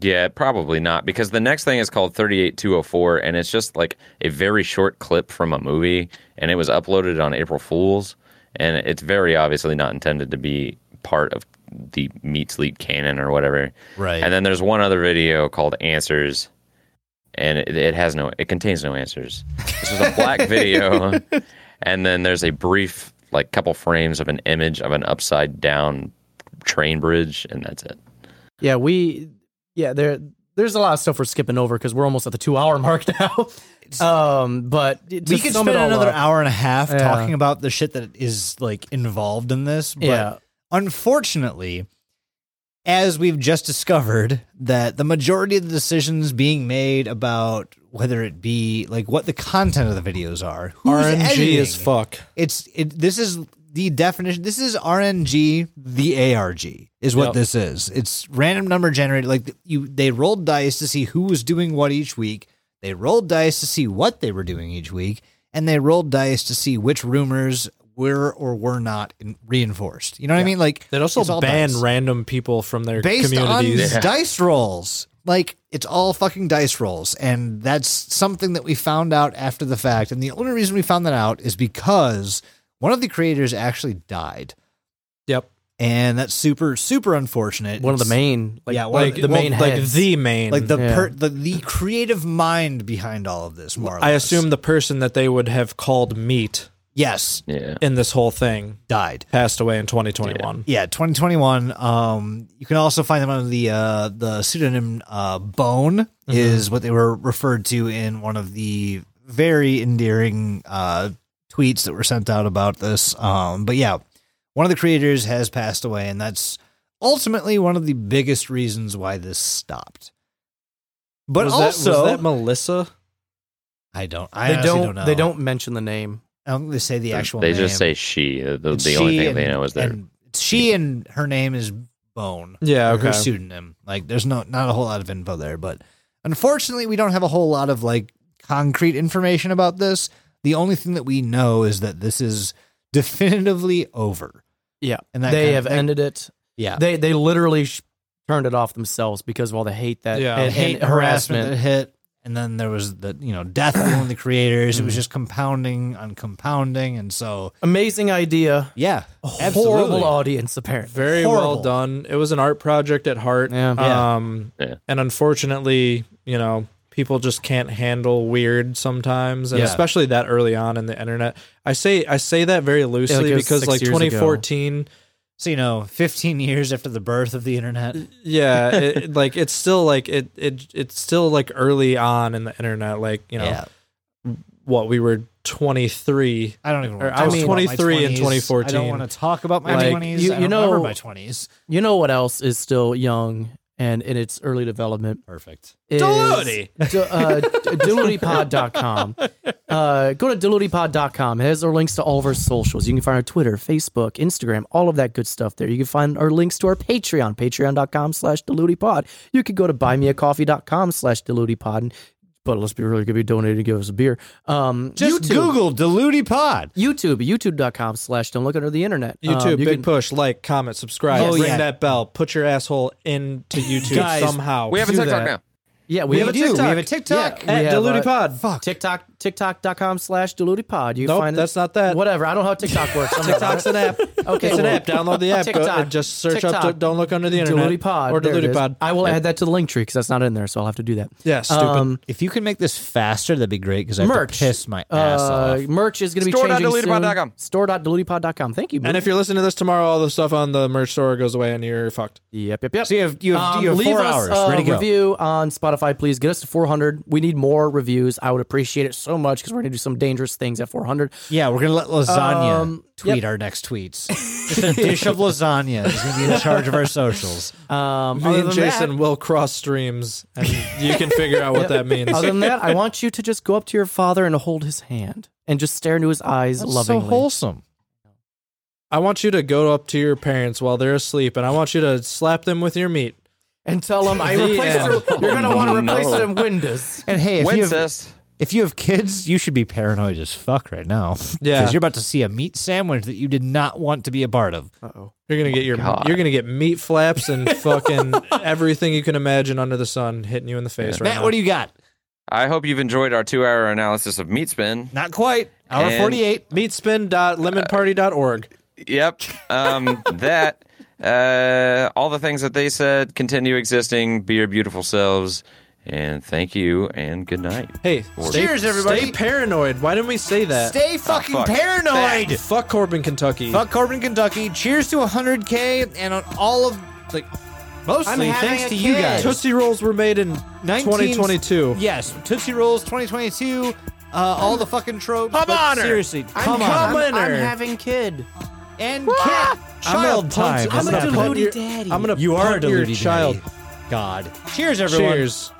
S3: yeah, probably not because the next thing is called 38204 and it's just like a very short clip from a movie and it was uploaded on April Fools and it's very obviously not intended to be part of the Meat Sleep canon or whatever.
S4: Right.
S3: And then there's one other video called Answers, and it, it has no, it contains no answers. This is a black video, and then there's a brief, like, couple frames of an image of an upside down train bridge, and that's it.
S2: Yeah, we yeah, there there's a lot of stuff we're skipping over because we're almost at the two hour mark now. um, but
S4: we could spend another hour and a half
S2: Yeah.
S4: talking about the shit that is like involved in this. But
S2: Yeah.
S4: unfortunately, as we've just discovered, that the majority of the decisions being made about whether it be like what the content of the videos are, who's
S5: RNG
S4: editing,
S5: as fuck.
S4: It's it, this is the definition. This is RNG. The ARG is what
S5: Yep.
S4: this is. It's random number generated. Like you, they rolled dice to see who was doing what each week. They rolled dice to see what they were doing each week, and they rolled dice to see which rumors were or were not in, reinforced. You know what I mean? Like
S5: They'd also
S4: it's all
S5: ban
S4: dice.
S5: random people from their
S4: based on
S5: communities.
S4: dice rolls. Like it's all fucking dice rolls, and that's something that we found out after the fact. And the only reason we found that out is because one of the creators actually died,
S5: Yep.
S4: and that's super super unfortunate.
S2: one of the
S4: It's-
S2: main like
S4: yeah, one
S5: Like
S4: of the,
S5: the
S2: well,
S5: main,
S2: like
S5: like the main.
S4: like the,
S2: Yeah.
S4: per, the the creative mind behind all of this. More, or
S5: I
S4: less.
S5: assume the person that they would have called meat
S4: yes,
S3: Yeah.
S5: in this whole thing
S4: died.
S5: passed away in 2021.
S4: Yeah, 2021. Um, you can also find them under the uh, the pseudonym uh, Bone is what they were referred to in one of the very endearing uh, tweets that were sent out about this. Um, but yeah, one of the creators has passed away, and that's ultimately one of the biggest reasons why this stopped. But
S5: was
S4: also,
S5: that, was that Melissa?
S4: I don't. I
S2: they
S4: honestly
S2: don't,
S4: don't. know.
S2: they don't mention the name.
S4: I don't think they say the actual.
S3: They
S4: name.
S3: just say she. The, the
S4: It's
S3: only
S4: she
S3: thing they
S4: and-
S3: know is that.
S4: and it's she and her name is Bone.
S5: Yeah,
S4: or her
S5: okay.
S4: pseudonym. Like there's no not a whole lot of info there, but unfortunately we don't have a whole lot of like concrete information about this. The only thing that we know is that this is definitively over.
S2: Yeah,
S4: And that
S2: they
S4: kind of
S2: have
S4: thing.
S2: ended it.
S4: Yeah.
S2: They they literally sh- turned it off themselves because of all the hate that
S5: Yeah.
S2: and,
S4: hate
S2: and
S4: and harassment.
S2: harassment.
S4: that hit and then there was the you know death of one of the creators. It was just compounding on compounding and so
S2: Amazing idea,
S4: yeah.
S2: horrible audience apparently.
S5: Very
S4: Horrible.
S5: well done. It was an art project at heart.
S2: Yeah.
S4: Yeah.
S5: Um,
S3: Yeah.
S5: And unfortunately, you know, people just can't handle weird sometimes, and
S4: Yeah.
S5: especially that early on in the internet. I say I say that very loosely
S2: it was
S5: because
S2: six
S5: like
S2: years ago.
S5: 2014,
S4: So you know, fifteen years after the birth of the internet.
S5: yeah, it, it- like it's still like it it it's still like early on in the internet. Like you know
S4: Yeah.
S5: what we were 23.
S4: I don't even.
S5: Or
S4: wanna
S5: I was
S4: talk about my
S5: 23 in
S4: 20s. I don't
S5: 2014.
S4: want to talk about my
S5: Like,
S4: twenties.
S2: you-
S4: I
S2: you
S4: don't remember
S2: know-
S4: my twenties.
S2: You know what else is still young and in its early development?
S4: Perfect.
S2: is
S5: Doolody.
S2: do, uh, dilutypod.com. Uh, go to dilutypod.com. It has our links to all of our socials. You can find our Twitter, Facebook, Instagram, all of that good stuff there. You can find our links to our Patreon, patreon.com slash dilutypod. You could go to buymeacoffee.com slash dilutypod. and- But let's be really good. Be donating to give us a beer. Um,
S4: Just
S2: YouTube,
S4: Google Diluty Pod.
S2: YouTube, youtube.com slash don't look under the internet. Um,
S5: YouTube,
S2: you
S5: big
S2: can-
S5: push, like, comment, subscribe,
S4: Oh,
S5: ring
S4: yeah.
S5: that bell, put your asshole into YouTube
S4: Guys,
S5: somehow.
S3: we have a
S5: Do
S3: TikTok
S5: that.
S3: now.
S2: Yeah, we,
S5: have a
S2: do.
S5: TikTok.
S4: We have a TikTok.
S2: Yeah, we
S5: at
S2: have,
S5: Diluted
S2: uh,
S5: Pod.
S4: Fuck.
S2: TikTok, TikTok.com slash dilutypod. You can
S5: Nope,
S2: find it-
S5: that's not that.
S2: Whatever. I don't know how TikTok works. I'm not-
S5: TikTok's an app.
S2: Okay,
S5: it's an
S2: well,
S5: app. Download the app. Go-
S2: TikTok,
S5: and just search up.
S2: TikTok.
S5: don't look under the internet.
S2: Diluted Pod.
S5: or
S2: There it
S5: Diluted
S2: is.
S5: Pod.
S2: I will add that to the link tree because that's not in there, so I'll have to do that.
S5: Yeah, stupid.
S2: Um,
S4: If you can make this faster, that'd be great because I have to
S2: merch.
S4: piss my ass
S2: uh,
S4: off.
S2: merch is going to be changing soon.
S3: Store.dilutedpod.com.
S2: Store.dilutedpod.com. Thank you.
S5: and if you're listening to this tomorrow, all the stuff on the merch store goes away, and you're fucked.
S2: yep, yep, yep.
S4: So you have you have,
S2: Um,
S4: you have
S2: leave
S4: four
S2: us
S4: hours.
S2: a
S4: Ready to go.
S2: review on Spotify, please. Get us to 400. We need more reviews. I would appreciate it so much because we're going to do some dangerous things at 400.
S4: Yeah, we're gonna let lasagna
S2: Um,
S4: tweet our next tweets. Just a dish of lasagna is gonna be in charge of our socials.
S2: Um, other
S5: Me and
S2: than that-
S5: Jason will cross streams, and you can figure out what that means.
S2: Other than that, I want you to just go up to your father and hold his hand and just stare into his eyes
S4: That's so
S2: lovingly.
S4: wholesome.
S5: I want you to go up to your parents while they're asleep, and I want you to slap them with your meat.
S2: and tell him I
S5: The
S2: replaced
S5: end.
S2: her. You're gonna want to
S3: No.
S2: replace it in Windows.
S4: And hey, if you have,
S3: When's this?
S4: if you have kids, you should be paranoid as fuck right now.
S5: Yeah.
S4: Because you're about to see a meat sandwich that you did not want to be a part of.
S2: Uh-oh.
S5: You're gonna get your
S3: God.
S5: you're gonna get meat flaps and fucking everything you can imagine under the sun hitting you in the face right
S4: Matt,
S5: now.
S4: what do you got?
S3: I hope you've enjoyed our two hour analysis of Meat Spin.
S4: Not quite. Hour
S3: And-
S4: 48.
S5: Meatspin.lemonparty.org.
S3: Yep. Um, that, uh, all the things that they said continue existing. Be your beautiful selves. And thank you and good night.
S5: Hey, stay,
S4: Cheers, everybody.
S5: Stay paranoid. Why didn't we say that?
S4: Stay fucking
S3: fuck.
S4: paranoid.
S5: Fuck Corbin, Kentucky.
S4: Fuck Corbin, Kentucky. Cheers to 100K and on all of, like, mostly
S8: having
S4: thanks
S8: a
S4: to you
S8: kid.
S4: guys.
S5: Tootsie Rolls were made in
S4: 19
S5: 2022.
S4: Yes, Tootsie Rolls 2022. Uh, all the fucking tropes.
S5: Come
S4: but
S5: on her.
S4: Seriously, come on.
S5: coming.
S2: I'm, I'm
S4: her.
S5: Winner.
S2: having kid.
S4: And cat child time.
S5: I'm
S4: is
S5: gonna
S4: happening.
S5: punt your, I'm gonna
S4: You are a
S5: punt your
S4: deluded
S5: child.
S4: daddy. God. Cheers, everyone.
S5: Cheers.